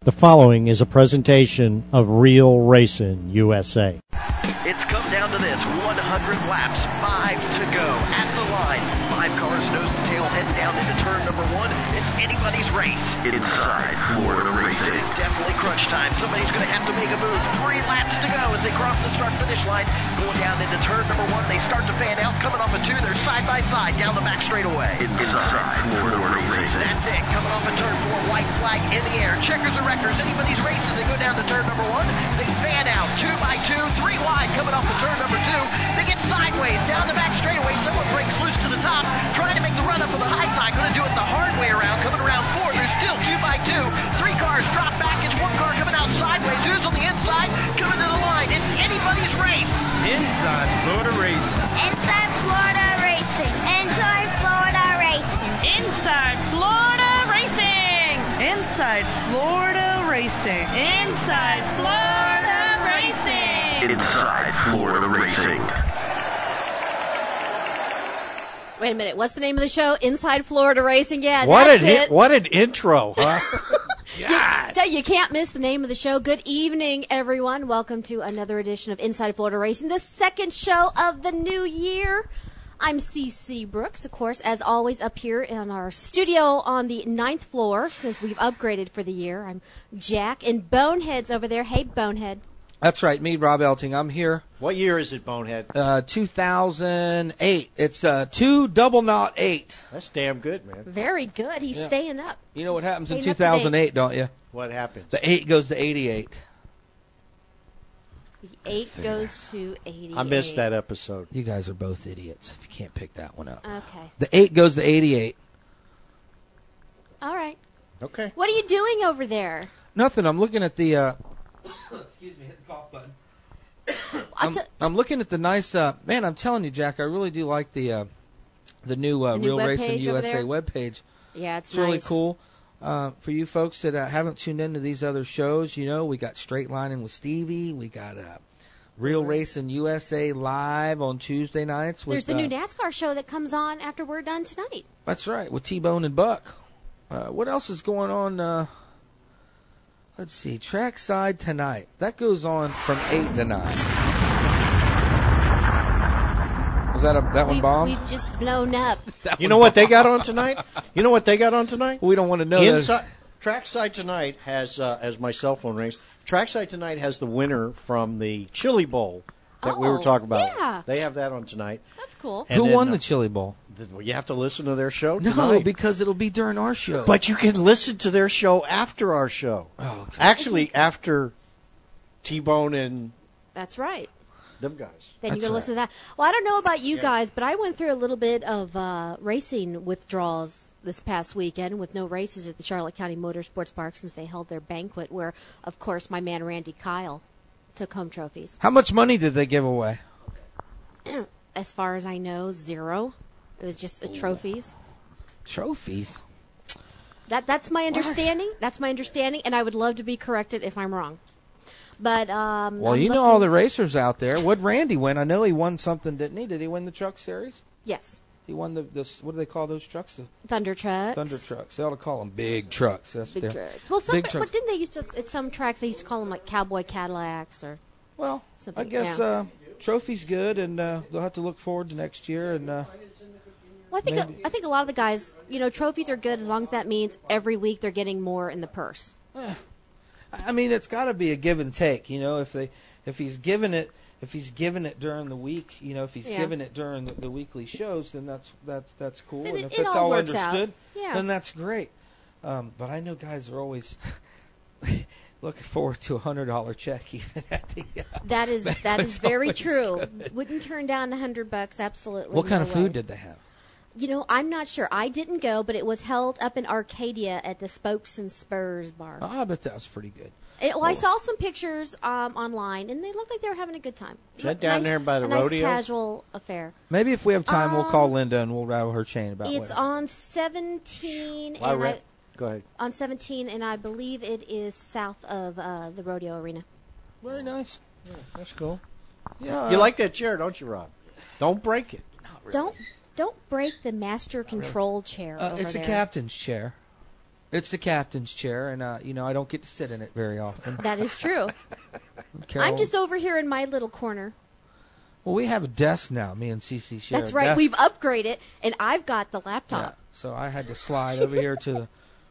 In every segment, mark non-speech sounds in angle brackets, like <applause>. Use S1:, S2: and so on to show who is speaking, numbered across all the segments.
S1: The following is a presentation of Real Racing USA.
S2: It's come down to this 100 laps, five to go at the line. Five cars nose to tail head down into turn number one. It's anybody's race. Inside Florida Racing. It's definitely crunch time. Somebody's going to have to make a move. Three laps to go as they cross the start finish line. Going down into turn number one, they start to fan out. Coming off a two, they're side by side down the back straightaway.
S3: Inside Florida Racing.
S2: That's it. Coming off a turn four, white flag in the air. Checkers and wreckers. Anybody's races. They go down to turn number one. They fan out two by two, three wide. Coming off the turn number two, they get sideways down the back straightaway. Someone breaks loose to the top, trying to make the run up on the high side. Going to do it the hard way around. Coming around four. There's still two by two. Three cars drop back. It's one car coming out sideways. Who's on the inside? Coming to the line. It's anybody's race.
S4: Inside Florida Racing.
S5: Inside Florida Racing. Inside Florida Racing.
S6: Inside Florida Racing!
S7: Inside Florida Racing.
S6: Inside Florida Racing!
S3: Inside Florida Racing.
S8: Wait a minute. What's the name of the show? Inside Florida Racing. Yeah,
S1: What
S8: that's
S1: an
S8: it.
S1: what an intro, huh?
S8: So you can't miss the name of the show. Good evening, everyone. Welcome to another edition of Inside Florida Racing, the second show of the new year. I'm CC Brooks, of course, as always, up here in our studio on the ninth floor since we've upgraded for the year. I'm Jack and Bonehead's over there. Hey, Bonehead.
S9: That's right, me, Rob Elting. I'm here.
S1: what year is it, Bonehead?
S9: Uh, 2008. It's uh, two double knot eight.
S1: <laughs> That's damn good, man.
S8: Very good. He's staying up.
S9: You know what happens in
S8: Staying up to
S9: 2008, don't you?
S1: What happened?
S9: The eight goes to 88.
S8: The eight goes to 88.
S1: I missed that episode.
S9: You guys are both idiots if you can't pick that one up.
S8: Okay.
S9: The eight goes to 88.
S8: All right.
S1: Okay.
S8: What are you doing over there?
S9: Nothing. I'm looking at the. Uh, <coughs> excuse me. Hit the cough
S8: <coughs>
S9: button.
S8: I'll
S9: I'm,
S8: tell-
S9: I'm looking at the nice. Uh, man, I'm telling you, Jack. I really do like the uh, the new, uh,
S8: The new
S9: Real Racing
S8: webpage over
S9: USA
S8: there?
S9: webpage.
S8: yeah, it's,
S9: It's really
S8: nice.
S9: cool. Uh, for you folks that uh, haven't tuned into these other shows, you know, we got Straight Lining with Stevie. We got uh, Real Racing USA live on Tuesday nights. With,
S8: Mm-hmm. There's the new
S9: uh,
S8: NASCAR show that comes on after we're done tonight.
S9: That's right, with T-Bone and Buck. Uh, what else is going on? Uh, let's see, Trackside tonight. That goes on from 8 to 9. Was that a, that one
S8: We've,
S9: bomb?
S8: we've just
S1: <laughs>
S8: blown up.
S1: You know what they got on tonight? You know what they got on tonight?
S9: we don't want to know. that.
S1: Inside, Trackside Tonight has, uh, as my cell phone rings, Trackside Tonight has the winner from the Chili Bowl that we were
S8: Oh,
S1: talking about.
S8: yeah.
S1: They have that on tonight.
S8: That's cool.
S9: Who
S1: And then,
S9: won
S1: uh,
S9: the Chili Bowl?
S1: th- well, You have to listen to their show
S9: No,
S1: tonight.
S9: because it'll be during our show.
S1: but you can listen to their show after our show.
S9: Oh, okay.
S1: Actually, after T Bone and
S8: That's right.
S1: them guys.
S8: Then you
S9: That's
S8: go
S9: right.
S8: listen to that. Well, I don't know about you guys, but I went through a little bit of uh, racing withdrawals this past weekend with no races at the Charlotte County Motorsports Park since they held their banquet, where, of course, my man Randy Kyle took home trophies. <clears throat>
S9: How much money did they give away?
S8: As far as I know, zero. It was just uh, trophies.
S9: Trophies.
S8: That that's my understanding. That's my understanding, and I would love to be corrected if I'm wrong. But um,
S9: Well,
S8: I'm
S9: you know
S8: looking-
S9: all the racers out there. What Randy win? I know he won something, didn't he? Did he win the truck series?
S8: yes,
S9: He won the, the what do they call those trucks? The
S8: thunder trucks,
S9: thunder trucks. They ought to call them big trucks. That's
S8: big
S9: their-
S8: trucks. Well, some
S9: big trucks.
S8: but didn't they used to at some tracks they used to call them like cowboy Cadillacs or
S9: Well, I
S8: Something,
S9: guess
S8: yeah.
S9: uh, trophy's good, and uh, they'll have to look forward to next year. And uh,
S8: Well, I think I think a lot of the guys, you know, trophies are good as long as that means every week they're getting more in the purse.
S9: I I mean, it's got to be a give and take. You know, if they if he's giving it. If he's giving it during the week, you know, if he's
S8: Yeah.
S9: giving it during the, the weekly shows, then that's that's that's cool.
S8: Then
S9: and
S8: it-
S9: if
S8: it
S9: it's
S8: all
S9: all
S8: works out.
S9: understood,
S8: Yeah.
S9: then that's great. Um, but I know guys are always <laughs> looking forward to a hundred dollar check, even at the. Uh,
S8: That is that
S9: <laughs>
S8: is
S9: That's
S8: very
S9: always
S8: true. Wouldn't turn down a hundred bucks. Absolutely.
S9: what kind of
S8: no way.
S9: food did they have?
S8: You know, I'm not sure. I didn't go, but it was held up in Arcadia at the Spokes and Spurs bar.
S9: Oh, I bet that was pretty good.
S8: It, well, I saw some pictures um, online, and they looked like they were having a good time.
S1: Is that
S8: Looked
S1: down
S8: nice-
S1: there by the
S8: a nice
S1: rodeo?
S8: casual affair.
S9: Maybe if we have time, we'll call Linda and we'll rattle her chain about.
S8: It's
S9: what-
S8: on 17,
S1: Well, I
S8: and I,
S1: read- Go ahead.
S8: on 17, and I believe it is south of uh, the rodeo arena.
S9: Very nice.
S1: That's cool.
S9: Yeah.
S1: You like that chair, don't you, Rob? Don't break it.
S8: Don't don't break the master control chair.
S9: Uh,
S8: over
S9: it's a
S8: there.
S9: captain's chair. It's the captain's chair, and uh, you know I don't get to sit in it very often.
S8: That is true.
S9: Carol-
S8: I'm just over here in my little corner.
S9: well. We have a desk now. Me and CC share.
S8: That's
S9: a
S8: right.
S9: desk.
S8: We've upgraded, and I've got the
S9: Yeah,
S8: laptop.
S9: So I had to slide over here to the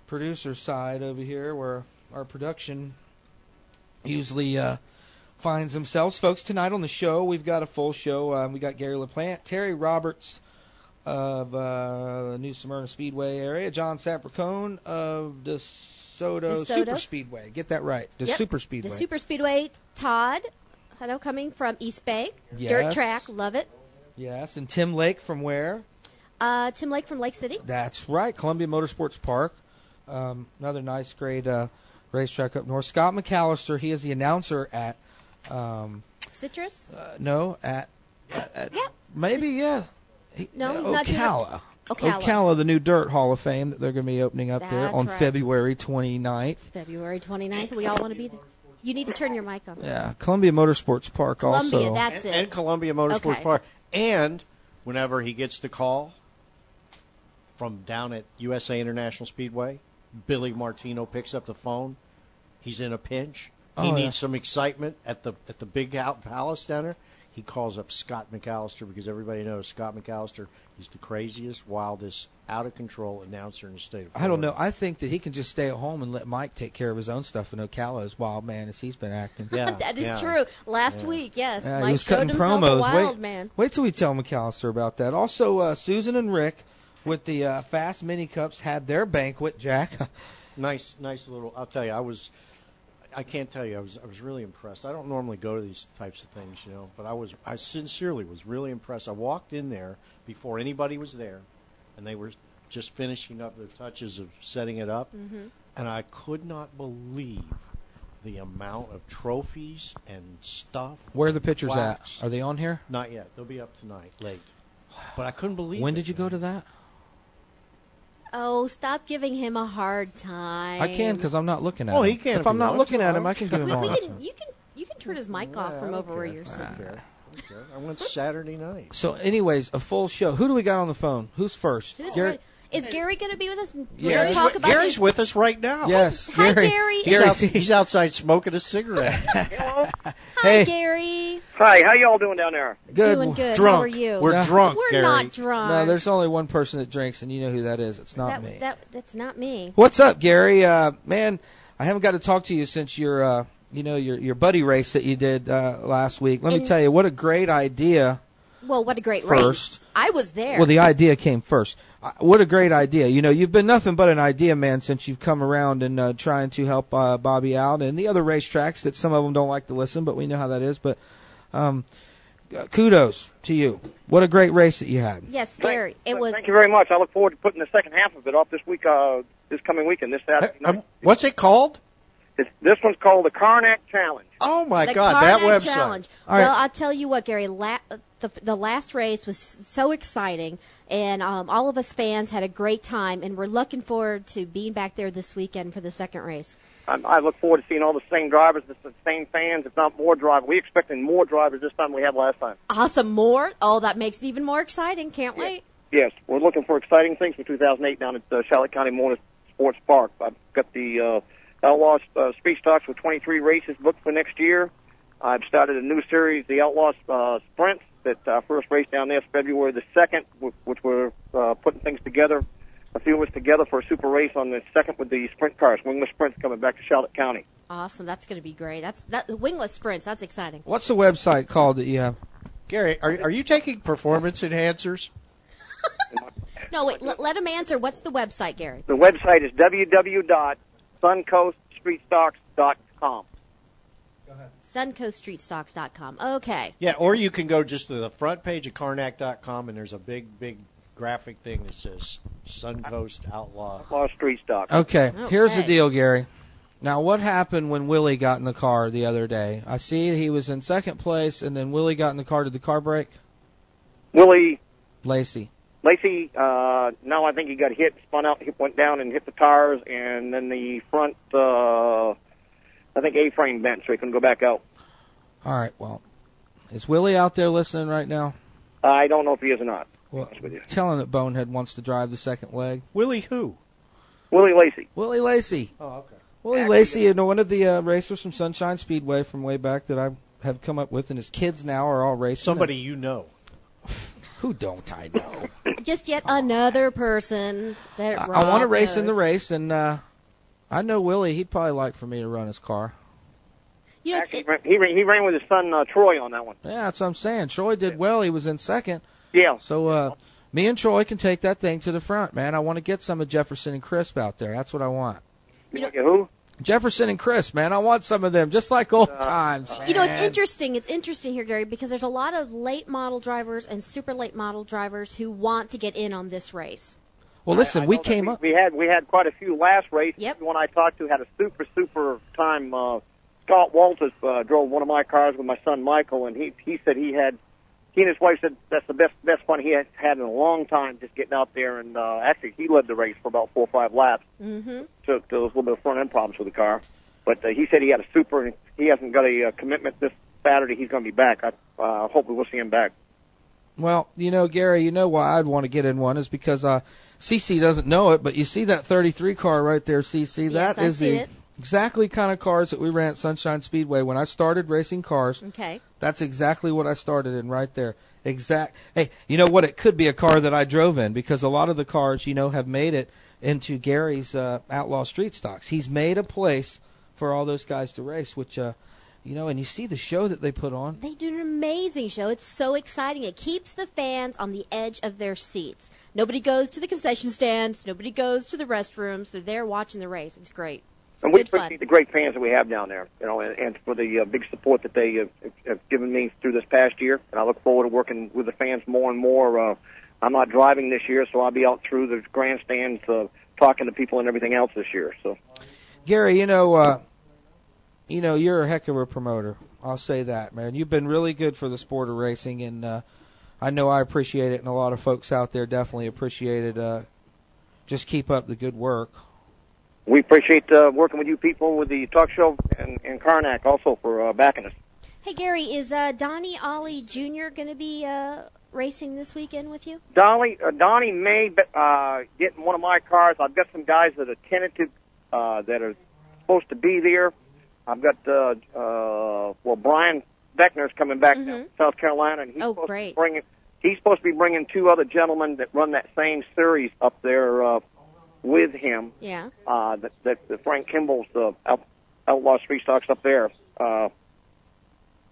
S9: producer side over here, where our production usually uh, finds themselves. Folks, tonight on the show, we've got a full show. Um, we got Gary LaPlante, Terry Roberts of uh, the New Smyrna Speedway area, John Sapricone of DeSoto,
S8: DeSoto.
S9: Super Speedway. Get that right, the
S8: Yep.
S9: Super Speedway.
S8: The Super Speedway. Todd, hello, coming from East Bay. Dirt
S9: Yes.
S8: track, love it.
S9: yes, and Tim Lake from where?
S8: Uh, Tim Lake from Lake City.
S9: That's right, Columbia Motorsports Park. Um, another nice, great uh, racetrack up north. Scott McAllister, he is the announcer at, um,
S8: Citrus?
S9: uh, no, at, at, at-
S8: Yeah.
S9: maybe, yeah. He-
S8: No,
S9: uh,
S8: he's not doing it.
S9: Ocala.
S8: Ocala.
S9: Ocala, the new Dirt Hall of Fame that they're going to be opening up there
S8: That's
S9: on
S8: right.
S9: February 29th.
S8: February 29th. We all want to be there. You need to turn your mic on.
S9: Yeah, Columbia Motorsports Park
S8: Columbia,
S9: also.
S8: that's
S1: and,
S8: it.
S1: and Columbia Motorsports
S8: Okay.
S1: Park. And whenever he gets the call from down at USA International Speedway, Billy Martino picks up the phone. He's in a pinch. He
S9: Oh,
S1: needs
S9: yeah.
S1: some excitement at the at the big out palace down there. He calls up Scott McAllister because everybody knows Scott McAllister is the craziest, wildest, out of control announcer in the state of
S9: I don't know.
S1: Florida.
S9: I think that he can just stay at home and let Mike take care of his own stuff in Ocala, as wild man as he's been acting.
S1: Yeah,
S8: that is
S1: yeah.
S8: true. Last week, yes,
S9: Yeah, he
S8: Mike
S9: was
S8: showed
S9: cutting
S8: himself
S9: promos.
S8: a wild
S9: wait,
S8: man.
S9: wait till we tell McAllister about that. Also, uh, Susan and Rick with the uh, Fast Mini Cups had their banquet, Jack. <laughs>
S1: Nice, nice little. I'll tell you, I was. I can't tell you, I was. I was really impressed. I don't normally go to these types of things, you know, but I was. I sincerely was really impressed. I walked in there before anybody was there, and they were just finishing up the touches of setting it up,
S8: Mm-hmm.
S1: and I could not believe the amount of trophies and stuff.
S9: Where are the pictures
S1: Wax.
S9: at? Are they on here?
S1: Not yet. They'll be up tonight, late. But I couldn't believe.
S9: When
S1: it,
S9: did you go
S1: man.
S9: to that?
S8: Oh, stop giving him a hard time.
S9: I can because I'm not looking at
S1: Oh,
S9: him.
S1: he can
S9: If
S1: if
S9: I'm
S1: he
S9: not
S1: wants.
S9: looking at him, I can do him
S8: We,
S9: all.
S8: we
S9: the
S8: can.
S9: time.
S8: You can. You can turn his mic
S1: Yeah,
S8: off
S1: I
S8: from
S1: don't
S8: over where
S1: care.
S8: you're
S1: I
S8: sitting.
S1: don't care. I don't care. I went Saturday night.
S9: So, anyways, a full show. Who do we got on the phone? Who's first?
S8: Who's
S9: Gary-
S8: ready? Is Gary going to be with us? We're
S9: Yeah,
S8: gonna
S9: he's
S8: talk
S1: But
S8: about
S1: Gary's
S8: his-
S1: with us right now.
S9: Yes,
S8: Hi,
S9: Gary.
S8: Gary.
S1: He's,
S9: Gary,
S1: out- he's outside smoking a cigarette. <laughs>
S8: Hi,
S9: <laughs> hey,
S8: Gary.
S10: Hi, how y'all doing down there?
S9: good.
S8: Doing good.
S1: drunk.
S8: How are you?
S1: We're
S9: Yeah.
S1: drunk.
S8: We're
S1: Gary.
S8: not drunk.
S9: No, there's only one person that drinks, and you know who that is. It's not
S8: that,
S9: me.
S8: that- that's not me.
S9: What's up, Gary? Uh, man, I haven't got to talk to you since your, uh, you know, your your buddy race that you did uh, last week. Let me
S8: And-
S9: tell you, what a great idea.
S8: Well, what a great
S9: First.
S8: race. I was there.
S9: Well, the idea came first. Uh, what a great idea. You know, you've been nothing but an idea man since you've come around and uh, trying to help uh, Bobby out and the other racetracks that some of them don't like to listen, but we know how that is. But um, uh, kudos to you. What a great race that you had.
S8: yes, Gary. It was.
S10: Thank you very much. I look forward to putting the second half of it up this week, uh, this coming weekend, this Saturday
S1: Um,
S10: night.
S1: what's it called?
S10: It's, this one's called the Karnak Challenge.
S1: Oh my
S8: the
S1: God!
S8: Carnac
S1: that website.
S8: Challenge.
S9: All
S8: well,
S9: right.
S8: I'll tell you what, Gary. La- the the last race was so exciting, and um, all of us fans had a great time, and we're looking forward to being back there this weekend for the second race.
S10: I'm, I look forward to seeing all the same drivers, the same fans, if not more drivers. We're expecting more drivers this time than we had last time.
S8: Awesome, more. Oh, that makes it even more exciting. Can't wait.
S10: Yes, we're looking for exciting things for 2008 down at uh, Charlotte County Motor Sports Park. I've got the uh, Outlaw uh, Speed Stocks with 23 races booked for next year. I've started a new series, the Outlaw uh, Sprints, that our first race down there is February the 2nd, wh- which we're uh, putting things together, a few of us together for a super race on the 2nd with the sprint cars, wingless sprints coming back to Charlotte County.
S8: Awesome. That's going to be great. That's that the wingless sprints. That's exciting.
S9: What's the website called that you have?
S1: Gary, are, are you taking performance enhancers?
S8: No, wait. Let, let him answer. What's the website, Gary?
S10: The website is www.suncoastspeedstocks.com.
S8: SuncoastStreetStocks.com. Okay.
S1: Yeah, or you can go just to the front page of Karnak.com and there's a big, big graphic thing that says Suncoast Outlaw.
S10: Outlaw Street Stocks.
S9: Okay, here's the
S8: Okay.
S9: deal, Gary. Now, what happened when Willie got in the car the other day? I see he was in second place, and then Willie got in the car. Did the car break?
S10: Willie
S9: Lacey.
S10: Lacey, uh, now I think he got hit, spun out, hit, went down and hit the tires, and then the front, uh, I think A-frame bent, so he couldn't go back out.
S9: All right, well, is Willie out there listening right now?
S10: I don't know if he is or not.
S9: Well,
S10: with you.
S9: tell him that Bonehead wants to drive the second leg.
S1: Willie who?
S10: Willie Lacey.
S9: Willie Lacey.
S1: Oh, okay.
S9: Willie Lacey, you know, one of the uh, racers from Sunshine Speedway from way back that I have come up with, and his kids now are all racing.
S1: Somebody you know.
S9: Who don't I know?
S8: Just yet another person that
S9: I,
S8: Rob
S9: want to race in the
S8: knows.
S9: race, and uh, I know Willie. He'd probably like for me to run his car.
S8: You know, it's-
S10: Actually, he ran, he ran with his son uh, Troy on that one.
S9: Yeah, that's what I'm saying. Troy did well. He was in second.
S10: Yeah.
S9: So uh, me and Troy can take that thing to the front, man. I want to get some of Jefferson and Crisp out there. That's what I want.
S10: You know, who? Uh,
S9: Jefferson and Crisp, man. I want some of them, just like old times.
S8: You know, it's
S9: man.
S8: interesting. It's interesting here, Gary, because there's a lot of late model drivers and super late model drivers who want to get in on this race.
S9: Well, listen,
S10: I
S9: we
S10: know that
S9: came up.
S10: We had we had quite a few last races.
S8: Yep.
S10: The one I talked to had a super super time. Uh, Scott Walters uh, drove one of my cars with my son Michael, and he he said he had. He and his wife said that's the best best fun he has had in a long time, just getting out there and uh, actually he led the race for about four or five laps.
S8: Mm-hmm.
S10: Took uh, those little bit of front end problems with the car, but uh, he said he had a super. and He hasn't got a uh, commitment this Saturday. He's going to be back. I uh, hope we will see him back.
S9: Well, you know, Gary, you know why I'd want to get in one is because uh, CC doesn't know it, but you see that 33 car right there, CC.
S8: Yes,
S9: that
S8: I
S9: is
S8: see
S9: the
S8: it.
S9: exactly kind of cars that we ran at Sunshine Speedway when I started racing cars.
S8: Okay.
S9: That's exactly what I started in right there. Exact. Hey, you know what? It could be a car that I drove in because a lot of the cars, you know, have made it into Gary's uh, outlaw street stocks. He's made a place for all those guys to race, which, uh, you know, and you see the show that they put on.
S8: They do an amazing show. It's so exciting. It keeps the fans on the edge of their seats. Nobody goes to the concession stands. Nobody goes to the restrooms. They're there watching the race. It's great. It's
S10: And we
S8: good fun.
S10: appreciate the great fans that we have down there, you know, and, and for the uh, big support that they have, have given me through this past year. And I look forward to working with the fans more and more. Uh, I'm not driving this year, so I'll be out through the grandstands uh, talking to people and everything else this year. So
S9: Gary, you know, uh, you know, you're a heck of a promoter. I'll say that, man. You've been really good for the sport of racing, and uh, I know I appreciate it, and a lot of folks out there definitely appreciate it. Uh, just keep up the good work.
S10: we appreciate uh, working with you people with the talk show and, and Karnak also for uh, backing us.
S8: hey, Gary, is uh, Donnie Ollie Jr. going to be uh, racing this weekend with you?
S10: Donnie, uh, Donnie may be- uh, get in one of my cars. I've got some guys that are tentative uh, that are supposed to be there. I've got uh, uh, well Brian Beckner's coming back to South Carolina, and he's
S8: Mm-hmm. Oh,
S10: supposed
S8: great.
S10: to bring he's supposed to be bringing two other gentlemen that run that same series up there uh, with him.
S8: Yeah.
S10: Uh, that, that, that Frank Kimball's uh, out, outlaw street stocks up there, uh,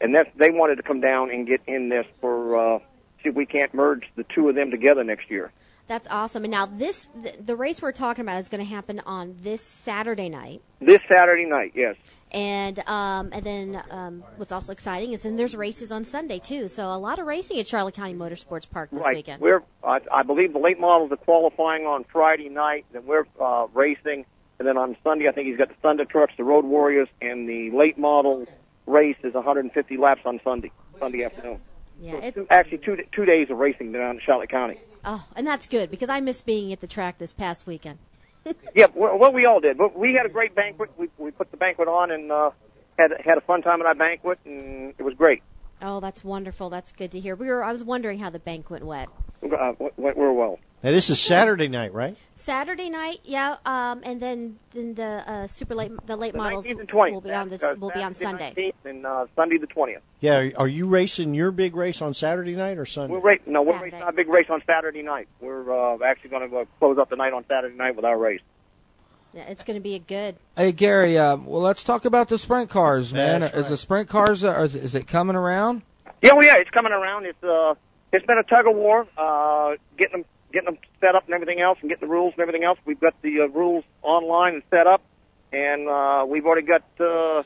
S10: and that they wanted to come down and get in this for uh, see if we can't merge the two of them together next year.
S8: That's awesome. And now this, the, the race we're talking about is going to happen on this Saturday night.
S10: This Saturday night, yes.
S8: And um, and then um, what's also exciting is then there's races on Sunday too. So a lot of racing at Charlotte County Motorsports Park this
S10: right.
S8: weekend.
S10: We're I, I believe the late models are qualifying on Friday night, then we're uh, racing, and then on Sunday I think he's got the Thunder trucks, the Road Warriors, and the late model race is 150 laps on Sunday Sunday afternoon.
S8: yeah, it,
S10: Two- Actually, two two days of racing down in Charlotte County.
S8: oh, and that's good because I miss being at the track this past weekend.
S10: Yeah, well, well, we all did. But we had a great banquet. We we put the banquet on and uh, had had a fun time at our banquet, and it was great.
S8: Oh, that's wonderful. That's good to hear. We were I was wondering how the banquet went.
S10: Uh, went real well.
S1: Now, this is Saturday night, right?
S8: Saturday night, yeah, um, and then then the uh, super late the late
S10: The
S8: models
S10: 19th and 20th.
S8: will be on this
S10: Uh,
S8: will be on
S10: Saturday
S8: Sunday.
S10: 19th and uh, Sunday the 20th.
S1: Yeah. Are, are you racing your big race on Saturday night or Sunday?
S10: We're race, no, we're
S8: Saturday.
S10: racing our big race on Saturday night. We're uh, actually going to uh, close up the night on Saturday night with our race.
S8: Yeah, it's going to be a good.
S9: Hey Gary, uh, well let's talk about the sprint cars, man.
S1: That's
S9: Is the sprint cars uh, is, is it coming around?
S10: Yeah, well, yeah, it's coming around. It's uh, it's been a tug of war, uh, getting them getting them set up and everything else, and getting the rules and everything else. We've got the uh, rules online and set up, and uh, we've already got. Uh,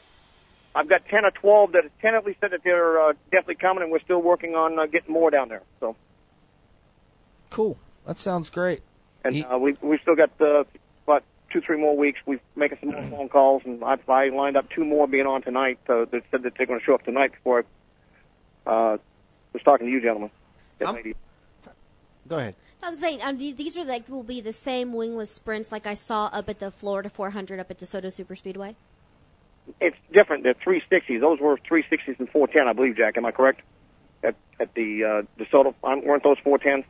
S10: I've got ten or twelve that tentatively said that they're uh, definitely coming, and we're still working on uh, getting more down there. So,
S9: Cool. That sounds great.
S10: and
S9: Ye-
S10: uh, we we've still got uh, about two, three more weeks. We're making some more phone calls, and I, I lined up two more being on tonight. Uh, that said that they're going to show up tonight before I uh, was talking to you, gentlemen. Yes,
S1: I'm-
S10: lady.
S1: Go ahead.
S8: I was saying um, these these are like will be the same wingless sprints like I saw up at the Florida 400 up at DeSoto Super Speedway.
S10: It's different. The 360s. Those were 360s and 410, I believe, Jack. Am I correct? At, at the uh, DeSoto, um, weren't those 410s?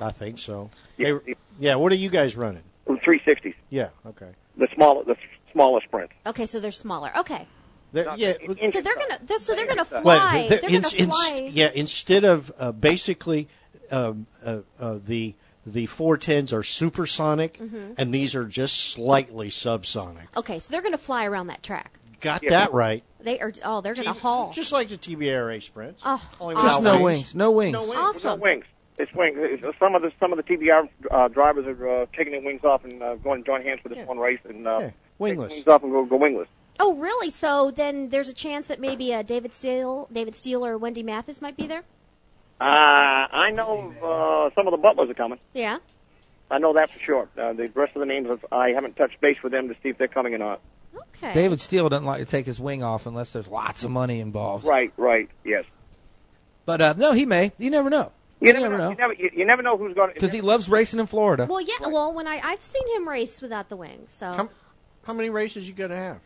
S1: I think so.
S10: Yeah.
S1: They- yeah. What are you guys running?
S10: 360s.
S1: Yeah. Okay.
S10: The smaller, the smaller sprints.
S8: Okay, so they're smaller. Okay.
S1: They're- yeah.
S8: So they're gonna they're- so they're gonna
S1: Well,
S8: fly.
S1: the-
S8: They're
S1: in-
S8: gonna
S1: in-
S8: fly.
S1: yeah, instead of uh, basically um, uh, uh, the the 410s are supersonic,
S8: Mhm.
S1: and these are just slightly subsonic.
S8: Okay, so they're gonna fly around that track.
S1: Got that right.
S8: They are oh, they're gonna haul.
S1: Just like the TBRA
S8: <laughs>
S1: sprints.
S8: Oh,
S1: Only
S9: Just
S1: without
S9: no wings. No wings.
S1: No wings.
S8: awesome.
S10: wings. It's wings. It's- Some of the some of the TBR uh, drivers are uh, taking their wings off and uh, going to join hands for this one race and uh,
S1: Yeah,
S10: take
S1: wingless.
S10: wings off and go, go wingless.
S8: Oh, really? So then there's a chance that maybe uh, David Steele, David Steele, or Wendy Mathis might be there.
S10: Uh, I know uh, some of the butlers are coming.
S8: Yeah.
S10: I know that for sure. Uh, the rest of the names, I haven't touched base with them to see if they're coming or not.
S8: Okay.
S9: David Steele doesn't like to take his wing off unless there's lots of money involved.
S10: Right, right, yes.
S9: But uh, no, he may. You never know.
S10: You, never, know. You, never, you, you never know who's going
S9: Because he loves racing in Florida.
S8: Well, yeah. Well, when I I've seen him race without the wings, so
S1: How, how many races you going to have?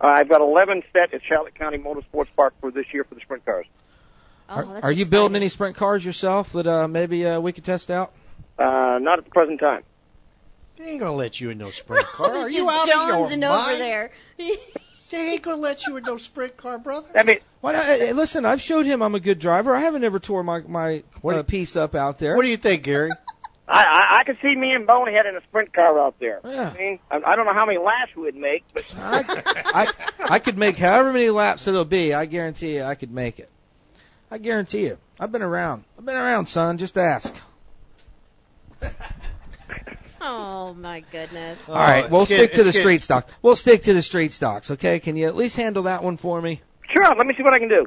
S10: Uh, I've got 11 set at Charlotte County Motorsports Park for this year for the sprint cars.
S8: oh,
S9: are,
S8: that's
S9: are you
S8: exciting.
S9: building any sprint cars yourself that uh, maybe uh, we could test out?
S10: Uh, not at the present time.
S1: They ain't going to let you in no
S8: <laughs>
S1: sprint car.
S8: Just
S1: Are you out of your
S8: Jones and over
S1: mind?
S8: there.
S1: <laughs> They ain't going to let you in no sprint car, brother.
S10: I mean,
S9: Why not? Hey, hey, Listen, I've showed him I'm a good driver. I haven't ever tore my my
S1: What do
S9: uh,
S1: you-
S9: piece up out there.
S1: What do you think, Gary?
S10: I, I, I could see me and Bonehead in a sprint car out there.
S9: Oh, Yeah.
S10: I mean, I, I don't know how many laps we'd make, but
S9: I <laughs> I could make however many laps it'll be. I guarantee you, I could make it. I guarantee you. I've been around. I've been around, son. Just ask.
S8: Oh my goodness.
S9: All right, we'll
S1: Uh, it's good-
S9: stick to
S1: it's
S9: the
S1: good.
S9: street stocks. We'll stick to the street stocks. Okay, can you at least handle that one for me?
S10: sure, let me see what I can do.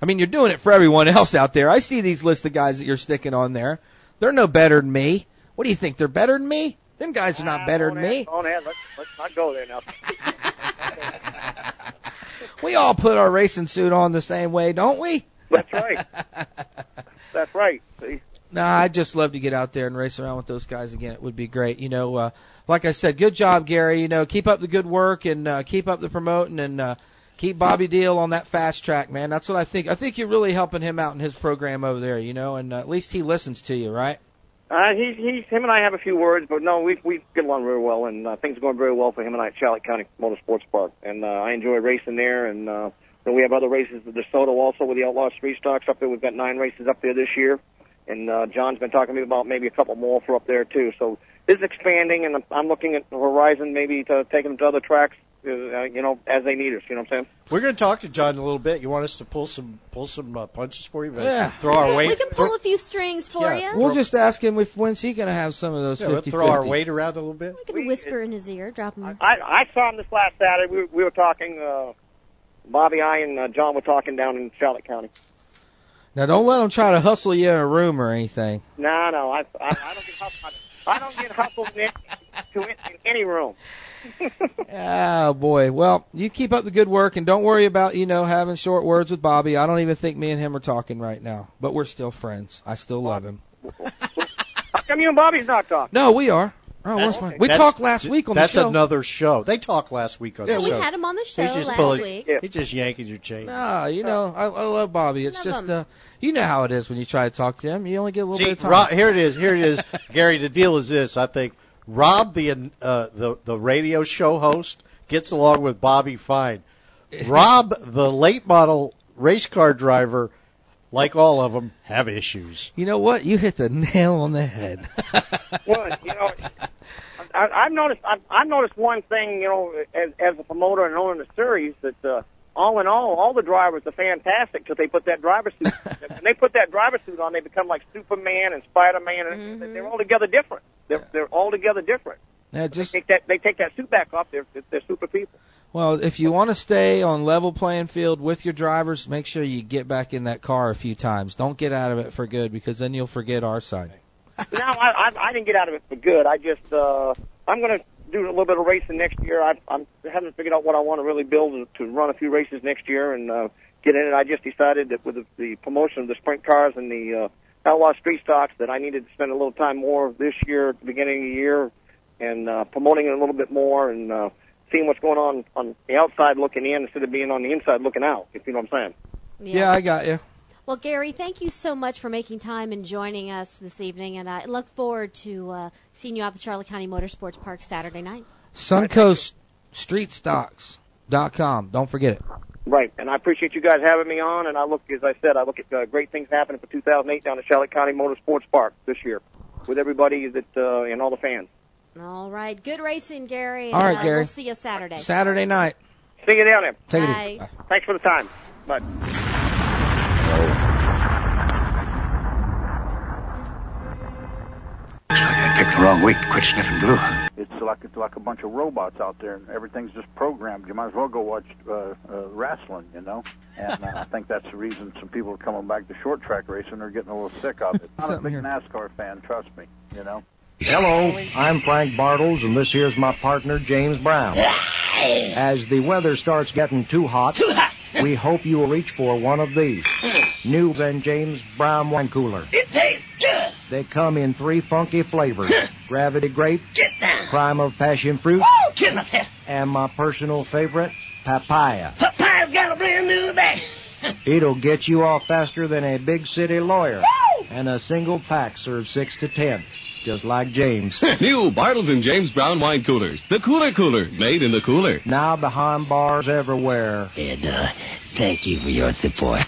S9: I mean, you're doing it for everyone else out there. I see these list of guys that you're sticking on there. They're no better than me. What do you think? They're better than me? Them guys are not better
S10: <laughs>
S9: than
S10: Bonehead,
S9: me.
S10: Bonehead, let's, let's not go there now.
S9: <laughs> We all put our racing suit on the same way, don't we?
S10: That's right.
S9: <laughs>
S10: That's right. See?
S9: Nah, I'd just love to get out there and race around with those guys again. It would be great. You know, uh, like I said, good job, Gary. You know, keep up the good work and uh, keep up the promoting and uh, keep Bobby Deal on that fast track, man. That's what I think. I think you're really helping him out in his program over there. You know, and uh, at least he listens to you, right?
S10: Uh, he's, he's, him and I have a few words, but no, we we get along very well, and uh, things are going very well for him and I at Charlotte County Motorsports Park, and uh, I enjoy racing there, and uh, then we have other races at DeSoto also with the Outlaw Street Stocks up there. We've got nine races up there this year, and uh, John's been talking to me about maybe a couple more for up there too. So this is expanding, and I'm- I'm looking at the horizon maybe to take them to other tracks, uh, you know, as they need us. You know what I'm saying?
S1: We're going to talk to John in a little bit. You want us to pull some pull some uh, punches for you? But
S9: Yeah.
S1: Throw our weight.
S8: we can
S1: throw-
S8: pull a few strings for
S1: Yeah.
S8: you.
S9: We'll just ask him if when's he going to have some of those
S1: yeah, we'll
S9: 50
S1: throw our weight around a little bit.
S8: We can whisper in his ear, drop him.
S10: I, I saw him this last Saturday. We, were- we were talking. Uh, Bobby, I, and uh, John were talking down in Charlotte County.
S9: Now, don't let him try to hustle you in a room or anything.
S10: No, no, I, I, I don't get hustled. I don't get hustled in, to in, in any room.
S9: Oh boy. Well, you keep up the good work and don't worry about, you know, having short words with Bobby. I don't even think me and him are talking right now, but we're still friends. I still love him.
S10: How come you and Bobby's not talking?
S9: <laughs> No, we are. Oh, that's fine. We
S1: That's-
S9: talked last week on
S1: that's
S9: the show.
S1: another show. They talked last week on the
S8: we
S1: show.
S8: had him on the show
S1: He's just
S8: last
S1: pulling-
S8: week.
S10: Yeah.
S1: He's just yanking your chain.
S9: Ah, you know, I, I love Bobby. It's
S8: Love
S9: just,
S8: him.
S9: uh, you know how it is when you try to talk to him. You only get a little
S1: See,
S9: bit of time.
S1: Ro- here it is. Here
S9: <laughs>
S1: it is, Gary. The deal is this. I think Rob, the uh, the the radio show host, gets along with
S9: <laughs>
S1: Bobby fine. Rob, the late model race car driver, like all of them, have issues.
S9: You know what? You hit the nail on the head.
S10: Well, you know, I, I've noticed. I've, I've noticed one thing. You know, as, as a promoter and owner of the series, that uh, all in all, all the drivers are fantastic because they put that driver suit. when they put that driver suit on, they become like Superman and Spider Man, and they're altogether different. They're, they're altogether different.
S9: Yeah, just
S10: Take that. They take that suit back off. They're they're super people.
S9: <laughs> Well, if you want to stay on level playing field with your drivers, make sure you get back in that car a few times. Don't get out of it for good because then you'll forget our side.
S10: no, I, I, I didn't get out of it for good. I just uh, I'm going to do a little bit of racing next year. I, I'm I haven't figured out what I want to really build to run a few races next year and uh, get in it. I just decided that with the, the promotion of the sprint cars and the uh, outlaw street stocks, that I needed to spend a little time more this year at the beginning of the year and uh, promoting it a little bit more and uh, seeing what's going on on the outside looking in instead of being on the inside looking out. If you know what I'm saying.
S9: Yeah, I got you.
S8: Well, Gary, thank you so much for making time and joining us this evening, and I look forward to uh, seeing you out at the Charlotte County Motorsports Park Saturday night.
S9: Suncoast Streetstocks.com. Don't forget it.
S10: Right, and I appreciate you guys having me on. And I look, as I said, I look at uh, great things happening for 2008 down at Charlotte County Motorsports Park this year, with everybody that uh, and all the fans.
S8: All right, good racing, Gary.
S9: All
S8: and,
S9: right,
S8: uh,
S9: Gary.
S8: We'll see you Saturday.
S9: Saturday night.
S10: See you down there.
S9: Take it easy.
S8: Bye.
S10: Thanks for the time. Bye.
S3: Picked the wrong week. Quit sniffing glue.
S11: It's like it's like a bunch of robots out there, and everything's just programmed. You might as well go watch uh, uh, wrestling, you know. And uh, I think that's the reason some people are coming back to short track racing. They're getting a little sick of it. I'm a big NASCAR fan, trust me. You know.
S12: Hello, I'm Frank Bartles, and this here's my partner, James Brown. As the weather starts getting too hot, we hope you will reach for one of these. New and James Brown Wine Cooler.
S2: It tastes good.
S12: They come in three funky flavors. Gravity Grape,
S2: Get down.
S12: Prime of Passion Fruit,
S2: Woo, kid, my test.
S12: and my personal favorite, Papaya.
S2: Papaya's got a brand new back.
S12: It'll get you off faster than a big city lawyer. And a single pack serves six to ten, just like James.
S13: <laughs> New Bartles and James Brown wine coolers. The cooler cooler, made in the cooler.
S12: Now behind bars everywhere.
S2: And, uh, thank you for your support.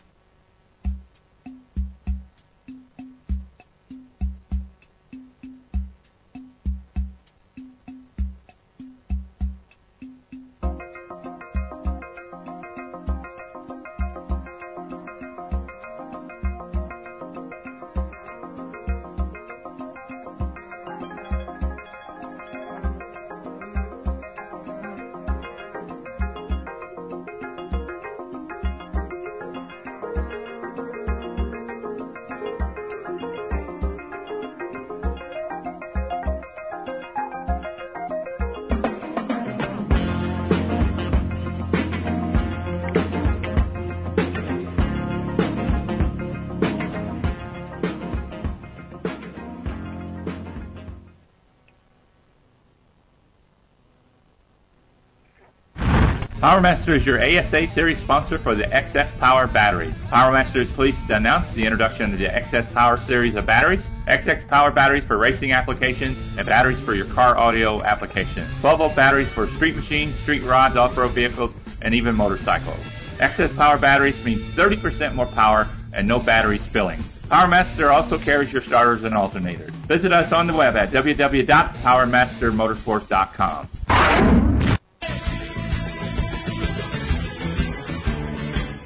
S14: PowerMaster is your ASA series sponsor for the XS Power batteries. PowerMaster is pleased to announce the introduction of the XS Power series of batteries, XX Power batteries for racing applications, and batteries for your car audio application. 12 volt batteries for street machines, street rods, off road vehicles, and even motorcycles. XS Power batteries means 30% more power and no battery spilling. PowerMaster also carries your starters and alternators. Visit us on the web at www.powermastermotorsports.com.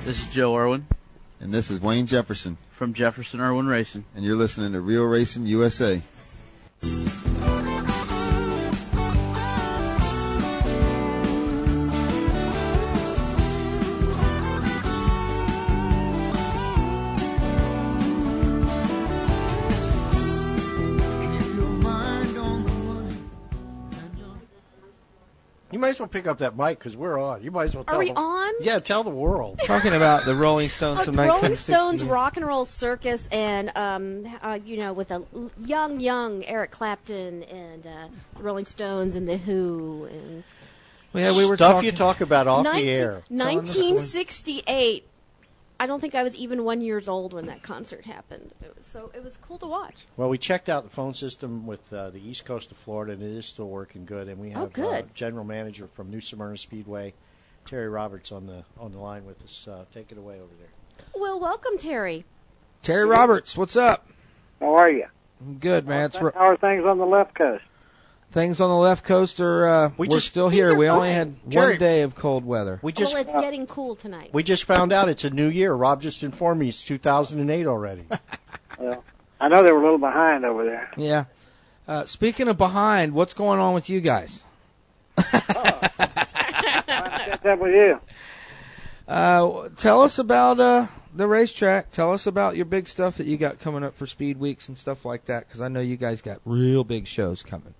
S15: This is Joe Irwin. And this is Wayne Jefferson. From Jefferson Irwin Racing. And you're listening to Real Racing USA.
S1: You might as well pick up that mic because we're on. You might as well.
S8: Are
S1: tell
S8: we
S1: the-
S8: on?
S1: Yeah, tell the world.
S9: Talking about the Rolling Stones from
S8: Oh, Rolling
S9: 1960.
S8: Stones Rock and Roll Circus, and um, uh, you know, with a l- young, young Eric Clapton and uh, the Rolling Stones and the Who and
S1: yeah, we were stuff you talk about off the
S8: 19-
S1: air.
S8: 1968. I don't think I was even one years old when that concert happened. It was so it was cool to watch.
S1: Well, we checked out the phone system with uh, the East Coast of Florida, and it is still working good. And we have
S8: Oh, good.
S1: Uh, general manager from New Smyrna Speedway, Terry Roberts, on the on the line with us. Uh, take it away over there.
S8: Well, welcome, Terry.
S9: Terry Roberts, what's up?
S16: How are you?
S9: I'm good, man. It's ro-
S16: How are things on the left coast?
S9: things on the left coast are uh, we are
S1: just-
S9: still
S1: Things
S9: here.
S1: are
S9: We only
S1: fine.
S9: had
S1: Terry-
S9: one day of cold weather.
S1: We just
S8: well,
S9: uh,
S8: it's getting cool tonight.
S1: we just found out it's a new year. Rob just informed me it's 2008 already.
S16: Well, I know they were a little behind over there.
S9: <laughs> yeah. Uh, speaking of behind, what's going on with you guys?
S16: What's up with you?
S9: Uh, tell us about uh, the racetrack. Tell us about your big stuff that you got coming up for Speed Weeks and stuff like that, because I know you guys got real big shows coming.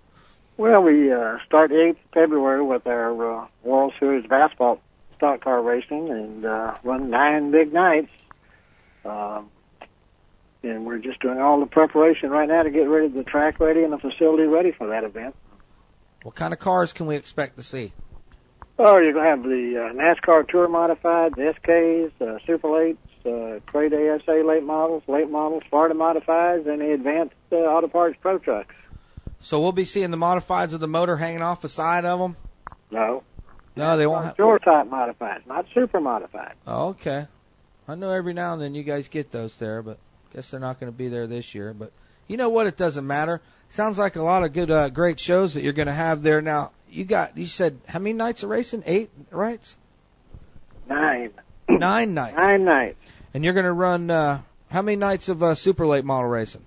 S16: Well, we uh, start 8th February with our uh, World Series of Asphalt Stock Car Racing and uh, run nine big nights. Um, and we're just doing all the preparation right now to get ready, the track ready, and the facility ready for that event.
S9: What kind of cars can we expect to see?
S16: Oh, you're going to have the uh, NASCAR Tour Modified, the SKs, uh, Super 8s, uh, trade ASA late models, late models, Florida modifieds, and the advanced uh, auto parts pro trucks.
S9: So we'll be seeing the modifieds of the motor hanging off the side of them.
S16: No,
S9: No, they won't. Ha-
S16: short type modifieds, not super modified.
S9: oh, okay. I know every now and then you guys get those there, but guess they're not going to be there this year. But you know what? It doesn't matter. Sounds like a lot of good, uh, great shows that you're going to have there. Now you got. You said how many nights of racing? Eight,
S16: <clears throat>
S9: right?
S16: Nine.
S9: Nine nights.
S16: Nine nights.
S9: And you're going to run uh, how many nights of uh, super late model racing?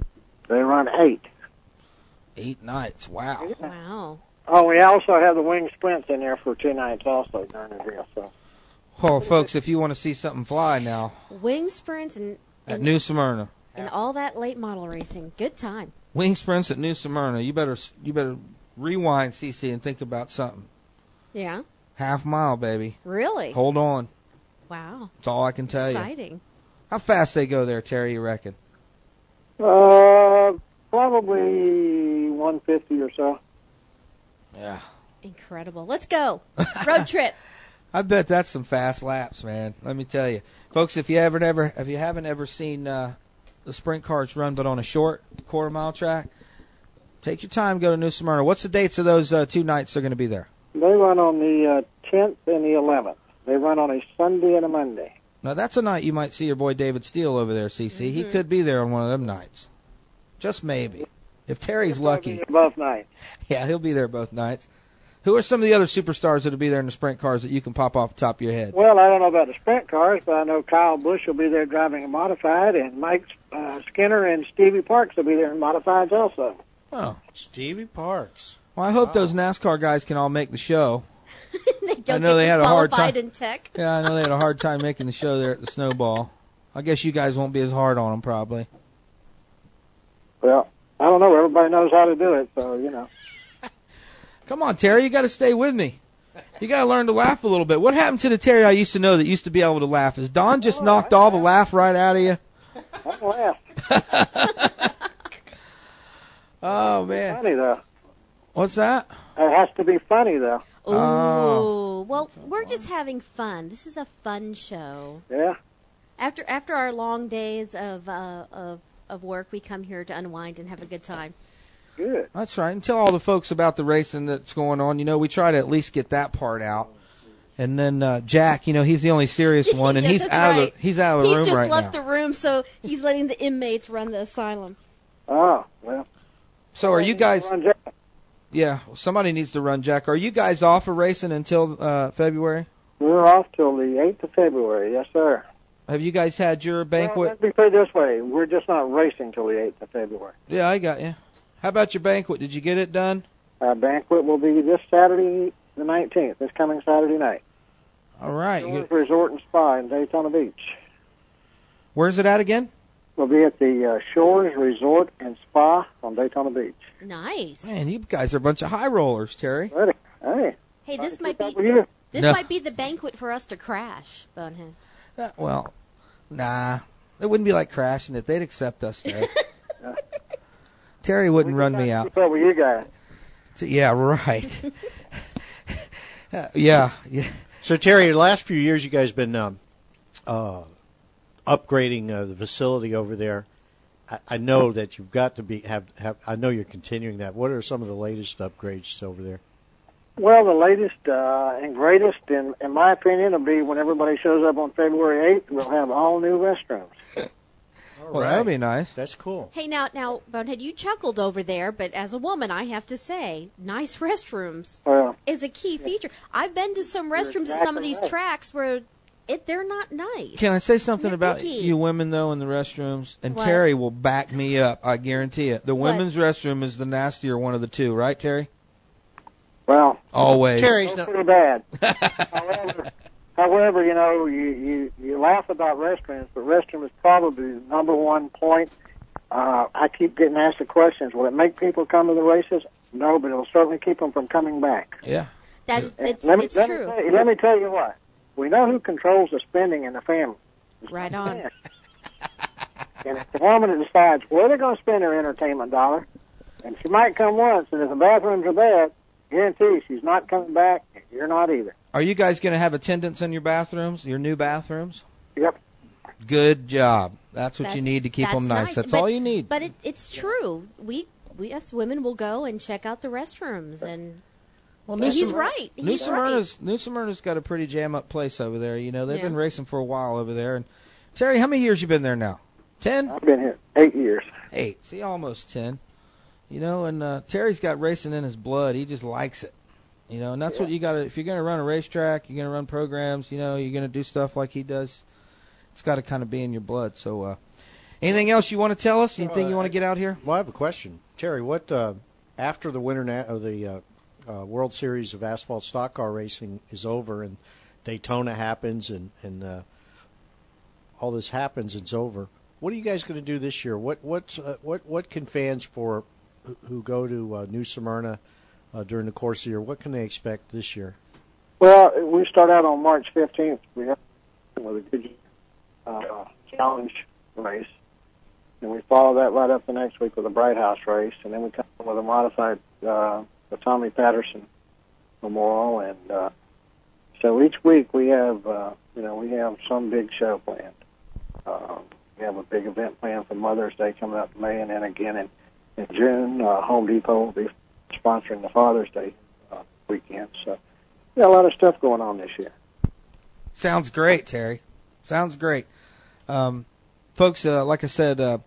S16: They run eight.
S9: Eight nights. Wow.
S8: Wow.
S16: Oh, we also have the wing sprints in there for two nights, also during the deal. So
S9: Oh, folks, if you want to see something fly now
S8: Wing sprints and,
S9: at New Smyrna,
S8: and all that late model racing. Good time.
S9: wing sprints at New Smyrna, you better you better rewind, CC, and think about something.
S8: Yeah.
S9: Half mile, baby.
S8: Really?
S9: Hold on.
S8: Wow.
S9: That's all I can tell you.
S8: Exciting.
S9: How fast they go there, Terry? You reckon?
S16: Uh, probably 150 or so.
S9: Yeah.
S8: Incredible. Let's go. Road trip. <laughs>
S9: I bet that's some fast laps, man. Let me tell you, folks. If you ever, never, if you haven't ever seen uh, the sprint cars run, but on a short quarter mile track, take your time. Go to New Smyrna. What's the dates of those uh, two nights? They're going to be there.
S16: They run on the uh, 10th and the 11th. They run on a Sunday and a Monday.
S9: Now that's a night you might see your boy David Steele over there, CC. He
S16: Mhm.
S9: could be there on one of them nights, just maybe. If Terry's lucky,
S16: Both nights.
S9: <laughs> yeah, he'll be there both nights. Who are some of the other superstars that'll be there in the sprint cars that you can pop off the top of your head?
S16: Well, I don't know about the sprint cars, but I know Kyle Bush will be there driving a modified, and Mike uh, Skinner and Stevie Parks will be there in modifieds also.
S9: Oh,
S1: Stevie Parks.
S9: Well, I hope those NASCAR guys can all make the show.
S8: they don't
S9: know
S8: get
S9: they had a hard
S8: disqualified
S9: time.
S8: in tech.
S9: Yeah, I know they had a hard time making the show there at the Snowball. I guess you guys won't be as hard on them, probably.
S16: Well, I don't know. Everybody knows how to do it, so, you know.
S9: Come on, Terry, you got to stay with me. You got to learn to laugh a little bit. What happened to the Terry I used to know that used to be able to laugh? Is Don
S16: Oh,
S9: just knocked all the laugh right out of you?
S16: I don't laugh.
S9: Oh
S16: It's
S9: man,
S16: funny, though.
S9: what's that?
S16: It has to be funny, though.
S8: Ooh.
S9: Oh.
S8: Well, we're just having fun. This is a fun show.
S16: Yeah.
S8: After after our long days of uh, of of work, we come here to unwind and have a good time.
S16: <laughs> Good.
S9: That's right. And tell all the folks about the racing that's going on. You know, we try to at least get that part out. And then uh, Jack, you know, he's the only
S8: <laughs>
S9: serious one, and
S8: Yeah,
S9: he's
S8: that's
S9: out
S8: right.
S9: of the, he's out of the
S8: he's
S9: room
S8: just
S9: right
S8: left
S9: now.
S8: the room, so he's letting the inmates run the asylum.
S16: Oh, well.
S9: so are you guys?
S16: Ron Jack-
S9: Yeah, somebody needs to run Jack. Are you guys off of racing until uh, February?
S16: We're off till the 8th of February. Yes, sir.
S9: Have you guys had your
S16: Well,
S9: banquet?
S16: let me put it this way. We're just not racing till the 8th of February.
S9: yeah, I got you. How about your banquet? Did you get it done?
S16: Our banquet will be this Saturday, the 19th, this coming Saturday night.
S9: All right. you-
S16: George Resort and Spa in Daytona Beach.
S9: Where's it at again?
S16: We'll be at the uh, Shores Resort and Spa on Daytona Beach.
S8: Nice.
S9: Man, you guys are a bunch of high rollers, Terry.
S16: Ready? Hey.
S8: Hey, this might be
S16: you.
S8: this
S9: No. Uh,
S8: might be the banquet for us to crash, Bonehead.
S9: Well, nah, it wouldn't be like crashing it. They'd accept us there. <laughs> Terry wouldn't run me out.
S16: What's up with you guys?
S9: T- Yeah, right. yeah, yeah.
S1: So Terry, the last few years you guys been um, uh, upgrading uh, the facility over there. I, I know that you've got to be have, have. I know you're continuing that. What are some of the latest upgrades over there?
S16: <laughs> Well, the latest uh, and greatest, in, in my opinion, will be when everybody shows up on February 8th, we'll have all new restrooms.
S9: Well, that would be nice.
S1: That's cool.
S8: Hey, now now Bonehead, you chuckled over there, but as a woman, I have to say, nice <laughs> restrooms
S16: Well,
S8: is a key feature. I've been to some restrooms at some of these tracks where it they're not nice.
S9: Can I say something about
S8: Nitpicky.
S9: you women though in the restrooms? And
S8: What?
S9: Terry will back me up. I guarantee it. The
S8: What?
S9: women's restroom is the nastier one of the two, right, Terry?
S16: Well,
S9: Always.
S1: Terry's
S16: so
S1: not-
S16: pretty bad. however, however, you know, you, you you laugh about restrooms, but restroom is probably the number one point. Uh, I keep getting asked the questions: Will it make people come to the races? No, but it'll certainly keep them from coming back.
S9: Yeah.
S8: That is, it's,
S16: let me,
S8: it's
S16: let
S8: true.
S16: Me tell you, let me tell you what: We know who controls the spending in the family,
S8: Right on.
S16: and it's the woman that decides where they're going to spend her entertainment dollar. And she might come once, and if the bathrooms are bad, guarantee she's not coming back. and You're not either.
S9: Are you guys going to have attendants in your bathrooms, your new bathrooms?
S16: Yep.
S9: Good job. That's what you
S8: That's-
S9: need to keep
S8: that's
S9: them nice. That's
S8: But-
S9: all you need.
S8: But it, it's true. We, we us women will go and check out the restrooms, and he's right. He's
S9: New
S8: right.
S9: Smyrna's, New Smyrna's got a pretty jam up place over there. You know they've
S8: Yeah.
S9: been racing for a while over there. And Terry, how many years you been there now? Ten. I've
S16: been here eight years.
S9: Eight. See, almost ten. You know, and uh, Terry's got racing in his blood. He just likes it. You know, and that's what you got to. If you're going to run a racetrack, you're going to run programs. You know, you're going to do stuff like he does. It's got to kind of be in your blood. So, uh, anything else you want to tell us? Anything you want to get out here?
S1: Well, I have a question, Terry. What uh, after the winter na- or the uh, uh, World Series of asphalt stock car racing is over and Daytona happens and and uh, all this happens, it's over. What are you guys going to do this year? What what uh, what what can fans for who- who go to uh, New Smyrna uh, during the course of the year? What can they expect this year?
S16: Well, we start out on March 15th. We have with a good uh, challenge race, and we follow that right up the next week with a Bright House race, and then we come up with a modified uh, the Tommy Patterson Memorial, and uh, so each week we have uh, you know we have some big show planned. Uh, we have a big event planned for Mother's Day coming up in May, and then again in in June, uh, Home Depot will be sponsoring the Father's Day uh, weekend, so. Yeah, a lot of stuff going on this year.
S9: Sounds great, Terry. Sounds great. Um, folks, uh, like I said, uh,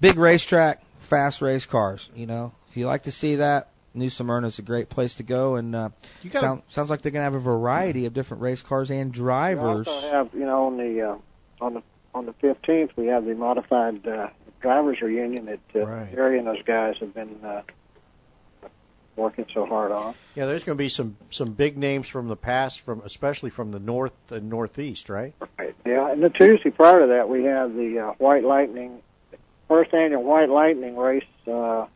S9: big racetrack, fast race cars. You know, if you like to see that, New Smyrna is a great place to go. And uh,
S16: You gotta-
S9: sound, sounds like they're going to have a variety of different race cars and
S16: We
S9: drivers.
S16: also have, you know, on the uh, on the on the fifteenth, we have the modified uh, drivers reunion that uh, Jerry and those guys have been uh, working so hard on.
S1: Yeah, there's going to be some some big names from the past, from especially from the north and northeast, right?
S16: Yeah, and the Tuesday prior to that, we have the uh, White Lightning, first annual White Lightning race, uh,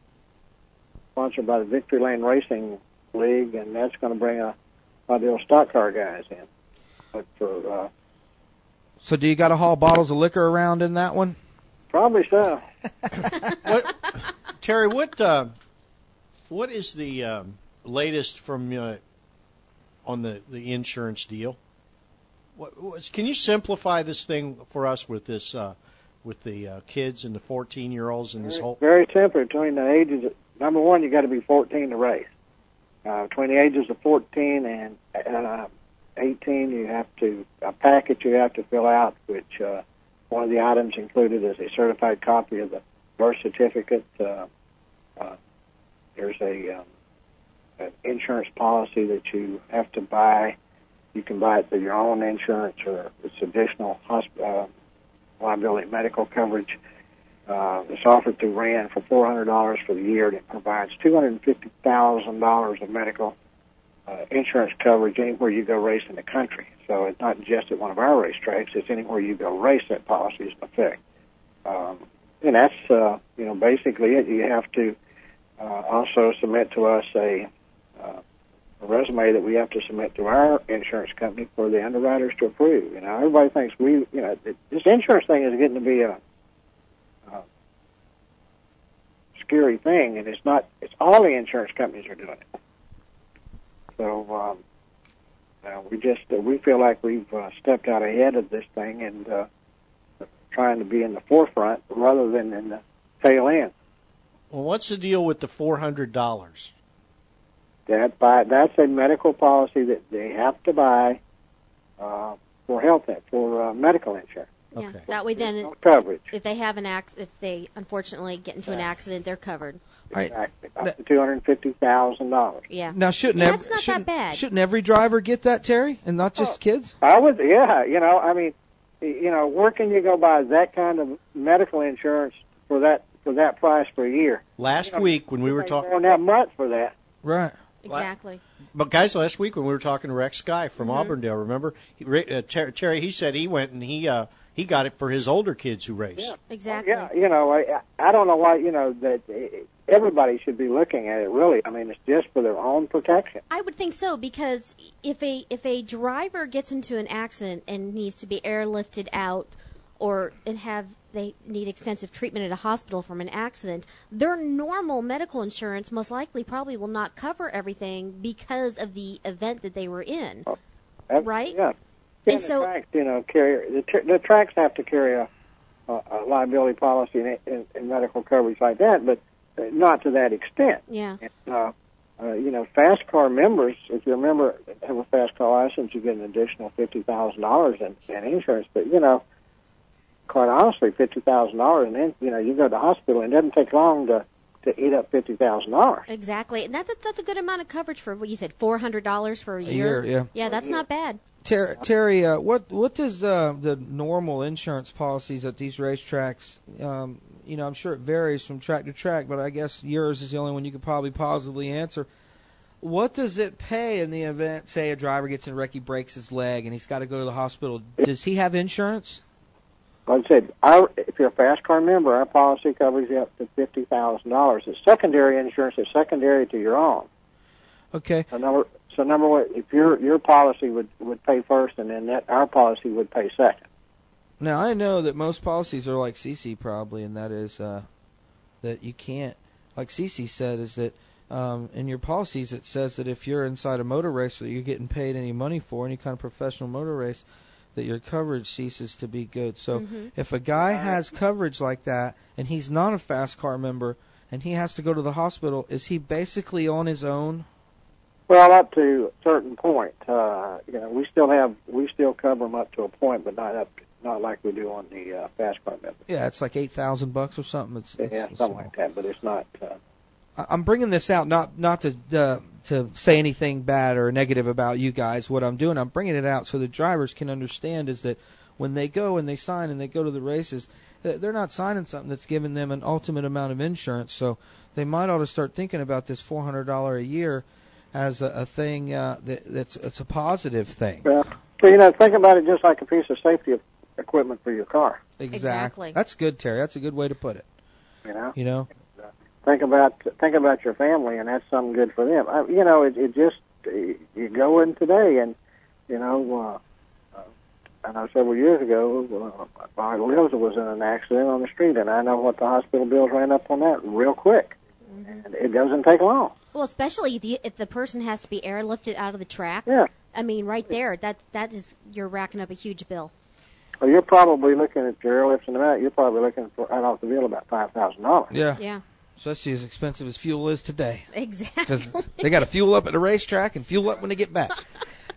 S16: sponsored by the Victory Lane Racing League, and that's going to bring a lot of the old stock car guys in. But for uh,
S9: So, do you got to haul bottles of liquor around in that one?
S16: probably so.
S1: Terry, what uh, what is the um, latest from uh, on the, the insurance deal? What, what's, can you simplify this thing for us with this uh, with the uh, kids and the fourteen year olds and this whole?
S16: very simple between the ages. Of, number one, you got to be 14 to race. Uh, between the ages of 14 and uh, 18, you have to a packet you have to fill out, which uh, one of the items included is a certified copy of the birth certificate. Uh, uh, there's a um, an insurance policy that you have to buy. You can buy it through your own insurance or it's additional hosp- uh, liability medical coverage. Uh, it's offered through RAND for $400 for the year, and it provides $250,000 of medical uh, insurance coverage anywhere you go race in the country. So it's not just at one of our racetracks; it's anywhere you go race. That policy is in effect, um, and that's uh, you know basically it. You have to uh, also submit to us a, uh, a resume that we have to submit to our insurance company for the underwriters to approve. You know, everybody thinks we you know th- this insurance thing is getting to be a
S17: Uh,
S16: scary thing, and it's not. It's all the insurance companies are doing it. So um, uh, we just uh, we feel like we've uh, stepped out ahead of this thing and uh, trying to be in the forefront rather than in the tail end.
S1: Well, what's the deal with the four hundred dollars?
S16: That by that's a medical policy that they have to buy uh, for health for uh, medical insurance
S8: Yeah, that way then, it-
S16: coverage.
S8: if they have an acc if they unfortunately get into an accident, they're covered.
S16: Exactly, up to two hundred fifty thousand dollars.
S8: Yeah.
S9: Now, shouldn't
S8: that's
S9: every,
S8: not
S9: shouldn't,
S8: that bad? Oh.
S9: Shouldn't every driver get that, Terry, and not just kids?
S16: I would, yeah. You know, I mean, y- you know, where can you go buy that kind of medical insurance for that for that price per year?
S1: Last week when we were talking,
S16: On that month for that.
S9: right?
S8: Exactly.
S1: But guys, last week when we were talking to Rex Sky from Auburndale, remember he, Re- uh, Ter- Terry? He said he went and he uh, he got it for his older kids who race.
S8: Exactly.
S16: Yeah, you know, I I don't know why you know that eh, everybody should be looking at it. Really, I mean, it's just for their own protection.
S8: I would think so because if a if a driver gets into an accident and needs to be airlifted out or and have they need extensive treatment at a hospital from an accident, their normal medical insurance most likely probably will not cover everything because of the event that they were in.
S16: That's-
S8: Right?
S16: Yeah. Yeah, the tracks, you know, carry the, tr- the tracks have to carry a, a, a liability policy and, and, and medical coverage like that, but uh, not to that extent.
S2: <laughs>
S8: Yeah.
S16: uh, uh, you know, fast car members, if you remember, have a fast car license, you get an additional fifty thousand dollars in in insurance. But you know, quite honestly, fifty thousand dollars, and then you know, you go to the hospital, and it doesn't take long to to eat up fifty thousand dollars.
S8: Exactly, and that's a, that's a good amount of coverage for what you said, four hundred dollars for a year.
S9: year, yeah.
S8: yeah, that's not bad.
S9: Ter- Terry, uh, what what does uh, the normal insurance policies at these racetracks? Um, you know, I'm sure it varies from track to track, but I guess yours is the only one you could probably positively answer. What does it pay in the event, say, a driver gets in a wreck, he breaks his leg, and he's got to go to the hospital? Does he have insurance?
S16: Like I said, our, if you're a fast car member, our policy covers you up to fifty thousand dollars. It's secondary insurance. It's secondary to your own.
S9: Okay.
S16: So number so number one, if your your policy would would pay first, and then that our policy would pay second.
S9: Now I know that most policies are like CC probably, and that is uh, that you can't. Like CC said, is that um, in your policies it says that if you're inside a motor race that you're getting paid any money for any kind of professional motor race, that your coverage ceases to be good. So
S15: Mhm.
S9: if a guy has coverage like that and he's not a fast car member and he has to go to the hospital, is he basically on his own?
S16: Well, up to a certain point, uh, you know, we still have we still cover them up to a point, but not up not like we do on the uh, fast car member.
S9: Yeah, it's like eight thousand bucks or something. It's, it's,
S16: yeah,
S9: it's
S16: something like that. But it's not. Uh,
S9: I- I'm bringing this out not not to uh, to say anything bad or negative about you guys. What I'm doing, I'm bringing it out so the drivers can understand is that when they go and they sign and they go to the races, th- they're not signing something that's giving them an ultimate amount of insurance. So they might ought to start thinking about this $400 a year as a, a thing uh, that, that's it's a positive thing.
S16: well, so you know, think about it just like a piece of safety equipment for your car.
S9: Exact-
S16: Exactly.
S9: That's good, Terry. That's a good way to put it.
S16: You know.
S9: You know.
S16: think about think about your family, and that's something good for them. I, you know, it, it just you go in today, and you know, uh, I know several years ago, uh, my Liza was in an accident on the street, and I know what the hospital bills ran up on that real quick, and it doesn't take long.
S8: Well, especially if the, if the person has to be airlifted out of the track.
S16: Yeah.
S8: I mean, right there, that that is you're racking up a huge bill.
S16: Well, you're probably looking at your airlifts and that. You're probably looking for right off the bill about five thousand dollars.
S9: Yeah.
S8: Yeah,
S9: Especially as expensive as fuel is today.
S8: exactly.
S9: because they got to fuel up at the racetrack and fuel up when they get back.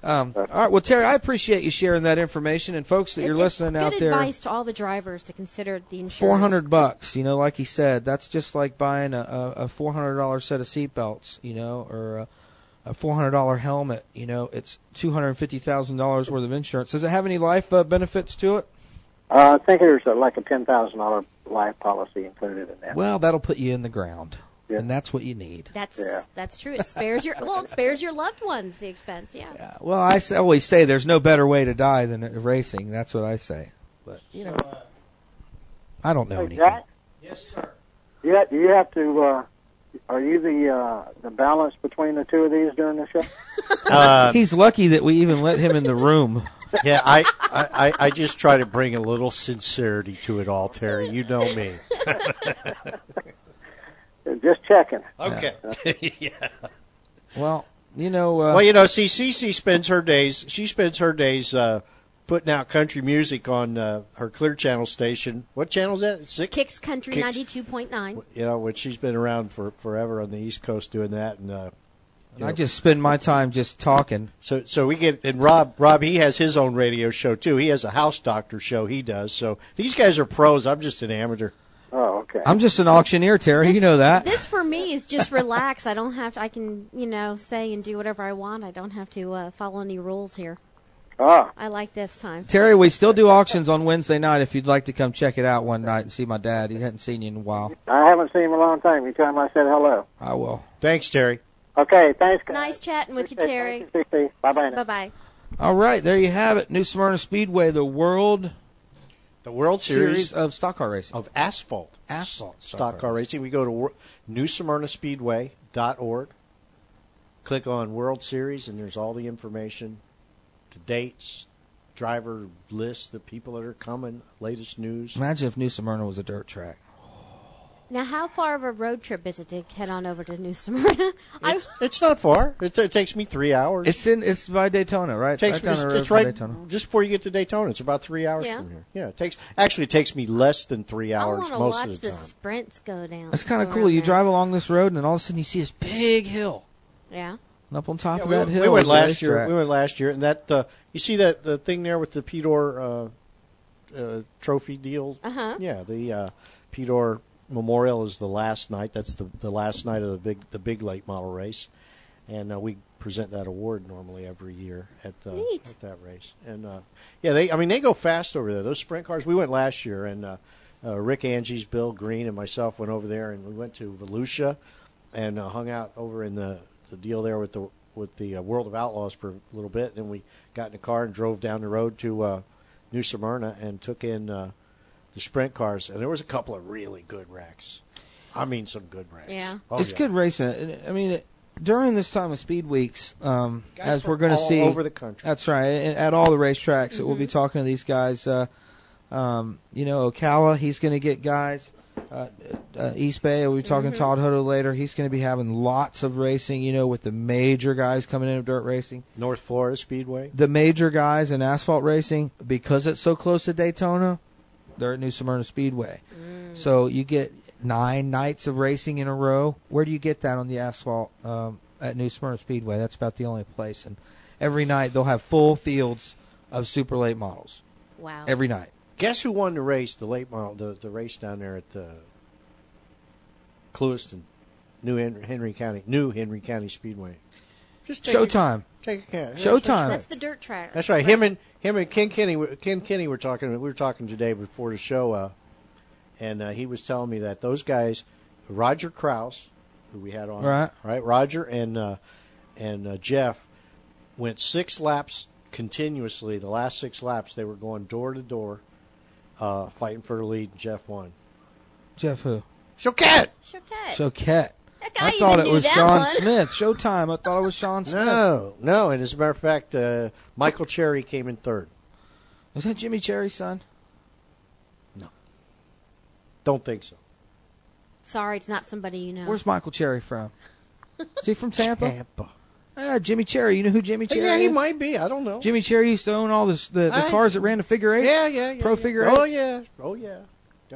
S9: Um, all right, well, Terry, I appreciate you sharing that information, and folks that you're listening
S8: Good
S9: out there,
S8: advice to all the drivers to consider the insurance.
S9: four hundred bucks. You know, like he said, that's just like buying a, a, a four hundred dollar set of seatbelts. You know, or a, a four hundred dollar helmet. You know, it's two hundred fifty thousand dollars worth of insurance. Does it have any life uh, benefits to it?
S16: Uh, I think there's uh, like a ten thousand dollar life policy included in that.
S9: Well, that'll put you in the ground, and that's what you need.
S8: That's that's true. It spares your well, it spares your loved ones the expense. Yeah.
S9: Well, I s- always say there's no better way to die than at racing. That's what I say. But you know, uh, I don't know anything.
S16: Jack? Yes, sir. Yeah, do you have to. Uh, are you the uh, the balance between the two of these during <laughs> the show?
S1: Uh,
S9: He's lucky that we even let him in the room. <laughs>
S1: Yeah, I, I, I- I just try to bring a little sincerity to it all, Terry. You know me.
S16: Just checking.
S9: <laughs>
S1: Okay. yeah.
S9: Well, you know. Uh,
S1: Well, you know, see, Cece spends her days. She spends her days uh, putting out country music on uh, her Clear Channel station. What channel is that? Six.
S8: Kicks Country
S1: Kicks-
S8: ninety two point nine.
S1: You know, which she's been around for forever on the East Coast doing that, and uh,
S9: I just spend my time just talking.
S1: So so we get and Rob Rob he has his own radio show too. He has a house doctor show he does. So these guys are pros. I'm just an amateur.
S16: Oh, okay.
S9: I'm just an auctioneer, Terry. you know that.
S8: This for me is just relax. I don't have to, I can, you know, say and do whatever I want. I don't have to uh, follow any rules here.
S16: Ah.
S8: I like this time.
S9: Terry, we still do auctions on Wednesday night. If you'd like to come check it out one night and see my dad, he hadn't seen you in a while.
S16: I haven't seen him in a long time. Each time I said hello.
S9: I will.
S1: Thanks, Terry.
S16: Okay, thanks.
S8: Nice chatting with you, Terry.
S16: Bye bye.
S8: Bye bye.
S9: All right, there you have it. New Smyrna Speedway, the World
S1: The World
S9: Series
S1: Series,
S9: of Stock Car Racing.
S1: of Asphalt
S9: Asphalt
S1: Stock, Car Racing. We go to wor- newsmyrnaspeedway.org, click on World Series, and there's all the information, the dates, driver list, the people that are coming, latest news.
S9: Imagine if New Smyrna was a dirt track.
S8: Now, how far of a road trip is it to head on over to New Smyrna? <laughs> I,
S1: It's not far. It, it takes me three hours.
S9: It's in. It's by Daytona, right?
S1: takes
S9: right down
S1: it's,
S9: the road
S1: it's
S9: by
S1: right
S9: Daytona.
S1: just before you get to Daytona. It's about three hours
S8: Yeah.
S1: from here. Yeah, it takes actually it takes me less than three
S8: I
S1: hours
S8: want to
S1: most
S8: watch
S1: of
S8: the,
S1: the time.
S8: sprints go down. Oh,
S9: That's kind of
S8: around
S9: cool. You
S8: there.
S9: drive along this road, and then all of a sudden you see this big hill,
S8: Yeah.
S9: and up on top of
S1: we,
S9: that
S1: went-
S9: hill.
S1: we
S9: is
S1: went
S9: the
S1: last year.
S9: racetrack.
S1: We went last year, and that uh, you see that the thing there with the Pedor uh, uh, trophy deal.
S8: Uh-huh.
S1: Yeah, the uh, Pedor Memorial is the last night. That's the the last night of the big the big late model race, and uh, we present that award normally every year at the
S8: Neat.
S1: at that race. And uh, yeah, they I mean they go fast over there. Those sprint cars. We went last year, and uh, uh, Rick Angie's Bill Green and myself went over there, and we went to Volusia and uh, hung out over in the, the deal there with the with the uh, World of Outlaws for a little bit. And then we got in a car and drove down the road to uh, New Smyrna and took in uh, the sprint cars. And there was a couple of really good wrecks. I mean, some good wrecks.
S8: Yeah.
S1: Oh,
S9: it's
S1: yeah.
S9: good racing. I- I mean, it- during this time of speed weeks, um,
S1: Guys
S9: as
S1: from
S9: we're going to
S1: all
S9: see
S1: over the country.
S9: That's right. and At all the racetracks, that we'll be
S1: Mhm.
S9: talking to these guys. Uh, um, you know, Ocala, he's going to get guys. Uh, uh, East Bay, we'll be talking to
S1: Mm-hmm.
S9: Todd Hutto later. He's going to be having lots of racing. You know, with the major guys coming in of dirt racing.
S1: North Florida Speedway.
S9: the major guys in asphalt racing because it's so close to Daytona. They're at New Smyrna Speedway, so you get nine nights of racing in a row. Where do you get that on the asphalt um, at New Smyrna Speedway? That's about the only place. And every night they'll have full fields of super late models.
S8: Wow.
S9: Every night.
S1: Guess who won the race? The late model, the, the race down there at uh, Clewiston, New Hen- Henry County, New Henry County Speedway. Just take a-
S9: Showtime.
S1: take a can.
S9: Showtime.
S8: That's the dirt track.
S1: That's right. Him and him and Ken Kenny, Ken Kenny were talking. We were talking today before the show, uh, and uh, he was telling me that those guys, Roger Kraus, who we had on,
S9: Right.
S1: right, Roger and uh, and uh, Jeff went six laps continuously. The last six laps, they were going door to door, uh, fighting for the lead. Jeff won.
S9: Jeff who?
S1: Choquette.
S8: Choquette.
S9: Choquette.
S8: I
S9: I thought
S8: even
S9: it
S8: knew
S9: was
S8: that
S9: Sean
S8: one.
S9: Smith. Showtime. I thought it was Sean Smith.
S1: No, no. And as a matter of fact, uh, Michael Cherry came in third.
S9: Was that Jimmy Cherry's son?
S1: Don't think so.
S8: Sorry, it's not somebody you know.
S9: Where's Michael Cherry from? Is he
S1: <laughs>
S9: from Tampa? Tampa. Ah, Jimmy Cherry. You know who Jimmy Cherry
S1: Uh, Yeah, he
S9: is?
S1: might be. I don't know.
S9: Jimmy Cherry used to own all this, the, the
S1: I-
S9: cars that ran the figure eights.
S1: Yeah, yeah, yeah.
S9: Pro
S1: yeah.
S9: figure eights.
S1: Oh yeah, oh yeah.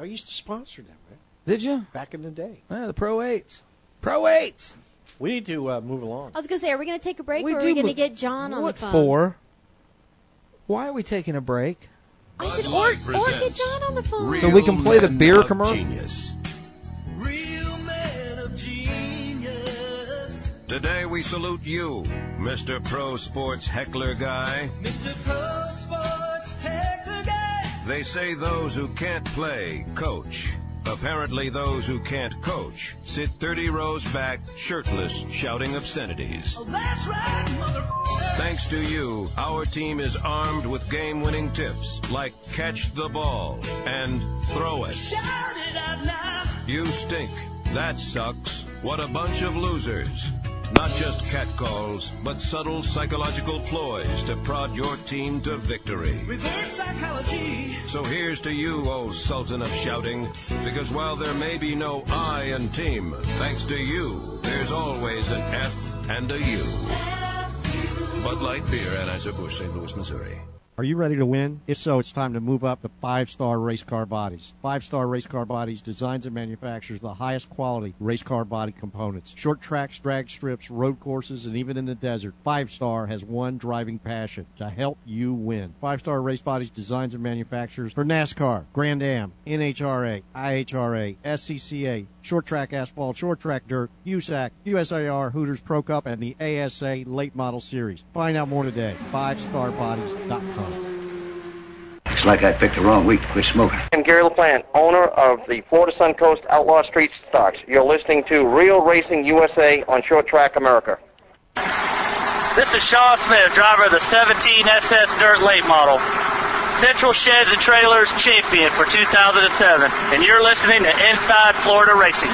S1: I used to sponsor them man,
S9: Did you?
S1: back in the day.
S9: Yeah, the pro eights. Pro eights.
S1: We need to uh, move along.
S8: I was going to say, are we going to take a break
S9: We
S8: or are we
S9: do,
S8: going to
S9: but
S8: get John on
S9: What
S8: the phone?
S9: for? Uh-huh. Why are we taking a break?
S8: I said, or, or get John on the phone.
S9: so we can play the beer commercial. Genius.
S18: Today we salute you, Mr. Pro Sports Heckler Guy. They say those who can't play coach. Apparently, those who can't coach sit 30 rows back, shirtless, shouting obscenities. Thanks to you, our team is armed with game winning tips like catch the ball and throw it. You stink. That sucks. What a bunch of losers. Not just catcalls, but subtle psychological ploys to prod your team to victory. So here's to you, O Sultan of Shouting, because while there may be no I in team, thanks to you, there's always an F and a U. Bud Light Beer, Anheuser-Busch, St. Louis, Missouri.
S19: Are you ready to win? If so, it's time to move up to Five Star Race Car Bodies. Five Star Race Car Bodies designs and manufactures the highest quality race car body components. Short tracks, drag strips, road courses, and even in the desert, Five Star has one driving passion to help you win. Five Star Race Bodies designs and manufactures for NASCAR, Grand Am, NHRA, IHRA, SCCA, Short Track Asphalt, Short Track Dirt, USAC, USAR, Hooters Pro Cup, and the ASA Late Model Series. Find out more today. FiveStarBodies.com.
S3: Looks like I picked the wrong week to quit smoking.
S10: I'm Gary LaPlante, owner of the Florida Suncoast Outlaw Street Stocks. You're listening to Real Racing USA on Short Track America.
S20: This is Sean Smith, driver of the 17 SS Dirt Late Model. Central Sheds and Trailers champion for 2007. And you're listening to Inside Florida Racing.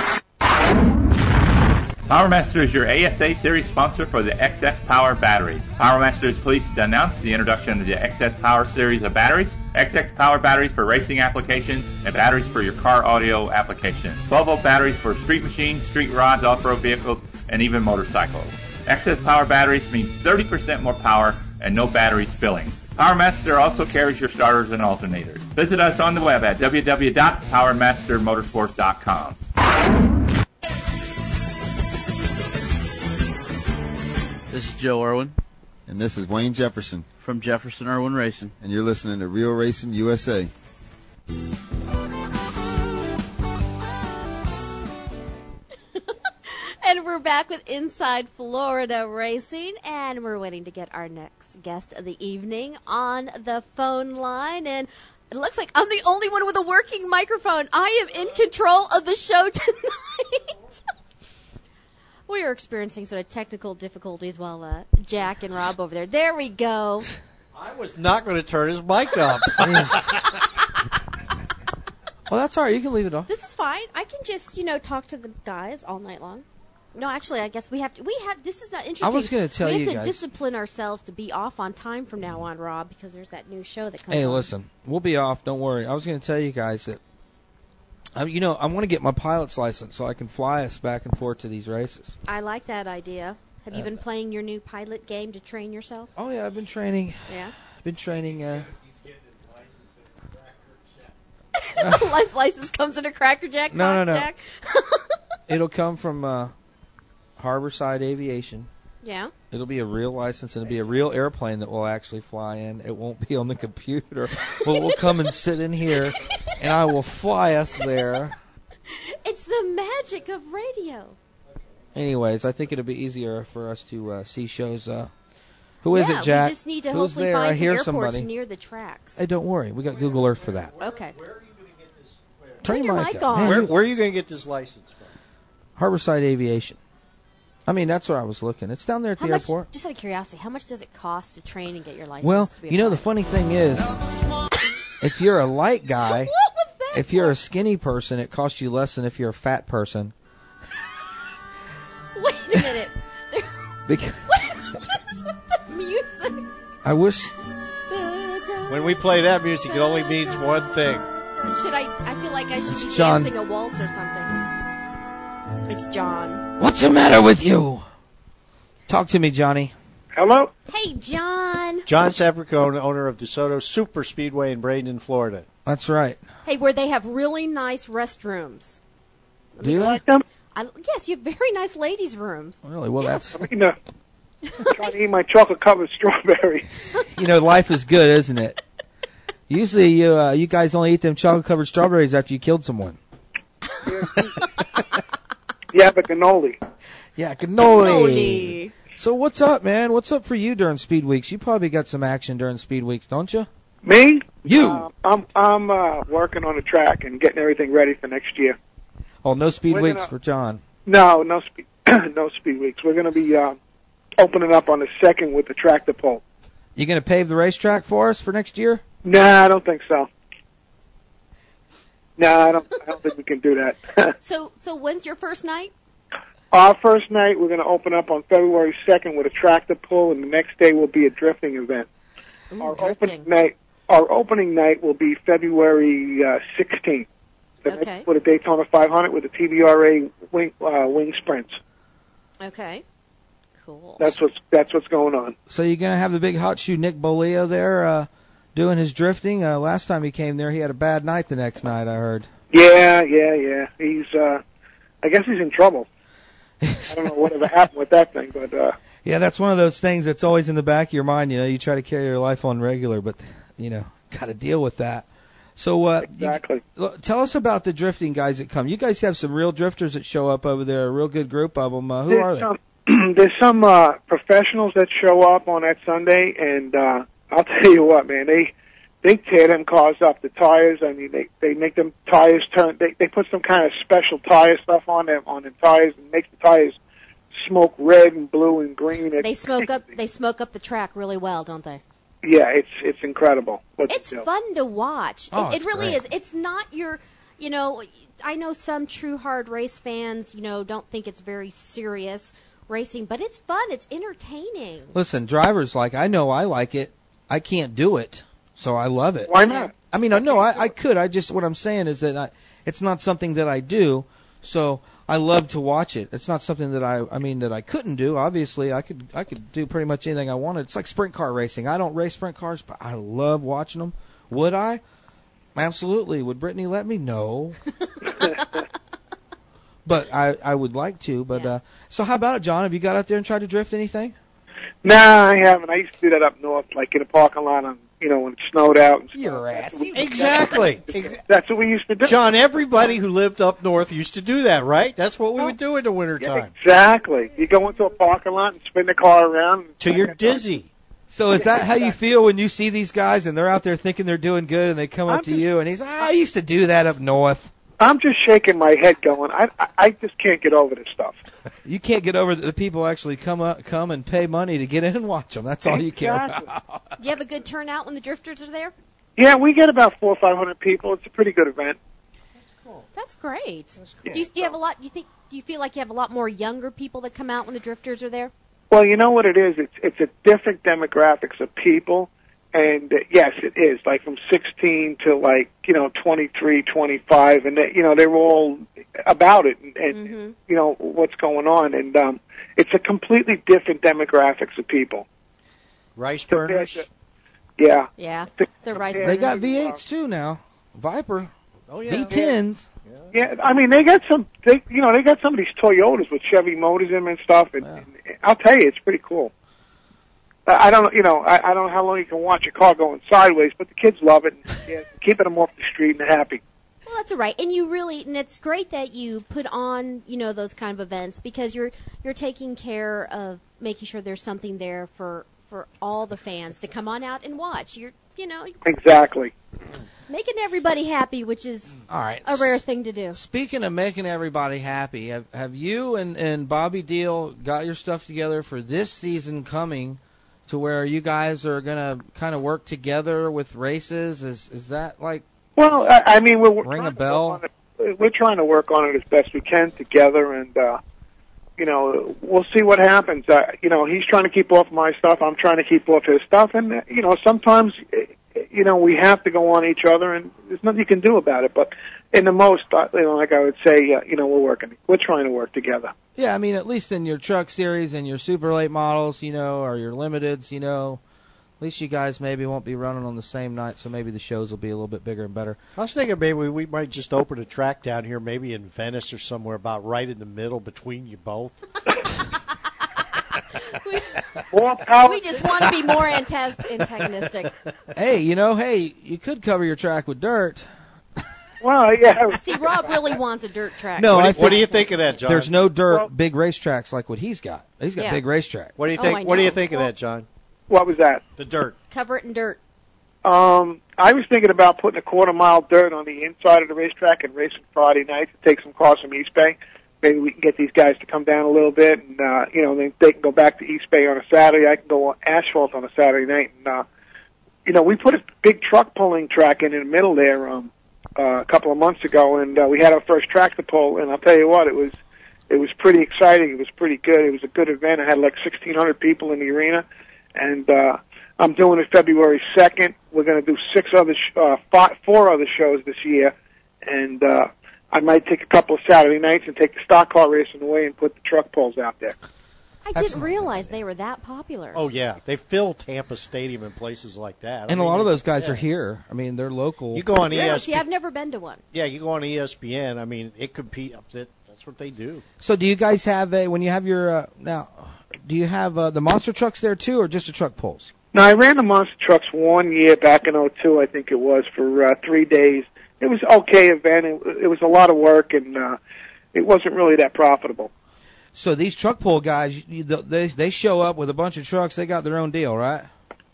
S14: PowerMaster is your ASA series sponsor for the XS Power batteries. PowerMaster is pleased to announce the introduction of the XS Power series of batteries, XX Power batteries for racing applications, and batteries for your car audio application. 12 volt batteries for street machines, street rods, off-road vehicles, and even motorcycles. XS Power batteries means 30% more power and no battery spilling. PowerMaster also carries your starters and alternators. Visit us on the web at www.powermastermotorsports.com.
S15: This is Joe Irwin. And this is Wayne Jefferson. From Jefferson Irwin Racing. And you're listening to Real Racing USA.
S8: And we're back with Inside Florida Racing, and we're waiting to get our next guest of the evening on the phone line. And it looks like I'm the only one with a working microphone. I am in control of the show <laughs> tonight. we are experiencing sort of technical difficulties while uh, Jack and Rob over there. There we go.
S1: I was not going to turn his
S9: <laughs>
S1: mic up.
S9: Well, that's all right. You can leave it off.
S8: This is fine. I can just you know talk to the guys all night long. No, actually, I guess we have to. We have this is not interesting.
S9: gonna tell
S8: we have
S9: you
S8: to
S9: guys-
S8: discipline ourselves to be off on time from now on, Rob, because there's that new show that comes.
S9: Hey,
S8: on.
S9: listen, we'll be off. Don't worry. I was going to tell you guys that, I, you know, I want to get my pilot's license so I can fly us back and forth to these races.
S8: I like that idea. Have you
S9: Uh,
S8: been playing your new pilot game to train yourself?
S9: Oh
S8: <laughs>
S9: yeah, I've been training.
S8: Yeah.
S9: I've been training. Uh,
S8: Life license comes in a Cracker Jack
S9: No, no, no.
S8: box, Jack. <laughs>
S9: it'll come from uh, Harborside Aviation.
S8: Yeah.
S9: It'll be a real license and it'll be a real airplane that we'll actually fly in. It won't be on the computer. well, we'll come and sit in here, and I will fly us there.
S8: It's the magic of radio.
S9: Anyways, I think it'll be easier for us to uh, see shows. Uh, who is
S8: yeah,
S9: it, Jack?
S8: We just need to
S9: Who's
S8: hopefully
S9: there?
S8: find
S9: I hear
S8: some airports
S9: somebody.
S8: near the tracks.
S9: Hey, don't worry. We got Google Earth for that.
S8: Okay.
S9: Turn your
S8: your
S9: mic
S8: mic
S9: up.
S8: on.
S9: Man,
S1: Where,
S9: you-
S1: where are you going to get this license from?
S9: Harborside Aviation. I mean, that's where I was looking. It's down there at
S8: How
S9: the
S8: much,
S9: airport.
S8: just out of curiosity, how much does it cost to train and get your license?
S9: Well,
S8: to be a
S9: you know, the funny
S8: pilot?
S9: thing is, if you're a
S8: <laughs>
S9: light guy, if you're a skinny person, it costs you less than if you're a fat person.
S8: <laughs> Wait a minute.
S9: Because
S8: <laughs> what is what is with the music?
S9: I wish
S8: Da, da.
S1: When we play that music, it only means one thing.
S8: Should I? I feel like I should be
S1: John.
S8: dancing a waltz or something. It's John.
S9: What's the matter with you? Talk to me, Johnny.
S1: Hello?
S8: Hey, John.
S1: John Sapricone, owner of DeSoto Super Speedway in Bradenton, Florida.
S9: That's right.
S8: Hey, where they have really nice restrooms.
S9: Do you like
S8: them? I, yes, you have very nice ladies' rooms.
S9: Really? Well,
S8: <laughs>
S9: that's
S17: I'm eating a- trying to eat my chocolate covered <laughs> strawberry.
S9: you know, life is good, isn't it? Usually, you uh, you guys only eat them chocolate covered strawberries after you killed someone.
S17: Yeah, but cannoli.
S9: Yeah, cannoli. So what's up, man? What's up for you during speed weeks? You probably got some action during speed weeks, don't you?
S17: Me?
S9: You?
S17: Uh, I'm I'm uh, working on the track and getting everything ready for next year.
S9: Oh, no speed
S17: We're
S9: weeks
S17: gonna-
S9: for John.
S17: No, no speed, <clears throat> no speed weeks. We're going to be uh, opening up on the second with the tractor pull.
S9: You gonna pave the racetrack for us for next year?
S17: Nah, I don't think so. Nah, I don't. I don't think we can do that.
S8: So, so when's your first night?
S17: Our first night, we're going to open up on February second with a tractor pull, and the next day will be a drifting event.
S8: Ooh,
S17: our
S8: drifting.
S17: opening night, our opening night will be February uh, sixteenth.
S8: Okay.
S17: With a Daytona 500 with a TBRA wing uh, wing sprints.
S8: Okay. Cool.
S17: That's what's that's what's going on.
S9: So you're gonna have the big hot shoe Nick Bolio there uh, doing his drifting. Uh, last time he came there, he had a bad night. The next night, I heard.
S17: Yeah, yeah, yeah. He's uh I guess he's in trouble. I don't know whatever happened with that thing, but uh
S9: Yeah, that's one of those things that's always in the back of your mind. You know, you try to carry your life on regular, but you know, <laughs> got to deal with that. So, uh, exactly. tell us about the drifting guys that come. You guys have some real drifters that show up over there. A real good group of them. Uh, who
S17: there's
S9: are they?
S17: some <clears throat> there's some uh professionals that show up on that Sunday and uh I'll <laughs> tell you what, man, they they tear them cars up. The tires, I mean they they make them tires turn they they put some kind of special tire stuff on them on the tires and make the tires smoke red and blue and green. It,
S8: They smoke up. They smoke up the track really well, don't they?
S17: yeah, it's it's incredible. What they
S8: It's
S17: do.
S8: fun to watch.
S17: Oh,
S8: it,
S17: it's
S8: it really
S17: great.
S8: is. It's not your you know, I know some true hard race fans, you know, don't think it's very serious racing, but it's fun. It's entertaining.
S9: Listen, drivers like I know I like it. I can't do it, so I love it.
S8: Why not?
S9: I mean, I know I, I could. I just what I'm saying is that I, it's not something that I do, so I love to watch it. It's not something that I I mean that I couldn't do. Obviously, I could I could do pretty much anything I wanted. It's like sprint car racing. I don't race sprint cars, but I love watching them. Would I? Absolutely. Would Brittany let me?
S8: <laughs>
S9: No. but I I would like to. But uh, so how about it, John? Have you got out there and tried to drift anything?
S17: No, I haven't. I used to do that up north, like in a parking lot, on you know when it snowed out. And stuff.
S9: Your
S17: ass.
S1: Exactly.
S17: That's what we used to do.
S1: John, everybody who lived up north used to do that, right? That's what we would do in the wintertime.
S17: Exactly. You go into a parking lot and spin the car around.
S1: Till you're dizzy.
S9: So is that how you feel when you see these guys and they're out there thinking they're doing good and they come up
S17: I'm
S9: to you and he's ah, I used to do that up north.
S17: I'm just shaking my head, going, I, I, I just can't get over this stuff.
S9: You can't get over that the people actually come up, come and pay money to get in and watch them. That's all you care about.
S17: <laughs>
S8: Do you have a good turnout when the drifters are there?
S17: Yeah, we get about four or five hundred people. It's a pretty good event.
S8: That's great. Do, you, do you have a lot? Do you think? Do you feel like you have a lot more younger people that come out when the drifters are there?
S17: Well, you know what it is. It's it's a different demographics of people, and uh, yes, it is like from sixteen to like you know twenty three, twenty five, and they, you know they're all about it and, and you know what's going on, and um, it's a completely different demographics of people.
S1: Rice
S17: burners. Yeah.
S8: Yeah.
S17: The
S8: rice
S9: They got V8s too now. Viper.
S1: Oh
S17: yeah.
S9: V10s.
S17: Yeah, I mean they got some. They you know they got some of these Toyotas with Chevy motors in them and stuff, and, and I'll tell you it's pretty cool. I I don't you know I, I don't know how long you can watch a car going sideways, but the kids love it. <laughs> And, yeah, keeping them off the street and they're happy.
S8: Well, that's all right, and you really, and it's great that you put on, you know, those kind of events because you're you're taking care of making sure there's something there for for all the fans to come on out and watch. You're, you know,
S17: Exactly.
S8: making everybody happy, which is
S9: All right.
S8: a rare thing to do.
S9: Speaking of making everybody happy, have, have you and, and Bobby Deal got your stuff together for this season coming to where you guys are going to kind of work together with races? Is is that like
S17: Well, I, I mean we're we're
S9: ring
S17: trying
S9: a
S17: to
S9: bell?
S17: we're trying to work on it as best we can together, and uh, you know we'll see what happens. Uh, you know he's trying to keep off my stuff, I'm trying to keep off his stuff, and uh, you know sometimes eh, you know we have to go on each other, and there's nothing you can do about it. But in the most, uh, you know, like I would say, uh, you know we're working, we're trying to work together.
S9: Yeah, I mean, at least in your truck series and your super late models, you know, or your limiteds, you know, at least you guys maybe won't be running on the same
S17: <laughs>
S9: night, so maybe the shows will be a little bit bigger and better.
S1: I was thinking maybe we, we might just open a track down here, maybe in Venice or somewhere, about right in the middle between you both.
S17: More power.
S8: We just want to be more antas- antagonistic.
S9: <laughs> Hey, you know, hey, you could cover your track with dirt.
S17: Well, yeah.
S8: See, Rob really wants a dirt
S9: <laughs>
S8: track.
S9: No, I
S1: think of that, John?
S9: There's no dirt, big racetracks like what he's got. He's got
S8: Yeah.
S9: big racetrack.
S1: What do you
S8: Oh,
S1: think?
S8: I
S1: what do
S8: know.
S1: you think of that, John?
S17: What was that?
S1: The dirt.
S8: Cover it in dirt.
S17: Um, I was thinking about putting a quarter mile dirt on the inside of the racetrack and racing Friday nights and take some cars from East Bay. Maybe we can get these guys to come down a little bit, and uh, you know they, they can go back to East Bay on a Saturday. I can go on asphalt on a Saturday night, and uh, you know we put a big truck pulling track in in the middle there um, uh, a couple of months ago, and uh, we had our first tractor pull. And I'll tell you what, it was it was pretty exciting. It was pretty good. It was a good event. I had like 1,600 people in the arena, and uh, I'm doing it February 2nd. We're going to do six other, sh- uh, five, four other shows this year, and uh, I might take a couple of Saturday nights and take the stock car racing away and put the truck pulls out there.
S8: I didn't realize they were that popular.
S1: Oh yeah, they fill Tampa Stadium and places like that. I
S9: And a
S1: mean,
S9: lot of those guys
S1: yeah.
S9: are here. I mean, they're local.
S1: You go on E
S8: Really?
S1: ESPN.
S8: See, I've never been to one.
S1: Yeah, you go on E ESPN. I mean, it compete up that. That's what they do.
S9: So, do you guys have a when you have your uh, now? Do you have uh, the monster trucks there too, or just the truck pulls?
S17: Now I ran the monster trucks one year back in '02, I think it was, for uh, three days. It was an okay event. It, it was a lot of work, and uh, it wasn't really that profitable.
S9: So these truck pull guys, you, they they show up with a bunch of trucks. They got their own deal, right?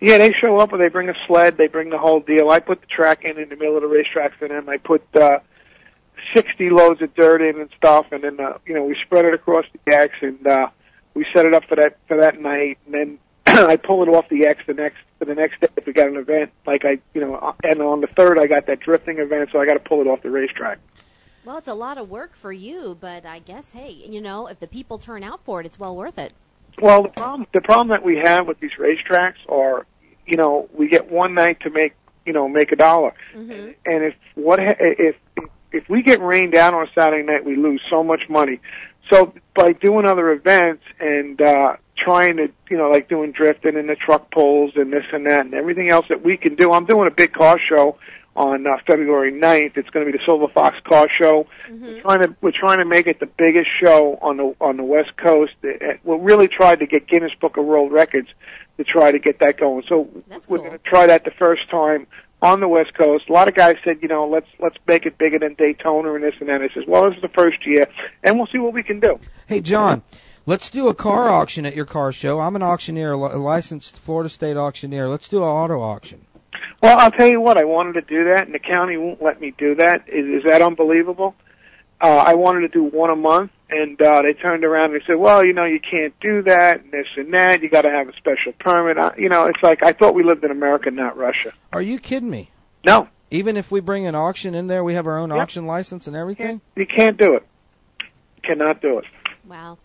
S17: Yeah, they show up and they bring a sled. They bring the whole deal. I put the track in in the middle of the racetrack for them. I put uh, sixty loads of dirt in and stuff, and then <clears throat> uh, you know we spread it across the decks and uh, we set it up for that for that night. And then I pull it off the X the next for the next day if we got an event like I you know uh, and on the third I got that drifting event so I got to pull it off the racetrack.
S8: Well, it's a lot of work for you, but I guess hey, you know, if the people turn out for it, it's well worth it.
S17: Well, the problem the problem that we have with these racetracks are, you know, we get one night to make you know make a dollar, and if what ha- if if we get rained out on a Saturday night, we lose so much money. So by doing other events and uh, trying to you know like doing drifting and the truck pulls and this and that and everything else that we can do, I'm doing a big car show on uh, February 9th. It's going to be the Silver Fox Car Show. We're
S21: Mm-hmm.
S16: Mm-hmm.
S17: trying to we're trying to make it the biggest show on the on the West Coast. It- it- We really tried to get Guinness Book of World Records to try to get that going. So we're going to try that the first time on the West Coast. A lot of guys said, you know, let's let's make it bigger than Daytona and this and that. I says, well, this is the first year, and we'll see what we can do.
S9: Hey, John, let's do a car auction at your car show. I'm an auctioneer, a li- a licensed Florida State auctioneer. Let's do an auto auction.
S17: Well, I'll tell you what, I wanted to do that, and the county won't let me do that. Is, is that unbelievable? Uh, I wanted to do one a month, and uh, they turned around and they said, "Well, you know, you can't do that, and this and that. You got to have a special permit." I, you know, it's like I thought we lived in America, not Russia.
S9: Are you kidding me?
S17: No.
S9: Even if we bring an auction in there, we have our own
S17: Yep.
S9: auction license and everything?
S17: You can't do it. Cannot do it.
S8: Wow.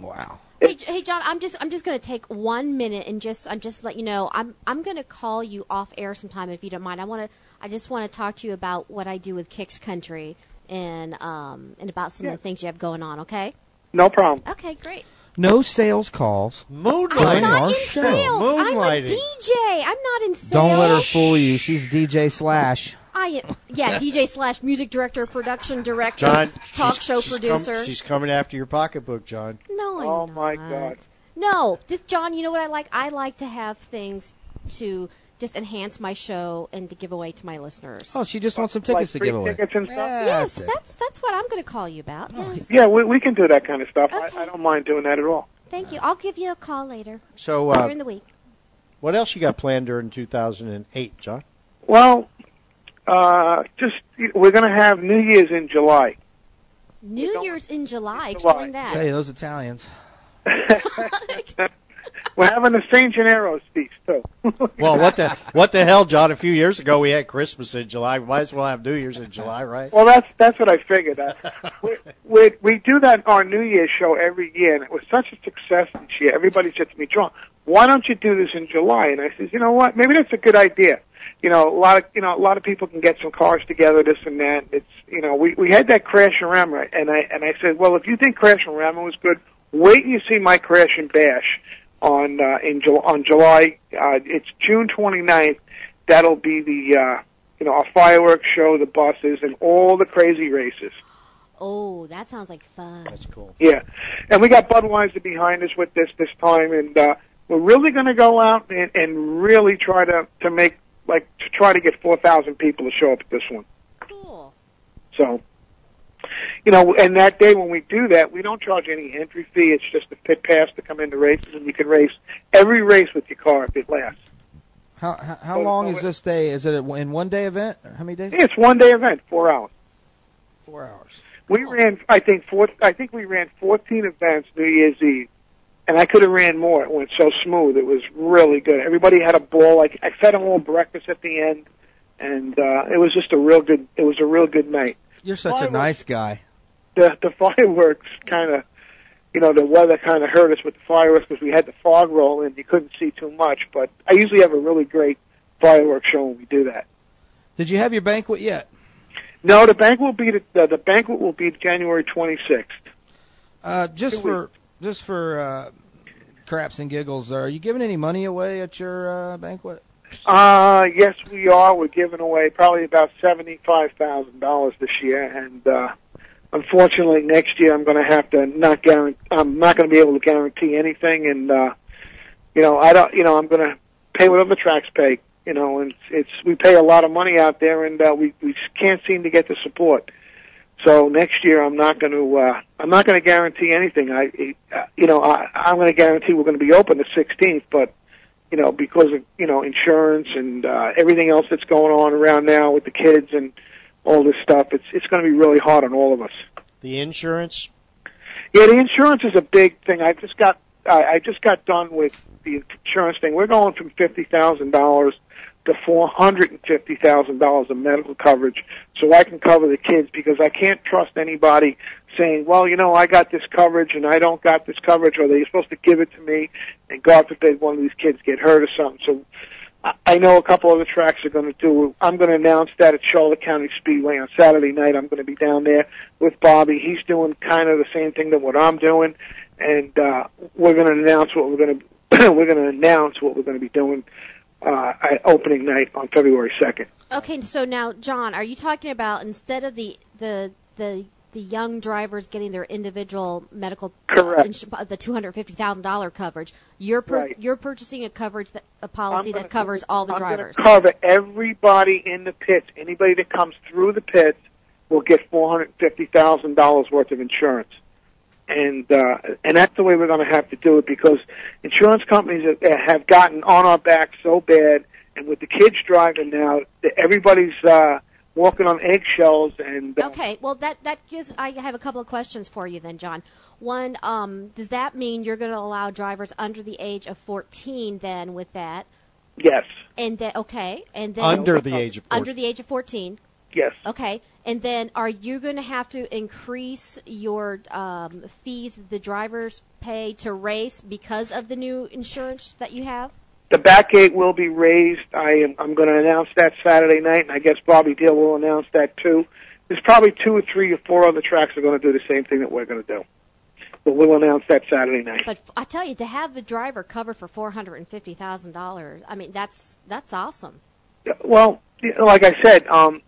S9: Wow.
S8: Hey, J- hey, John. I'm just I'm just going to take one minute and just I'm just let you know I'm I'm going to call you off air sometime if you don't mind. I want to I just want to talk to you about what I do with Kicks Country and um and about some of the things you have going on. Okay.
S17: No problem.
S8: Okay. Great.
S9: No sales calls.
S8: I'm
S9: Moonlighting
S8: not
S9: our
S8: in
S9: show.
S8: sales. I'm a DJ. I'm not in sales.
S9: Don't let her fool you. She's DJ Slash.
S8: I am, yeah, DJ slash music director, production director,
S1: John,
S8: talk
S1: she's-
S8: show
S1: she's come-
S8: producer.
S1: she's coming after your pocketbook, John.
S8: no, I'm
S17: Oh my
S8: not.
S17: God.
S8: No, just John. You know what I like? I like to have things to just enhance my show and to give away to my listeners.
S9: Oh, she just wants some tickets to
S17: free
S9: give away.
S17: tickets and stuff?
S8: yes, that's that's what I'm going to call you about. Yes.
S17: Yeah, we, we can do that kind of stuff. I, I don't mind doing that at all.
S8: Thank you. I'll give you a call later.
S1: So, uh,
S8: later in the week.
S1: What else you got planned during 2008, John?
S17: Well, uh, just we're going to have New Year's in July.
S8: New Year's in July. Explain that.
S9: Hey, those Italians.
S17: We're having the St. Gennaro's feast too.
S1: <laughs> Well, what the what the hell, John? A few years ago, we had Christmas in July. We might as well have New Year's in July, right?
S17: Well, that's that's what I figured. Uh, we, we we do that our New Year's show every year, and it was such a success this year. Everybody said to me, John, why don't you do this in July? And I says, you know what? Maybe that's a good idea. You know, a lot of you know a lot of people can get some cars together, this and that. It's you know we we had that Crash and Rammer, and I and I said, well, if you think Crash and Rammer was good, wait and you see my Crash and Bash on uh, in Ju- on July. Uh, it's June 29th. That'll be the uh, you know, our fireworks show, the buses, and all the crazy races.
S8: <laughs> Oh, that sounds like fun. That's
S1: cool.
S17: Yeah, and we got Budweiser behind us with this this time, and uh, we're really going to go out and, and really try to to make like to try to get four thousand people to show up at this one.
S8: Cool.
S17: So, you know, and that day when we do that, we don't charge any entry fee. It's just a pit pass to come into races, and you can race every race with your car if it lasts.
S9: How how, how long is this day? Is it a- in one day event? Or How many days?
S17: It's one day event, four hours.
S9: Four hours.
S17: We ran, I think, four, I think we ran 14 events New Year's Eve, and I could have ran more. It went so smooth; it was really good. Everybody had a ball. Like I fed them all breakfast at the end, and uh, it was just a real good. It was a real good night.
S9: You're such a
S17: Fireworks.
S9: nice guy.
S17: The <laughs> the fireworks kind of, you know, the weather kind of hurt us with the fireworks because we had the fog roll and you couldn't see too much. But I usually have a really great fireworks show when we do that.
S9: Did you have your banquet yet?
S17: No, the bank will be the, the, the banquet will be January 26th.
S9: Uh, just for just for uh, craps and giggles, are you giving any money away at your uh, banquet?
S17: Uh, yes, we are. We're giving away probably about seventy-five thousand dollars this year, and uh, unfortunately, next year I'm going to have to not guarantee. I'm not going to be able to guarantee anything, and uh, you know, I don't. You know, I'm going to pay what other tracks pay. You know, and it's we pay a lot of money out there, and uh, we we just can't seem to get the support. So next year I'm not going to uh, I'm not going to guarantee anything. I, uh, you know, I, I'm going to guarantee we're going to be open the 16th, but you know, because of you know insurance and uh, everything else that's going on around now with the kids and all this stuff. It's it's going to be really hard on all of us.
S1: The insurance.
S17: Yeah, the insurance is a big thing. I just got I, I just got done with the insurance thing, we're going from fifty thousand dollars to four hundred and fifty thousand dollars of medical coverage, so I can cover the kids because I can't trust anybody saying, "Well, you know, I got this coverage and I don't got this coverage," or they're supposed to give it to me, and God forbid one of these kids get hurt or something. So I- I know a couple other tracks are going to do. I'm going to announce that at Charlotte County Speedway on Saturday night. I'm going to be down there with Bobby. He's doing kind of the same thing that what I'm doing, and uh, we're going to announce what we're going to <clears throat> we're going to announce what we're going to be doing uh, at opening night on February second.
S8: Okay, so now, John, are you talking about instead of the the the the young drivers getting their individual medical uh,
S17: Correct.
S8: insu- the two hundred fifty thousand dollar coverage? You're pur-
S17: Right.
S8: you're purchasing a coverage that a policy that covers all the
S17: I'm gonna
S8: drivers.
S17: Cover everybody in the pits. Anybody that comes through the pits will get four hundred fifty thousand dollars worth of insurance, and uh, and that's the way we're going to have to do it because insurance companies have- have gotten on our back so bad, and with the kids driving now, that everybody's uh, walking on eggshells and. Uh,
S8: Okay, well that that gives I have a couple of questions for you then, John. One, um, does that mean you're going to allow drivers under the age of fourteen then with that?
S17: Yes.
S8: And then okay, and then
S1: Under the age of 14.
S8: under the age of fourteen.
S17: Yes.
S8: Okay, and then are you going to have to increase your um, fees that the drivers pay to race because of the new insurance that you have?
S17: The back gate will be raised. I am I'm going to announce that Saturday night, and I guess Bobby Deal will announce that too. There's probably two or three or four other tracks that are going to do the same thing that we're going to do, but we'll announce that Saturday night.
S8: But I tell you, to have the driver covered for four hundred and fifty thousand dollars, I mean that's that's awesome.
S17: Well, you know, like I said, um,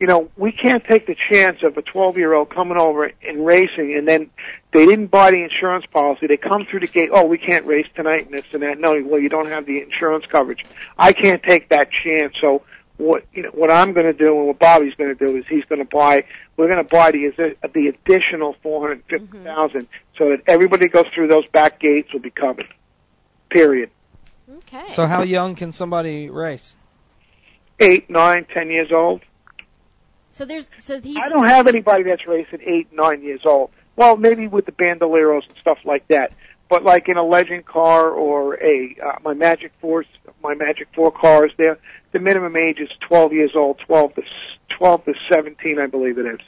S17: you know, we can't take the chance of a 12 year old coming over and racing, and then they didn't buy the insurance policy. They come through the gate. Oh, we can't race tonight, and this and that. No, well, you don't have the insurance coverage. I can't take that chance. So what you know, what I'm going to do, and what Bobby's going to do is he's going to buy. We're going to buy the the additional 450,000, so that everybody goes through those back gates will be covered. Period.
S8: Okay.
S9: So how young can somebody race?
S17: Eight, nine, ten years old.
S8: So there's so he's
S17: I don't have anybody that's racing eight, nine years old. Well, maybe with the bandoleros and stuff like that. But like in a legend car or a uh, my Magic Force, my Magic Four cars, there the minimum age is twelve years old, twelve to s- twelve to seventeen, I believe it is.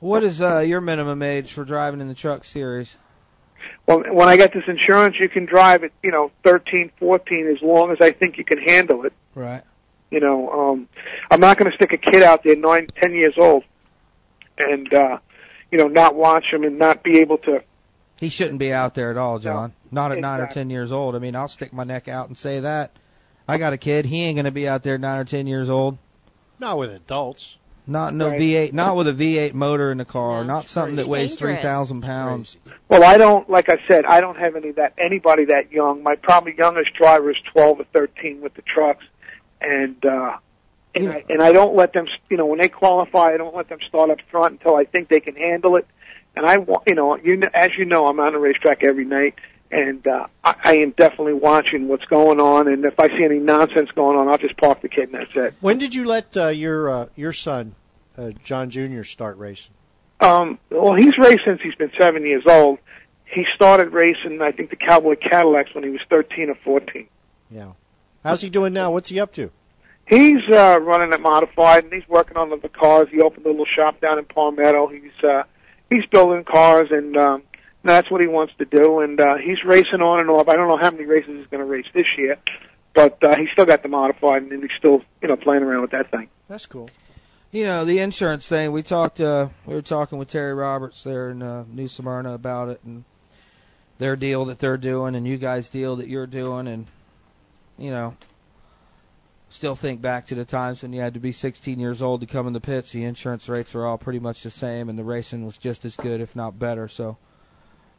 S9: What is uh, your minimum age for driving in the truck series?
S17: Well, when I get this insurance, you can drive it, you know, thirteen, fourteen, as long as I think you can handle it.
S9: Right.
S17: You know, um, I'm not going to stick a kid out there nine, ten years old, and uh, you know, not watch him and not be able to
S9: He shouldn't be out there at all, John. Not at nine or
S17: exactly.
S9: ten years old. I mean, I'll stick my neck out and say that. I got a kid. He ain't going to be out there nine or ten years old.
S1: Not with adults.
S9: Not no
S1: Right.
S9: V8. Not with a V8 motor in the car. not something that weighs
S1: dangerous.
S9: three thousand pounds.
S17: Well, I don't. Like I said, I don't have any that anybody that young. My probably youngest driver is twelve or thirteen with the trucks, and uh, and I and I don't let them. You know, when they qualify, I don't let them start up front until I think they can handle it. And I want, you know, you know, as you know, I'm on the racetrack every night, and uh, I, I am definitely watching what's going on. And if I see any nonsense going on, I'll just park the kid, and that's it.
S1: When did you let uh, your uh, your son, uh, John Junior, start racing?
S17: Um, well, he's raced since he's been seven years old. He started racing, I think, the Cowboy Cadillacs when he was thirteen or fourteen.
S1: Yeah. How's he doing now? What's he up to?
S17: He's uh, running it modified, and he's working on other cars. He opened a little shop down in Palmetto. He's uh, he's building cars, and um, that's what he wants to do. And uh, he's racing on and off. I don't know how many races he's going to race this year, but uh, he's still got the modified, and he's still you know playing around with that thing.
S1: That's cool.
S9: You know the insurance thing. We talked. Uh, we were talking with Terry Roberts there in uh, New Smyrna about it and their deal that they're doing, and you guys' deal that you're doing, and you know, still think back to the times when you had to be 16 years old to come in the pits. The insurance rates were all pretty much the same, and the racing was just as good, if not better. So,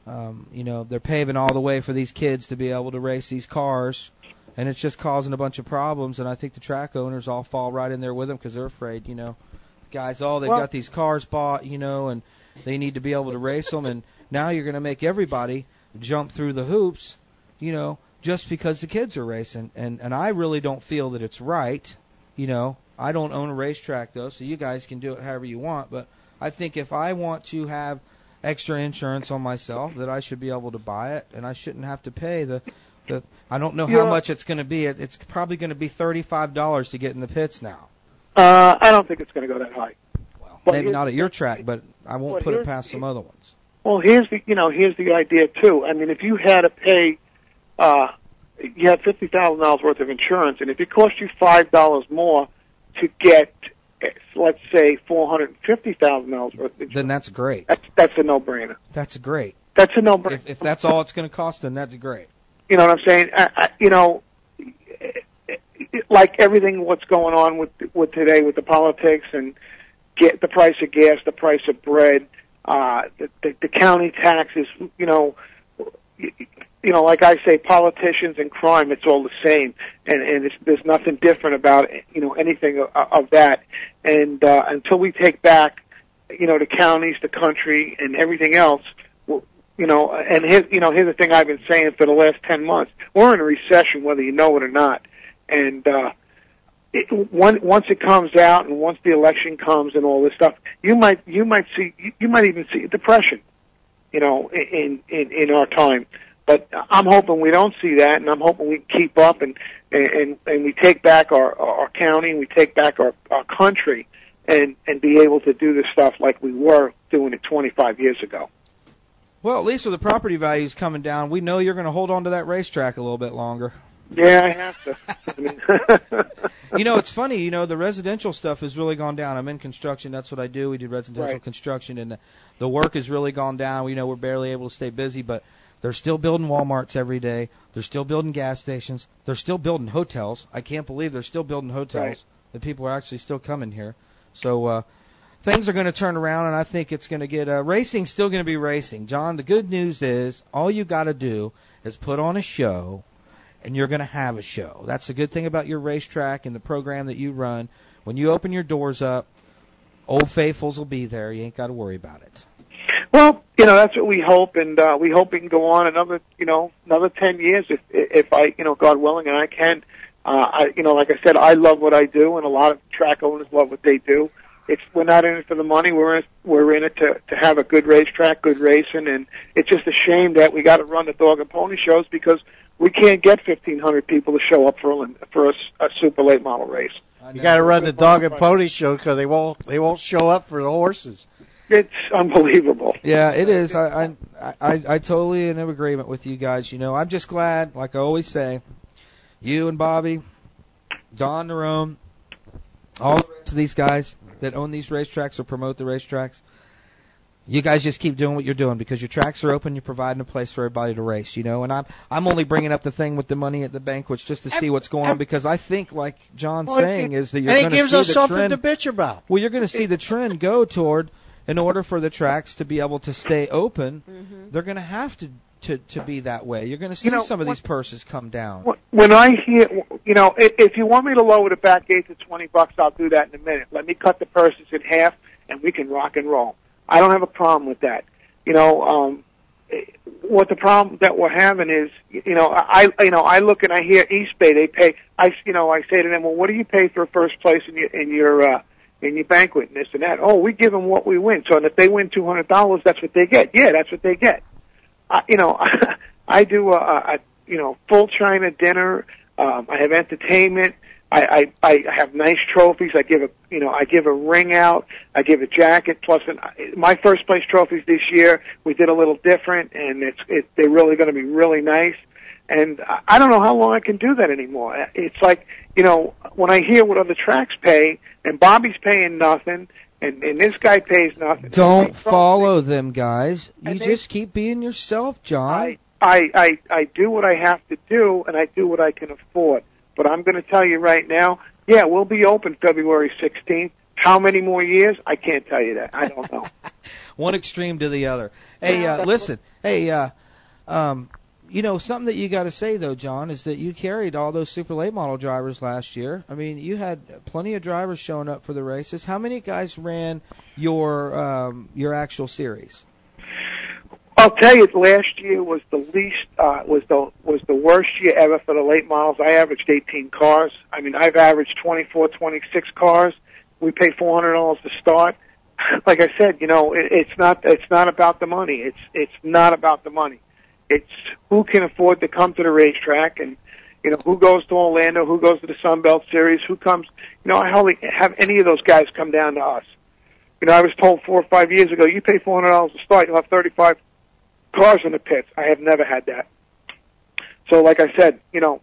S9: um, you know, they're paving all the way for these kids to be able to race these cars, and it's just causing a bunch of problems. And I think the track owners all fall right in there with them because they're afraid, you know, guys, all they've
S22: Well-
S9: got these cars bought, you know, and they need to be able to race them, and now you're going to make everybody jump through the hoops, you know, just because the kids are racing. And and I really don't feel that it's right, you know. I don't own a racetrack though, so you guys can do it however you want. But I think if I want to have extra insurance on myself, that I should be able to buy it, and I shouldn't have to pay the The, I don't know
S17: Yeah.
S9: how much it's going to be. It, it's probably going to be thirty-five dollars to get in the pits now.
S17: Uh, I don't think it's going to go that high. But
S9: Maybe
S17: here's-
S9: not at your track, but I won't
S17: but
S9: put it
S17: here's-
S9: past some other ones.
S17: Well, here's the you know here's the idea too. I mean, if you had to pay, uh, you have fifty thousand dollars worth of insurance, and if it costs you five dollars more to get, eh, let's say, four hundred fifty thousand dollars worth, of insurance,
S9: Then that's great.
S17: that's that's a no brainer.
S9: That's great.
S17: That's a no brainer.
S9: If, if that's all it's going to cost, then that's great.
S17: You know what I'm saying? I, I, you know, it- it- like everything what's going on with with today with the politics and get the price of gas, the price of bread, uh, the, the, the county taxes. You know, you, you know, like I say, politicians and crime, it's all the same, and and it's, there's nothing different about you know anything of, of that. And uh, until we take back, you know, the counties, the country, and everything else you know, and here's, you know, here's the thing I've been saying for the last 10 months. We're in a recession, whether you know it or not. And, uh, it, one, once it comes out and once the election comes and all this stuff, you might, you might see, you, you might even see a depression, you know, in, in, in our time. But I'm hoping we don't see that and I'm hoping we keep up and, and, and we take back our, our county and we take back our, our country and, and be able to do this stuff like we were doing it 25 years ago. <laughs>
S9: Well, at least with the property values coming down, we know you're going to hold on to that racetrack a little bit longer.
S17: Yeah, I have to. I mean,
S9: <laughs> you know, it's funny. You know, the residential stuff has really gone down. I'm in construction. That's what I do. We do residential
S17: Right.
S9: construction, and the, the work has really gone down. We know we're barely able to stay busy, but they're still building WalMarts every day. They're still building gas stations. They're still building hotels. I can't believe they're still building hotels.
S17: Right.
S9: The people are actually still coming here. So uh, things are going to turn around, and I think it's going to get uh, racing's still going to be racing. John, the good news is all you got to do is put on a show and you're going to have a show. That's the good thing about your racetrack and the program that you run. When you open your doors up, old faithfuls will be there. You ain't got to worry about it.
S17: Well, you know that's what we hope, and uh, we hope we can go on another, you know, another ten years if if I, you know, God willing, and I can. Uh, I, you know, like I said, I love what I do, and a lot of track owners love what they do. It's we're not in it for the money. We're in we're in it to to have a good racetrack, good racing, and it's just a shame that we got to run the dog and pony shows because we can't get fifteen hundred people to show up for a for a, a super late model race.
S1: You got to run the dog and pony show because they won't they won't show up for the horses.
S17: It's unbelievable.
S9: Yeah, it is. I I I, I totally in agreement with you guys. You know, I'm just glad, like I always say, you and Bobby, Don Narome, all the rest of these guys that own these racetracks or promote the racetracks. You guys just keep doing what you're doing because your tracks are open. You're providing a place for everybody to race, you know. And I'm I'm only bringing up the thing with the money at the banquets just to see what's going on because I think, like John's
S1: Well,
S9: saying,
S1: it-
S9: is that you're
S1: and
S9: going
S1: it
S9: to
S1: gives
S9: see
S1: us
S9: the
S1: something
S9: trend-
S1: to bitch about.
S9: well, you're going to see the trend go toward, in order for the tracks to be able to stay open, they're going to have to, to, to be that way. You're going to see
S17: know,
S9: some of these purses come down.
S17: when I hear, you know, if, if you want me to lower the back gate to 20 bucks, I'll do that in a minute. Let me cut the purses in half and we can rock and roll. I don't have a problem with that. You know, um, eh, what the problem that we're having is, y- you know, I, I- you know, I look and I hear East Bay, they pay, I, s- you know, I say to them, well, what do you pay for first place in your, in your, uh, in your banquet and this and that? Oh, we give them what we win. So, and if they win $200, that's what they get. Yeah, that's what they get. I, you know, <laughs> I do a, a, a you know full China dinner. Um, I have entertainment. I, I I have nice trophies. I give a you know I give a ring out. I give a jacket plus an, my first place trophies this year. We did a little different, and it's it, they're really going to be really nice. And I- I don't know how long I can do that anymore. It's like you know when I hear what other tracks pay, and Bobby's paying nothing, and and this guy pays nothing.
S9: Don't follow them, guys. You
S17: And they-
S9: just keep being yourself, John.
S17: I, I, I do what I have to do and I do what I can afford. But I'm going to tell you right now, yeah, we'll be open February 16th. How many more years? I can't tell you that. I don't know.
S9: one extreme to the other. Hey, uh, listen. Hey, uh, um, you know something that you got to say though, John, is that you carried all those super late model drivers last year. I mean, you had plenty of drivers showing up for the races. How many guys ran your um, your actual series?
S17: I'll tell you, last year was the least, uh, was the was the worst year ever for the late models. I averaged 18 cars. I mean, I've averaged 24, 26 cars. We pay $400 to start. <laughs> Like I said, you know, it, it's not it's not about the money. It's it's not about the money. It's who can afford to come to the racetrack and you know who goes to Orlando, who goes to the Sun Belt Series, who comes. You know, I hardly have any of those guys come down to us. You know, I was told four or five years ago, you pay four hundred dollars a start, you'll have thirty-five cars in the pits. I have never had that. So, like I said, you know,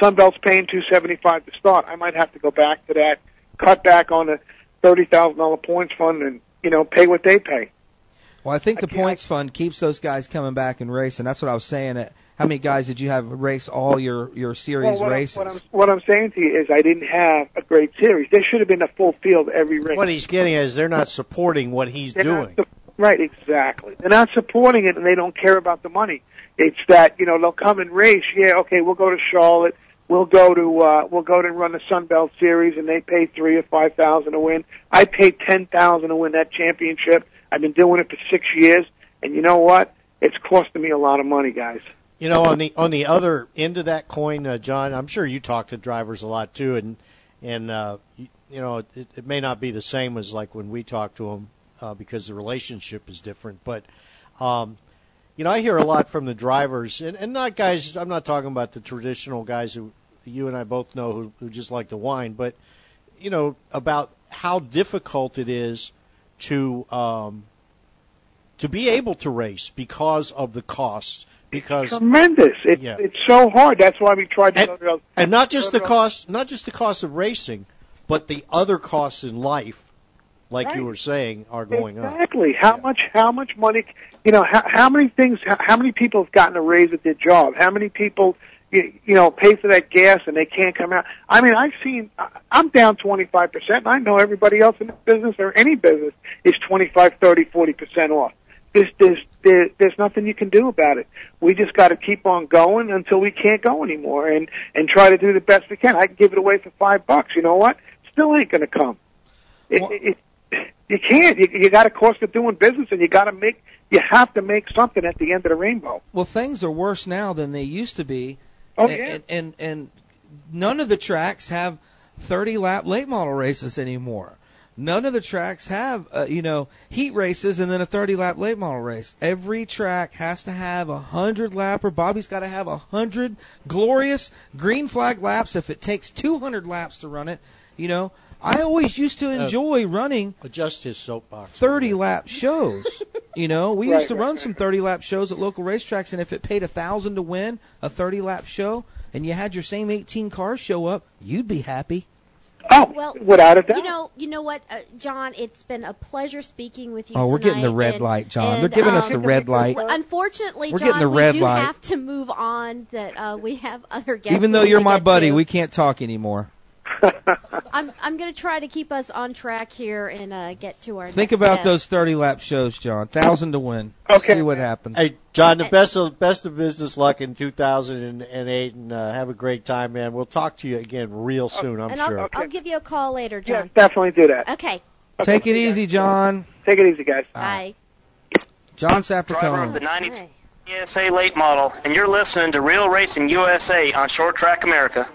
S17: Sunbelt's paying two seventy-five to start. I might have to go back to that, cut back on the thirty thousand dollar points fund, and you know, pay what they pay.
S9: Well, I think the points fund keeps those guys coming back and racing. That's what I was saying. That how many guys did you have race all your your series
S17: what I'm-
S9: races?
S17: what I'm, what I'm saying to you is, I didn't have a great series. There should have been a full field every race.
S1: What he's getting at is they're not supporting what he's
S17: They're
S1: doing.
S17: not su- right, exactly. They're not supporting it, and they don't care about the money. It's that you know they'll come and race. Yeah, okay, we'll go to Charlotte. We'll go to uh, we'll go to run the Sun Belt Series, and they pay three or five thousand to win. I paid ten thousand to win that championship. I've been doing it for six years, and you know what? It's costing me a lot of money, guys.
S1: You know, on the on the other end of that coin, uh, John, I'm sure you talk to drivers a lot too, and and uh, you, you know it, it may not be the same as like when we talk to them uh, because the relationship is different. But um, you know, I hear a lot from the drivers, and, and not guys. I'm not talking about the traditional guys who you and I both know who, who just like to whine, but you know about how difficult it is to um, to be able to race because of the costs. Because
S17: Tremendous. It,
S1: Yeah.
S17: It's so hard. That's why we tried to go to those
S1: and not just the cost, not just the cost of racing, but the other costs in life, like you
S17: Right.
S1: were saying, are going up.
S17: Exactly. How much? How much money? You know, how, how many things? How, how many people have gotten a raise at their job? How many people, you, you know, pay for that gas and they can't come out? I mean, I've seen. I- I'm down twenty five percent. I know everybody else in this business or any business is twenty five, thirty, forty percent off. There's, there's, there, there's nothing you can do about it. We just got to keep on going until we can't go anymore, and and try to do the best we can. I can give it away for five bucks. You know what? Still ain't going to come. It, it, it, you can't. You, you got a cost of doing business, and you got to make. You have to make something at the end of the rainbow.
S9: Well, things are worse now than they used to be.
S17: Oh,
S9: and,
S17: yeah.
S9: and, and and none of the tracks have 30 lap late model races anymore. None of the tracks have uh, you know heat races and then a 30 lap late model race. Every track has to have a hundred lap or Bobby's got to have a hundred glorious green flag laps. If it takes 200 laps to run it, you know I always used to enjoy running
S1: Adjust his soapbox.
S9: 30 lap shows. you know, we
S17: <laughs>
S1: Right,
S9: used to run some 30 lap shows at local racetracks, and if it paid a thousand to win a 30 lap show, and you had your same 18 cars show up, you'd be happy.
S17: Oh,
S8: Well, You know, you know what, uh, John? It's been a pleasure speaking with you.
S9: Oh, we're getting the
S8: tonight,
S9: red
S8: and-
S9: light, John.
S8: and,
S9: They're giving us
S8: um,
S9: the red light.
S8: Unfortunately,
S9: We're
S8: John,
S9: getting the red
S8: we do
S9: light.
S8: have to move on. That uh, we have other guests.
S9: Even though
S8: that we
S9: you're
S8: need
S9: my
S8: to-
S9: buddy, we can't talk anymore.
S8: I'm I'm going to try to keep us on track here and uh, get to our.
S9: Think
S8: next
S9: about
S8: guest.
S9: those 30 lap shows, John. Thousand to win.
S1: Okay.
S9: See what happens.
S1: Hey, John,
S9: Uh,
S1: the best of best of business luck in 2008, and uh, have a great time, man. We'll talk to you again real soon, I'm
S8: and
S1: sure.
S8: I'll, I'll give you a call later, John.
S17: Oh, Definitely do that.
S8: Okay.
S9: Take it easy, John.
S17: Take it easy, guys.
S8: Bye.
S9: John
S20: Driver of the
S9: Sapricone.
S20: 93 ESA late model, and you're listening to Real Racing USA on Short Track America.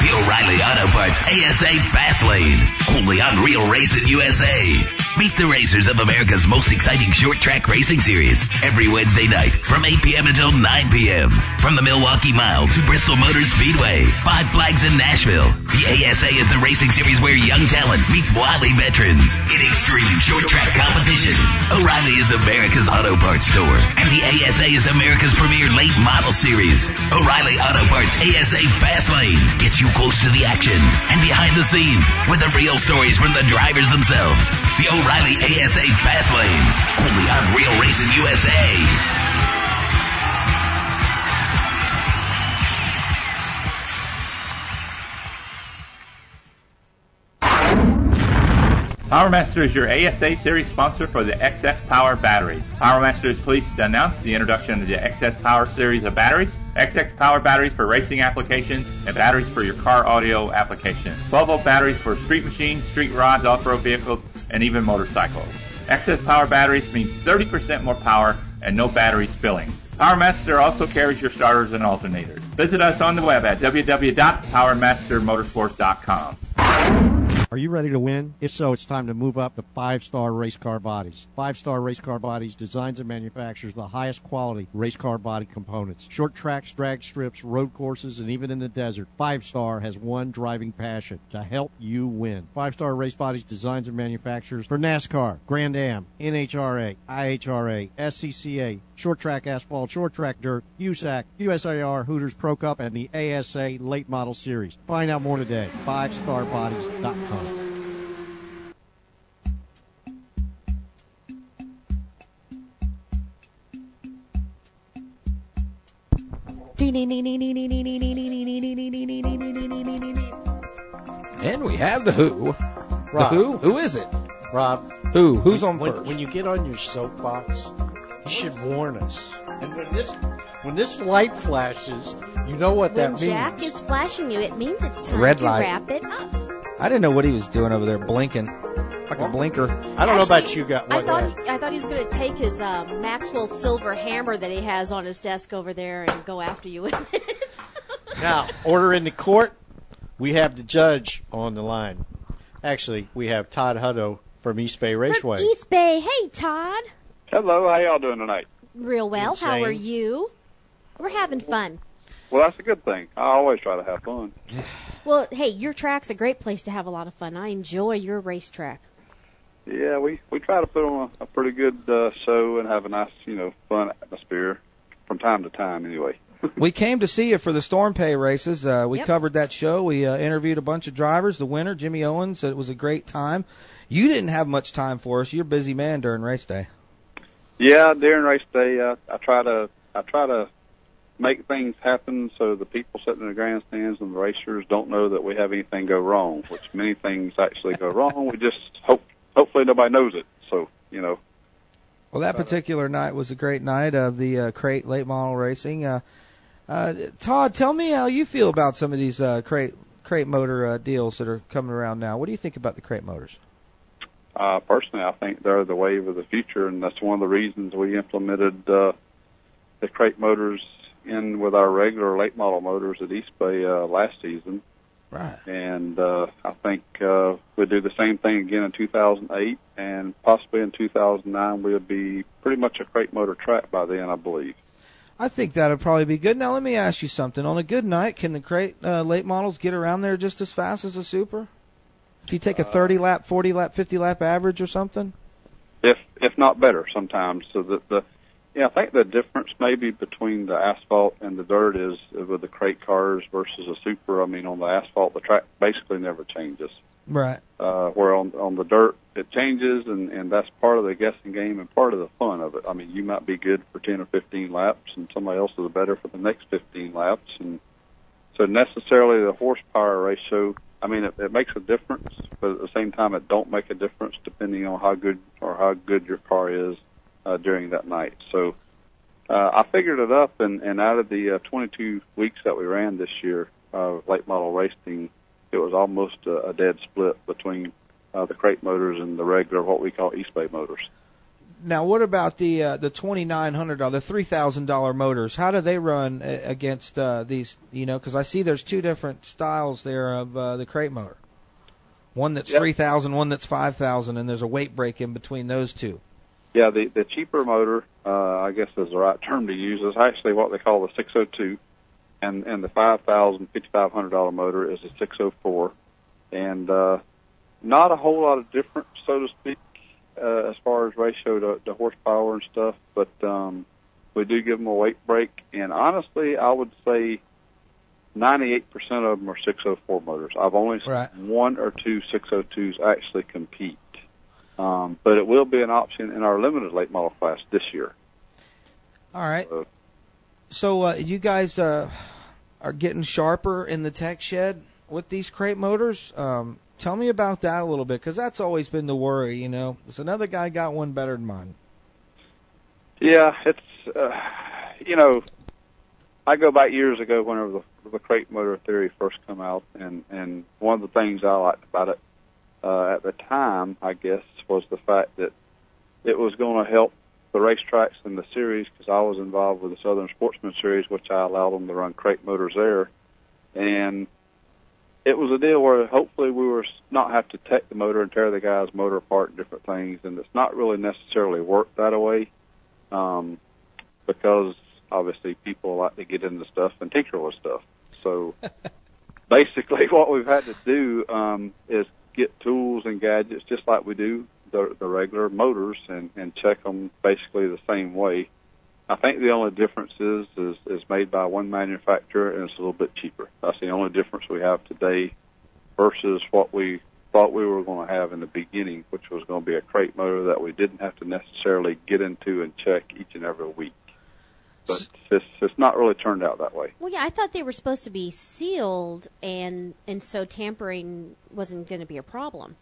S22: The O'Reilly Auto Parts ASA Fastlane. Only on Real Racing USA. Meet the racers of America's most exciting short track racing series every Wednesday night from 8 p.m. until 9 p.m. From the Milwaukee Mile to Bristol Motor Speedway, Five Flags in Nashville, the ASA is the racing series where young talent meets wily veterans in extreme short track competition. O'Reilly is America's auto parts store, and the ASA is America's premier late model series. O'Reilly Auto Parts ASA Fastlane gets you close to the action and behind the scenes with the real stories from the drivers themselves. The O'Reilly ASA Fastlane, only on Real Racing USA.
S14: PowerMaster is your ASA series sponsor for the XS Power batteries. PowerMaster is pleased to announce the introduction of the XS Power series of batteries. XX Power batteries for racing applications and batteries for your car audio application. 12 volt batteries for street machines, street rods, off road vehicles, and even motorcycles. XS Power batteries means 30% more power and no battery spilling. Power Master also carries your starters and alternators. Visit us on the web at www.powermastermotorsports.com.
S19: Are you ready to win? If so, it's time to move up to five star race car bodies. Five star race car bodies designs and manufactures the highest quality race car body components. Short tracks, drag strips, road courses, and even in the desert, Five Star has one driving passion to help you win. Five Star Race Bodies designs and manufactures for NASCAR, Grand Am, NHRA, IHRA, SCCA, Short Track Asphalt, Short Track Dirt, USAC, USAR, Hooters Pro Cup, and the ASA Late Model Series. Find out more today. 5starbodies.com.
S9: And we have the Who.
S1: Rob.
S9: The Who? Who is it?
S1: Rob.
S9: Who? Who's
S1: when-
S9: on
S1: when,
S9: first?
S1: When you get on your soapbox, you should warn us. And when this when this light flashes, you know what that
S8: When
S1: means.
S8: Jack is flashing you, it means it's time
S9: Red
S8: to
S9: light.
S8: wrap it up.
S9: I didn't know what he was doing over there, blinking. Like a blinker.
S1: I don't know about you guys.
S8: I thought he, I thought he was going to take his uh, Maxwell silver hammer that he has on his desk over there and go after you with it.
S1: Now, order in the court. We have the judge on the line. Actually, we have Todd Hutto from East Bay Raceway.
S8: East Bay, hey Todd,
S4: Hello, how y'all doing tonight?
S8: real well. How are
S4: Insane.
S8: you? We're having fun.
S4: Well, that's a good thing. I always try to have fun.
S8: Well, hey, your track's a great place to have a lot of fun. I enjoy your racetrack.
S4: Yeah, we we try to put on a, a pretty good uh, show and have a nice, you know, fun atmosphere from time to time. Anyway,
S9: we came to see you for the Storm Pay races. Uh, we
S4: Yep.
S9: covered that show. We uh, interviewed a bunch of drivers. The winner, Jimmy Owens, said it was a great time. You didn't have much time for us. You're a busy man during race day.
S4: yeah, during race day, uh, I try to I try to make things happen so the people sitting in the grandstands and the racers don't know that we have anything go wrong. Which many things actually go wrong. We just hope hopefully nobody knows it. So you know,
S9: Well, that particular night was a great night of the uh, crate late model racing. Uh, uh, Todd, tell me how you feel about some of these uh, crate crate motor uh, deals that are coming around now. What do you think about the crate motors?
S4: Uh, personally, I think they're the wave of the future, and that's one of the reasons we implemented uh, the crate motors in with our regular late model motors at East Bay uh, last season.
S9: Right.
S4: And uh, I think uh, we'll do the same thing again in 2008, and possibly in 2009 we'll be pretty much a crate motor track by then, I believe.
S9: I think that'll probably be good. Now, let me ask you something. On a good night, can the crate uh, late models get around there just as fast as a super? If you take a 30 lap, 40 lap, 50 lap average or something?
S4: if if not better sometimes. So that the yeah, I think the difference maybe between the asphalt and the dirt is with the crate cars versus a super. I mean, on the asphalt, the track basically never changes.
S9: Right.
S4: Uh, where on on the dirt, it changes, and and that's part of the guessing game and part of the fun of it. I mean, you might be good for ten or fifteen laps, and somebody else is better for the next fifteen laps, and so necessarily the horsepower ratio. I mean, it, it makes a difference, but at the same time, it don't make a difference depending on how good or how good your car is uh, during that night. So uh, I figured it up, and, and out of the uh, 22 weeks that we ran this year uh, of late model racing, it was almost a, a dead split between uh, the crate motors and the regular, what we call East Bay motors.
S9: Now, what about the uh, the twenty nine hundred dollar, the three thousand dollar motors? How do they run uh, against uh, these? You know, because I see there's two different styles there of uh, the crate motor. One that's
S4: Yep.
S9: three thousand, one that's five thousand, and there's a weight break in between those two.
S4: Yeah, the, the cheaper motor, uh, I guess is the right term to use, is actually what they call the 602, and and the 5,000 $5,500 dollar motor is a 604, and uh, not a whole lot of difference, so to speak, uh, as far as ratio to, to horsepower and stuff. But um, we do give them a weight break, and honestly, I would say 98% of them are 604 motors. I've only seen
S9: Right.
S4: one or two 602s actually compete. Um, but it will be an option in our limited late model class this year.
S9: All right. So uh, you guys uh, are getting sharper in the tech shed with these crate motors. Um, tell me about that a little bit, because that's always been the worry. You know, it's another guy got one better than mine.
S4: Yeah, it's uh, you know, I go back years ago whenever the, the crate motor theory first come out, and and one of the things I liked about it uh, at the time, I guess, was the fact that it was going to help the racetracks and the series because I was involved with the Southern Sportsman Series, which I allowed them to run crate motors there. And it was a deal where hopefully we were s- not have to take the motor and tear the guy's motor apart and different things. And it's not really necessarily worked that way um, because obviously people like to get into stuff and tinker with stuff. So basically, what we've had to do um, is get tools and gadgets just like we do the, the regular motors and, and check them basically the same way. I think the only difference is, is is made by one manufacturer and it's a little bit cheaper. That's the only difference we have today versus what we thought we were going to have in the beginning, which was going to be a crate motor that we didn't have to necessarily get into and check each and every week. But it's, it's not really turned out that way.
S8: Well, yeah, I thought they were supposed to be sealed, and and so tampering wasn't going to be a problem.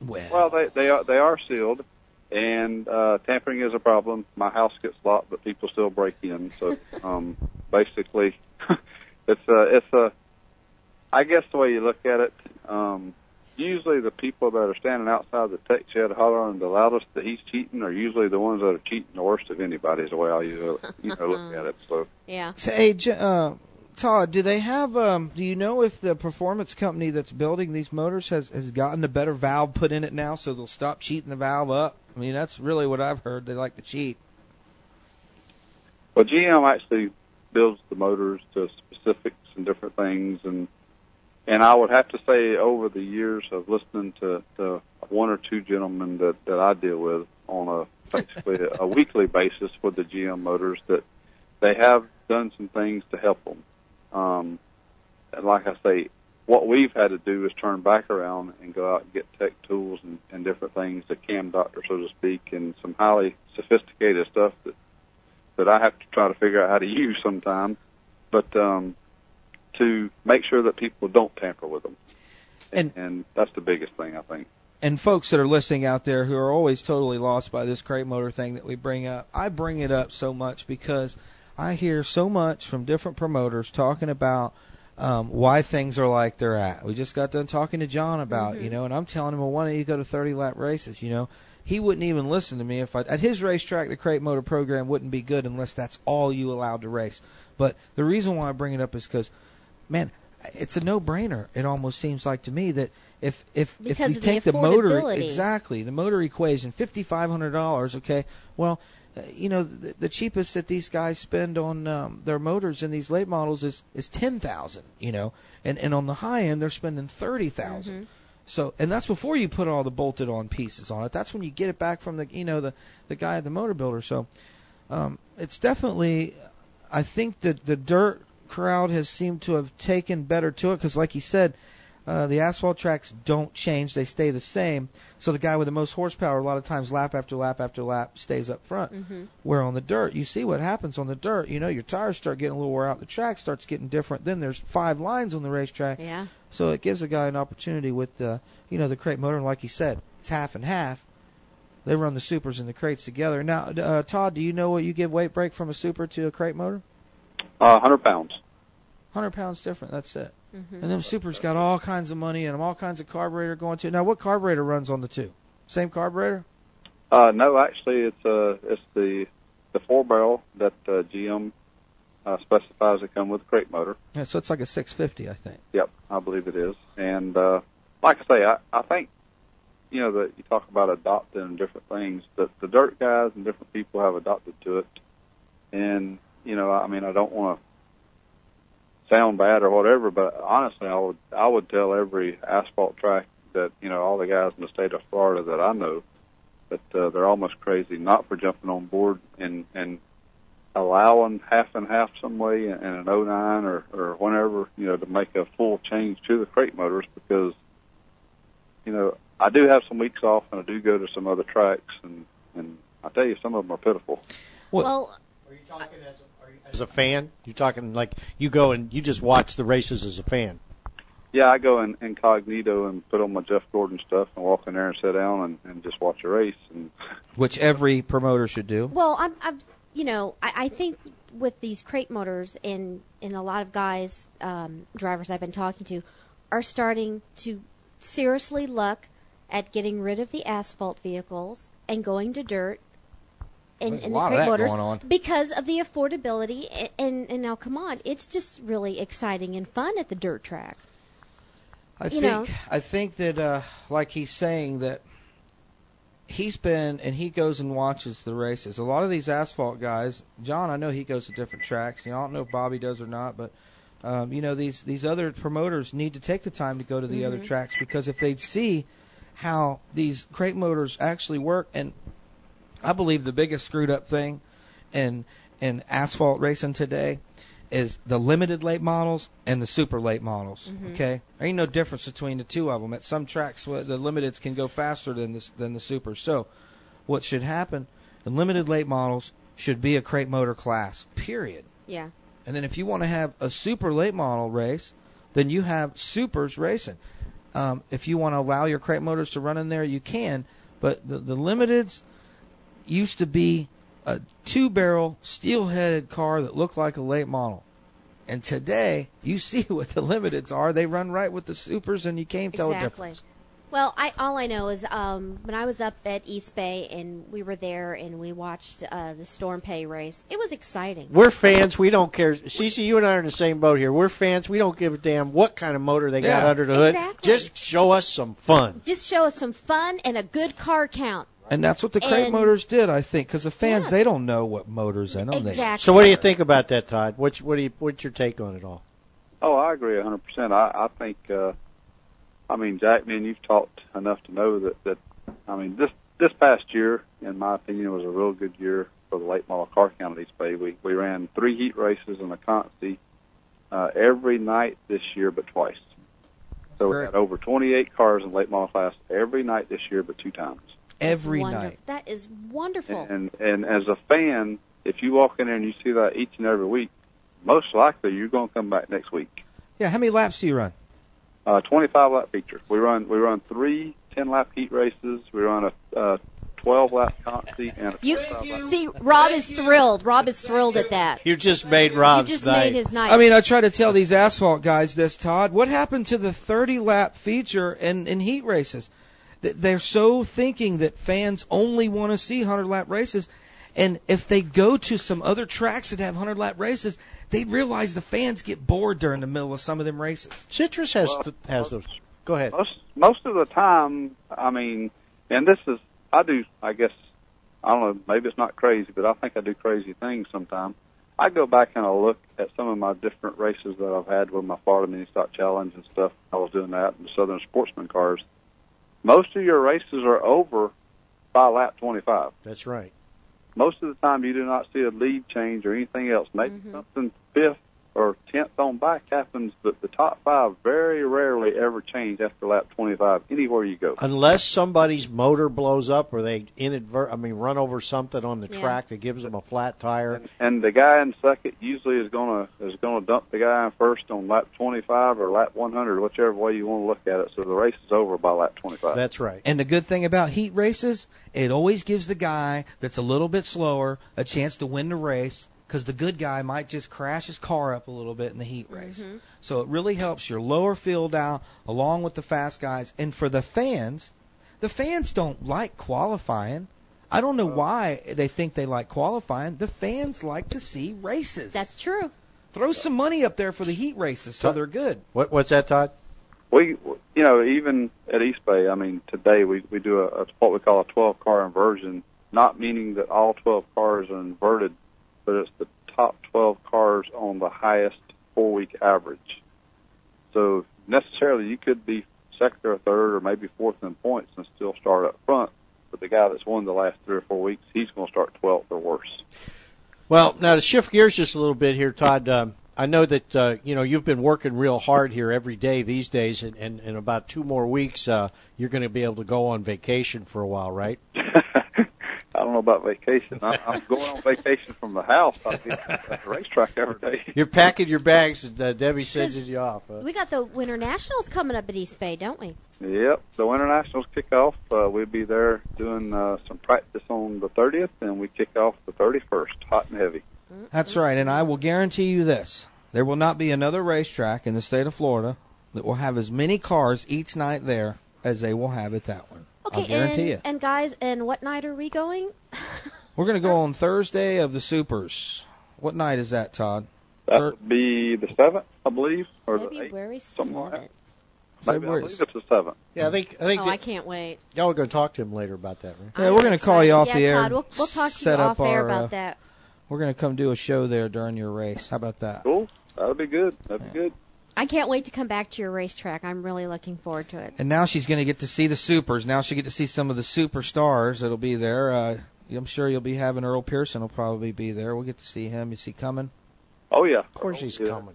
S9: Well,
S4: they they are they are sealed, and uh, tampering is a problem. My house gets locked, but people still break in. So um, basically, <laughs> it's a it's a. I guess the way you look at it, um, usually the people that are standing outside the tech shed hollering the loudest that he's cheating are usually the ones that are cheating the worst of anybody. Is the way I usually you know look at it. So
S8: Yeah.
S9: So, hey, J- uh, Todd, do they have? Um, do you know if the performance company that's building these motors has has gotten a better valve put in it now, so they'll stop cheating the valve up? I mean, that's really what I've heard. They like to cheat.
S4: Well, GM actually builds the motors to specifics and different things, and and I would have to say over the years of listening to, to one or two gentlemen that that I deal with on a basically a weekly basis with the GM motors that they have done some things to help them. Um, and like I say, what we've had to do is turn back around and go out and get tech tools and, and different things, the cam doctor, so to speak, and some highly sophisticated stuff that that I have to try to figure out how to use sometime, but um, to make sure that people don't tamper with them.
S9: And,
S4: and that's the biggest thing I think.
S9: and folks that are listening out there who are always totally lost by this crate motor thing that we bring up, I bring it up so much because I hear so much from different promoters talking about um, why things are like they're at. We just got done talking to John about, it, you know, and I'm telling him, well, why don't you go to 30 lap races? You know, he wouldn't even listen to me if I at his racetrack. The crate motor program wouldn't be good unless that's all you allowed to race. But the reason why I bring it up is because, man, it's a no-brainer. It almost seems like to me that if if
S8: Because
S9: if you
S8: of the
S9: take the, motor
S8: affordability.
S9: exactly the motor equation, fifty five hundred dollars. Okay, well, uh, you know the, the cheapest that these guys spend on um, their motors in these late models is is ten thousand. You know, and and on the high end they're spending thirty
S8: Mhm.
S9: so, and that's before you put all the bolted on pieces on it. That's when you get it back from the, you know, the, the guy at the motor builder. So, um, it's definitely, I think that the dirt crowd has seemed to have taken better to it because, like you said, uh, the asphalt tracks don't change; they stay the same. So the guy with the most horsepower, a lot of times, lap after lap after lap, stays up front.
S5: Mhm.
S9: Where on the dirt, you see what happens on the dirt. You know, your tires start getting a little wear out. The track starts getting different. Then there's five lines on the racetrack.
S8: Yeah.
S9: So it gives a guy an opportunity with the, you know, the crate motor. And like he said, it's half and half. They run the supers and the crates together. Now, uh, Todd, do you know what you give weight break from a super to a crate motor?
S4: Uh, 100 pounds.
S9: 100 pounds different. That's it.
S4: Hmm.
S9: And them supers got all kinds of money and 'em all kinds of carburetor going to. Now, what carburetor runs on the two? Same carburetor?
S4: Uh, no, actually, it's uh, it's the the four barrel that uh, GM uh, specifies to come with the crate motor.
S9: Yeah, so it's like a 650, I think.
S4: Yep, I believe it is. And uh, like I say, I, I think you know that you talk about adopting and different things. That the dirt guys and different people have adopted to it. And you know, I mean, I don't want to sound bad or whatever, but honestly, I would I would tell every asphalt track that you know all the guys in the state of Florida that I know that uh, they're almost crazy not for jumping on board and and allowing half and half some way in an 09 or, or whenever, you know, to make a full change to the crate motors because, you know, I do have some weeks off and I do go to some other tracks and, and I tell you, some of them are pitiful.
S8: Well,
S1: As a fan, you're talking like you go and you just watch the races as a fan.
S4: Yeah, I go in incognito and put on my Jeff Gordon stuff and walk in there and sit down and, and just watch a race. And
S9: Which every promoter should do.
S8: well, I'm, I'm you know, I, I think with these crate motors and and a lot of guys, um, drivers I've been talking to, are starting to seriously look at getting rid of the asphalt vehicles and going to dirt in,
S9: There's a
S8: in
S9: lot of
S8: the crate
S9: that
S8: motors
S9: going on.
S8: because of the affordability. a- And, and now, come on, it's just really exciting and fun at the dirt track.
S9: I
S8: you
S9: think
S8: know.
S9: I think that uh, like he's saying that he's been and he goes and watches the races. A lot of these asphalt guys, John, I know he goes to different tracks. You know, I don't know if Bobby does or not, but um, you know these these other promoters need to take the time to go to the other
S5: Mhm.
S8: Mm-hmm.
S9: tracks because if they'd see how these crate motors actually work and I believe the biggest screwed up thing in in asphalt racing today is the limited late models and the super late models.
S5: Mhm.
S9: Okay, there ain't no difference between the two of them. At some tracks, wha- the limiteds can go faster than the s- than the supers. So, what should happen? The limited late models should be a crate motor class. Period.
S8: Yeah.
S9: And then if you want to have a super late model race, then you have supers racing. Um, if you want to allow your crate motors to run in there, you can. But the, the limiteds used to be a two barrel steel headed car that looked like a late model. And today, you <laughs> see what the limiteds are. They run right with the supers, and you can't tell the
S8: exactly.
S9: difference.
S8: Well, I all I know is um, when I was up at East Bay and we were there and we watched uh, the Storm Pay race. It was exciting.
S1: We're fans. We don't care. Cece, you and I are in the same boat here. We're fans. We don't give a damn what kind of motor they got
S8: Yeah.
S1: under the hood.
S8: Exactly.
S1: Just show us some fun.
S8: Just show us some fun and a good car count.
S9: And that's what the crate
S8: And-
S9: motors did, I think, because the fans, they don't know what motors in them.
S8: Exactly.
S1: So, what do you think about that, Todd? What's what do you what's your take on it all?
S4: Oh, I agree 100. percent I I think, uh, I mean, Jack, man, you've talked enough to know that that, I mean, this this past year, in my opinion, was a real good year for the late model car count at East Bay. We we ran three heat races and a consti uh, every night this year, but twice. So we
S9: Great.
S4: had over 28 cars in late model class every night this year, but two times.
S9: Every
S8: Wonderf-
S9: night.
S8: That is wonderful.
S4: And and as a fan, if you walk in there and you see that each and every week, most likely you're going to come back next week.
S9: Yeah, how many laps do you run?
S4: Uh, 25 lap feature. We run we run three 10 lap heat races. We run a uh, 12 lap consti and a
S8: you see, Rob is thrilled. Rob is thrilled at that.
S1: You just made Rob's
S8: just made his night.
S9: I mean, I try to tell these asphalt guys this, Todd. What happened to the 30 lap feature in, in heat races? Th- They're so thinking that fans only want to see 100 lap races. And if they go to some other tracks that have 100 lap races, they realize the fans get bored during the middle of some of them races.
S1: Citrus has has those. Go ahead.
S4: Most most of the time, I mean, and this is I do I guess I don't know maybe it's not crazy, but I think I do crazy things sometimes. I go back and I look at some of my different races that I've had with my Florida Mini Stock Challenge and stuff. I was doing that and the Southern Sportsman cars. Most of your races are over by lap 25.
S1: That's right.
S4: most of the time you do not see a lead change or anything else. Maybe something fifth or tenth on back happens, but the top five very rarely ever change after lap 25 anywhere you go.
S1: Unless somebody's motor blows up or they inadvert, I mean, run over something on the track that gives them a flat tire.
S4: And the guy in second usually is gonna is gonna dump the guy in first on lap 25 or lap 100, whichever way you want to look at it. So the race is over by lap 25.
S1: That's right.
S9: And the good thing about heat races, it always gives the guy that's a little bit slower a chance to win the race because the good guy might just crash his car up a little bit in the heat race. So it really helps your lower field out along with the fast guys. And for the fans, the fans don't like qualifying. I don't know why they think they like qualifying. The fans like to see races. That's
S8: true.
S9: Throw some money up there for the heat races so they're good.
S1: What what's that, Todd?
S4: We, you know, even at East Bay, I mean, today we we do a, a what we call a 12 car inversion, not meaning that all 12 cars are inverted, but it's the top 12 cars on the highest four week average. So necessarily, you could be second or third, or maybe fourth in points, and still start up front. But the guy that's won the last three or four weeks, he's going to start 12th or worse.
S1: Well, now to shift gears just a little bit here, Todd. Um, I know that uh, you know you've been working real hard here every day these days, and and, and about two more weeks, uh, you're going to be able to go on vacation for a while,
S4: <laughs>
S1: right?
S4: I don't know about vacation. I, I'm going on vacation from the house. I'll be at the racetrack every day.
S1: You're packing your bags, and uh, Debbie sends you off. Huh?
S8: We got the Winter Nationals coming up at East Bay, don't we?
S4: Yep, the Winter Nationals kick off. Uh, we'll be there doing uh, some practice on the 30th, and we kick off the 31st, hot and heavy.
S9: That's right, and I will guarantee you this: there will not be another racetrack in the state of Florida that will have as many cars each night there as they will have at that one. I'll guarantee
S8: and,
S9: you.
S8: and guys, and what night are we going?
S9: We're going to go on Thursday of the Supers. What night is that, Todd?
S4: That would be the seventh, I believe, or the eighth,
S8: February
S4: something like that. Maybe, I
S9: February
S4: believe it's the seventh.
S1: Yeah, I think I think
S8: oh,
S1: that-
S8: I can't wait.
S1: y'all are going to talk to him later about that, right?
S9: Yeah, we're going to call you off
S8: yeah,
S9: the air.
S8: Todd,
S9: and
S8: we'll- we'll talk to you
S9: set up
S8: off air
S9: our,
S8: about
S9: uh,
S8: that.
S9: We're going to come do a show there during your race. How about that?
S4: Cool. That'll be good. That'll be good.
S8: I can't wait to come back to your racetrack. I'm really looking forward to it.
S9: And now she's going to get to see the supers. Now she'll get to see some of the superstars that'll be there. Uh, I'm sure you'll be having Earl Pearson will probably be there. We'll get to see him. Is he coming?
S4: Oh yeah.
S1: Of course he's coming.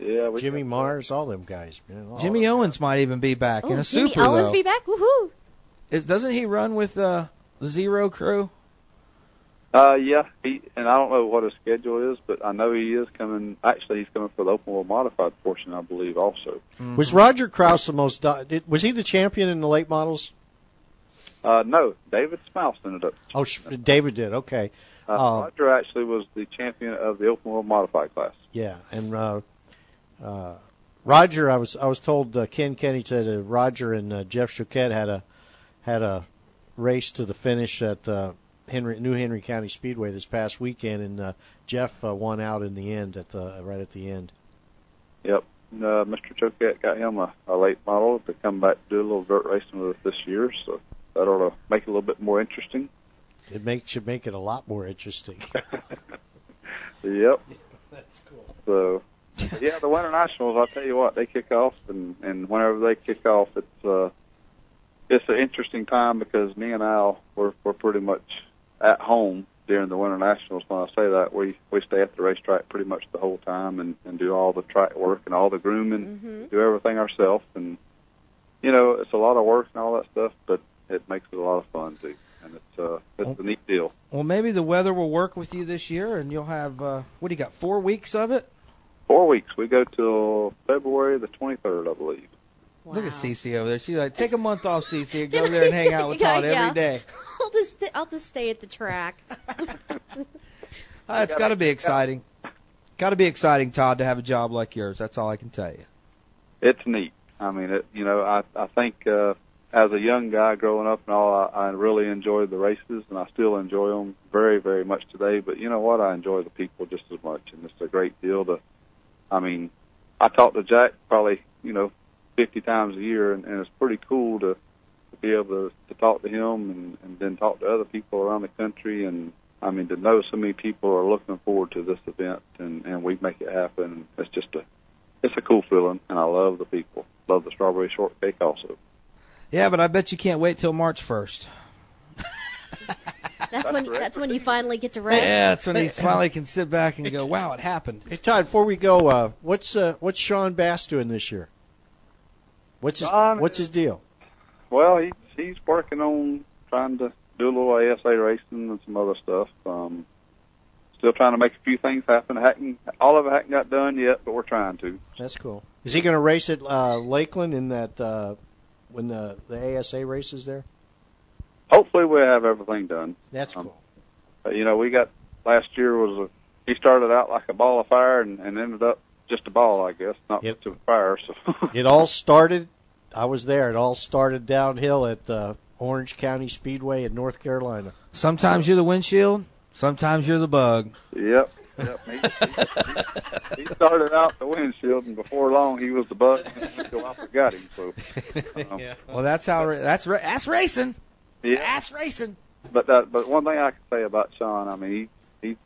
S4: Yeah,
S1: Jimmy Mars, all them guys, man. all
S9: Jimmy Owens might even be back in
S8: Ooh,
S9: a
S8: Oh. Jimmy
S9: super
S8: Owens
S9: though.
S8: be back? Woohoo!
S9: Is, doesn't he run with uh, the Zero Crew?
S4: Uh, yeah, he and I don't know what his schedule is, but I know he is coming. Actually, he's coming for the open world modified portion, I believe, also.
S1: Was Roger Krause the most? di- did- Was he the champion in the late models?
S4: Uh, no, David Smouse ended up.
S1: Oh, sh- David did. Okay.
S4: Uh,
S1: Uh,
S4: Roger actually was the champion of the open world modified class.
S1: yeah, and uh, uh, Roger, I was I was told uh, Ken Kenny said uh, Roger and uh, Jeff Choquette had a had a race to the finish at uh, Henry New Henry County Speedway this past weekend, and uh, Jeff uh, won out in the end at the uh, right at the end.
S4: Yep. And, uh, Mr. Choquette got him a, a late model to come back to do a little dirt racing with us this year, so that ought to make it a little bit more interesting.
S1: It makes should make it a lot more interesting.
S4: Yep. <laughs> That's cool. So, yeah, the Winter Nationals. I'll tell you what, they kick off, and and whenever they kick off, it's uh, it's an interesting time because me and Al we're we're pretty much at home during the Winter Nationals. When I say that, we we stay at the racetrack pretty much the whole time and and do all the track work and all the grooming, do everything ourselves, and you know it's a lot of work and all that stuff, but it makes it a lot of fun too, and it's uh it's a neat deal.
S9: Well, maybe the weather will work with you this year, and you'll have uh, what do you got? Four weeks of it.
S4: Four weeks. We go till February the twenty third, I believe.
S9: Look at Cece over there. She's like, take a month off, Cece,
S8: <laughs>
S9: and go there and hang out with Todd
S8: Yeah.
S9: every day.
S8: <laughs> I'll just st- I'll just stay at the track.
S9: <laughs> Uh, it's got to be exciting. Got to be exciting, Todd, to have a job like yours. That's all I can tell you.
S4: it's neat. I mean, it, you know, I I think uh, as a young guy growing up and all, I, I really enjoyed the races, and I still enjoy them very, very much today. But you know what? I enjoy the people just as much, and it's a great deal to. I mean, I talk to Jack probably you know fifty times a year, and, and it's pretty cool to to be able to, to talk to him and, and then talk to other people around the country and. I mean, to know so many people are looking forward to this event, and and we make it happen. It's just a, it's a cool feeling, and I love the people. Love the strawberry shortcake also.
S9: Yeah, but I bet you can't wait till March first.
S8: That's when that's when you finally get to rest.
S9: Yeah, <laughs> that's when he finally can sit back and go, "Wow, it happened."
S1: Hey Todd, before we go, uh, what's uh, what's Sean Bass doing this year? What's his
S4: Sean
S1: what's his deal?
S4: Well, he's he's working on trying to do a little ASA racing and some other stuff. Um, still trying to make a few things happen. Hadn't all of it hadn't got done yet, but we're trying to.
S1: That's cool. Is he going to race at uh, Lakeland in that uh, when the the ASA races there?
S4: Hopefully, we'll have everything done.
S1: That's
S4: cool. you know, we got last year was a, he started out like a ball of fire and, and ended up just a ball, I guess, not much of a fire. So
S1: <laughs> It all started. I was there. It all started downhill at uh, Orange County Speedway in North Carolina.
S9: Sometimes you're the windshield. Sometimes you're the bug.
S4: Yep. yep. He, he, he started out the windshield, and before long, he was the bug until I forgot him. <laughs> So, um,
S9: Well, that's how ra- that's ra- that's racing.
S4: yeah.
S9: That's racing.
S4: But that, but one thing I can say about Sean, I mean, he, he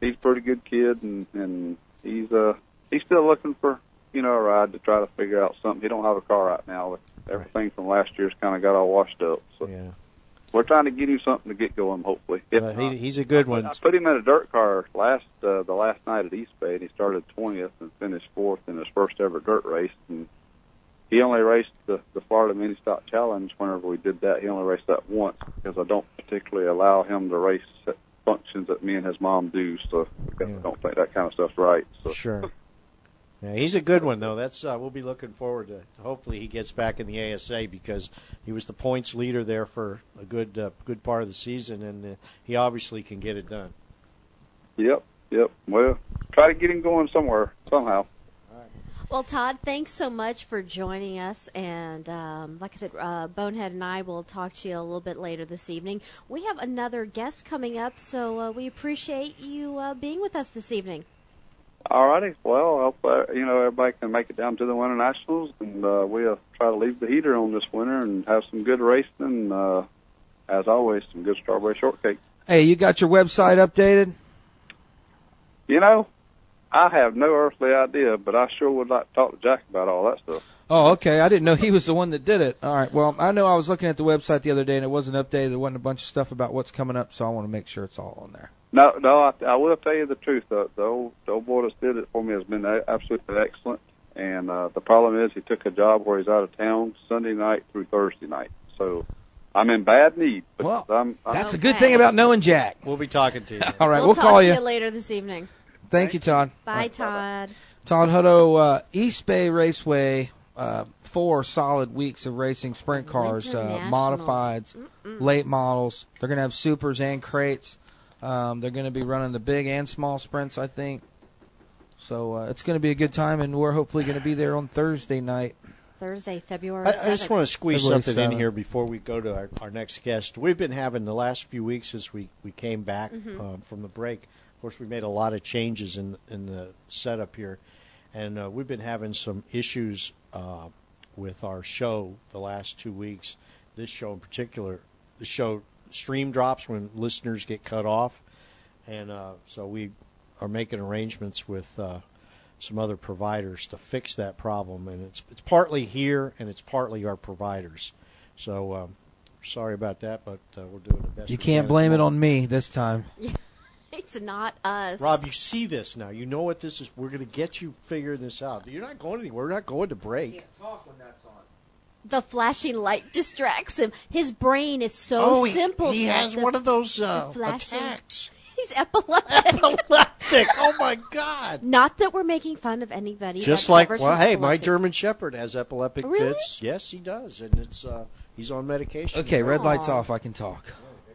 S4: he's a pretty good kid, and and he's uh he's still looking for you know a ride to try to figure out something. He don't have a car right now. But everything from last year's kind of got all washed up. So
S1: yeah.
S4: we're trying to get him something to get going. Hopefully, If
S1: Uh,
S4: not-
S1: he, he's a good one.
S4: I put him in a dirt car last uh, the last night at East Bay, and he started twentieth and finished fourth in his first ever dirt race. And he only raced the, the Florida Mini Stock Challenge. Whenever we did that, he only raced that once because I don't particularly allow him to race at functions that me and his mom do. So because I don't think that kind of stuff's right. So
S1: Sure. Yeah, he's a good one though. That's uh, we'll be looking forward to. Hopefully, he gets back in the ASA because he was the points leader there for a good uh, good part of the season, and uh, he obviously can get it done.
S4: yep, yep. Well, try to get him going somewhere somehow.
S8: Well, Todd, thanks so much for joining us. And um, like I said, uh, Bonehead and I will talk to you a little bit later this evening. We have another guest coming up, so uh, we appreciate you uh, being with us this evening.
S4: All righty. Well, I hope uh, you know everybody can make it down to the Winter Nationals, and uh, we'll try to leave the heater on this winter and have some good racing. And uh, as always, some good strawberry shortcake.
S9: Hey, you got your website updated?
S4: You know, I have no earthly idea, but I sure would like to talk to Jack about all that stuff.
S9: Oh, okay. I didn't know he was the one that did it. All right. Well, I know I was looking at the website the other day and it wasn't updated. There wasn't a bunch of stuff about what's coming up, so I want to make sure it's all on there.
S4: No, no, I, I will tell you the truth. The, the old the old boy that did it for me has been a- absolutely excellent. And uh, the problem is, he took a job where he's out of town Sunday night through Thursday night. So I'm in bad need. But
S9: Well,
S4: I'm, I'm,
S9: That's a good thing about knowing Jack.
S1: We'll be talking to you.
S9: all right. We'll,
S8: we'll, talk
S9: call
S8: to
S9: you.
S8: you later this evening.
S9: Thank you, Todd.
S8: Bye, Todd.
S9: Todd Hutto, uh, East Bay Raceway, uh, four solid weeks of racing sprint cars,
S5: Winter
S9: uh,
S5: Nationals.
S9: modifieds, late models. They're going to have supers and crates. Um, they're going to be running the big and small sprints, I think. So uh, it's going to be a good time, and we're hopefully going to be there on Thursday night.
S8: Thursday, February.
S1: I, I just
S8: 7th.
S1: want to squeeze
S9: February
S1: something in
S9: 7th.
S1: here before we go to our, our next guest. We've been having the last few weeks since we, we came back
S19: Mhm.
S1: um, from the break. Of course, we made a lot of changes in in the setup here, and uh, we've been having some issues uh, with our show the last two weeks. This show in particular, the show stream drops when listeners get cut off, and uh, so we are making arrangements with. Uh, some other providers to fix that problem, and it's it's partly here and it's partly our providers. So um, sorry about that, but uh, we're doing the best.
S9: You
S1: we
S9: can't
S1: can.
S9: blame it on me this time.
S8: It's not us.
S1: Rob, you see this now. You know what this is. We're going to get you figuring this out. You're not going anywhere. We're not going to break.
S8: the flashing light distracts him. His brain is so
S1: Oh, he-
S8: simple.
S1: he
S8: to
S1: has
S8: the-
S1: one of those, uh,
S8: the flashing.
S1: attacks.
S8: He's epileptic. Epileptic.
S1: Oh my god.
S8: Not that we're making fun of anybody.
S1: Just
S8: that
S1: like
S8: suffers
S1: well,
S8: from
S1: hey, my
S8: epilepsy.
S1: German Shepherd has epileptic
S8: Oh, Really?
S1: fits. Yes, he does, and it's uh, he's on medication.
S9: Okay, red light's
S1: Aw.
S9: off. I can talk.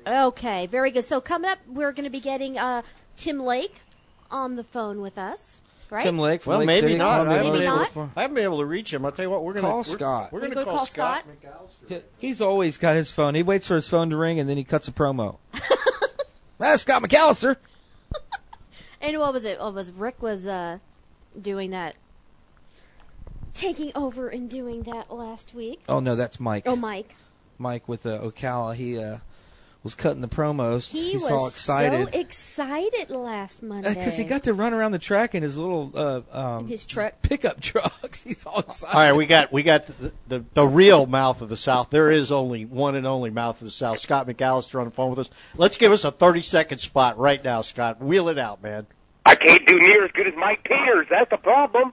S8: Okay, very good. So coming up, we're going to be getting uh, Tim Lake on the phone with us. Right?
S9: Tim Lake from
S1: Well,
S9: Lake
S1: maybe
S9: City,
S1: not.
S9: Columbia,
S1: I haven't,
S9: Missouri.
S1: been able, I haven't been able to reach him. I'll tell you what, we're going to
S9: Call Scott.
S1: We're,
S8: We're
S1: going to
S8: gonna
S1: call,
S8: call
S1: Scott.
S9: He's always got his phone. He waits for his phone to ring and then he cuts a promo. <laughs> That's Scott McAllister.
S8: And what was it? What was Rick was uh, doing that, taking over and doing that last week?
S9: Oh no, that's Mike.
S8: Oh, Mike,
S9: Mike with uh, Ocala. He uh, was cutting the promos.
S8: he
S9: He's
S8: was
S9: all excited
S8: so excited last Monday
S9: because he got to run around the track in his little uh, um,
S8: his truck.
S9: <laughs> pickup trucks. He's
S8: <laughs>
S9: all excited.
S1: All right, we got we got the, the the real mouth of the South. There is only one and only mouth of the South. Scott McAllister on the phone with us. Let's give us a thirty second spot right now, Scott. Wheel it out, man.
S21: I can't do near as good as Mike Peters. That's
S16: <laughs>
S21: the problem.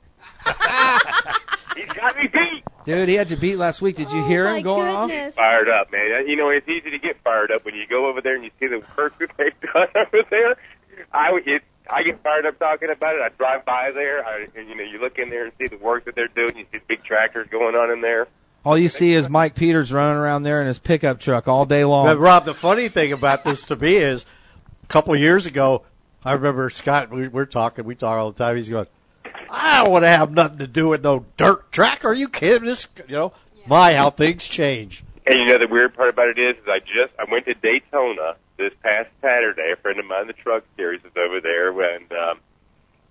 S21: He's got me beat.
S9: Dude, he had you beat last week. Did you
S8: Oh,
S9: hear him going off?
S21: Fired up, man. You know, it's easy to get fired up when you go over there and you see the work <laughs> that they've done over there. I would- it, I get fired up talking about it. I drive by there, I, and you know, you look in there and see the work that they're doing. You see the big tractors going on in there.
S9: All you see is Mike Peters running around there in his pickup truck all day long.
S1: But Rob, the funny thing about this to me is, a couple of years ago, I remember Scott. We, we're talking, we talk all the time. He's going, "I don't want to have nothing to do with no dirt track." Are you kidding? This, you know, my how things change.
S21: And you know the weird part about it is, is I just I went to Daytona this past Saturday. A friend of mine, in the Truck Series, is over there, and um,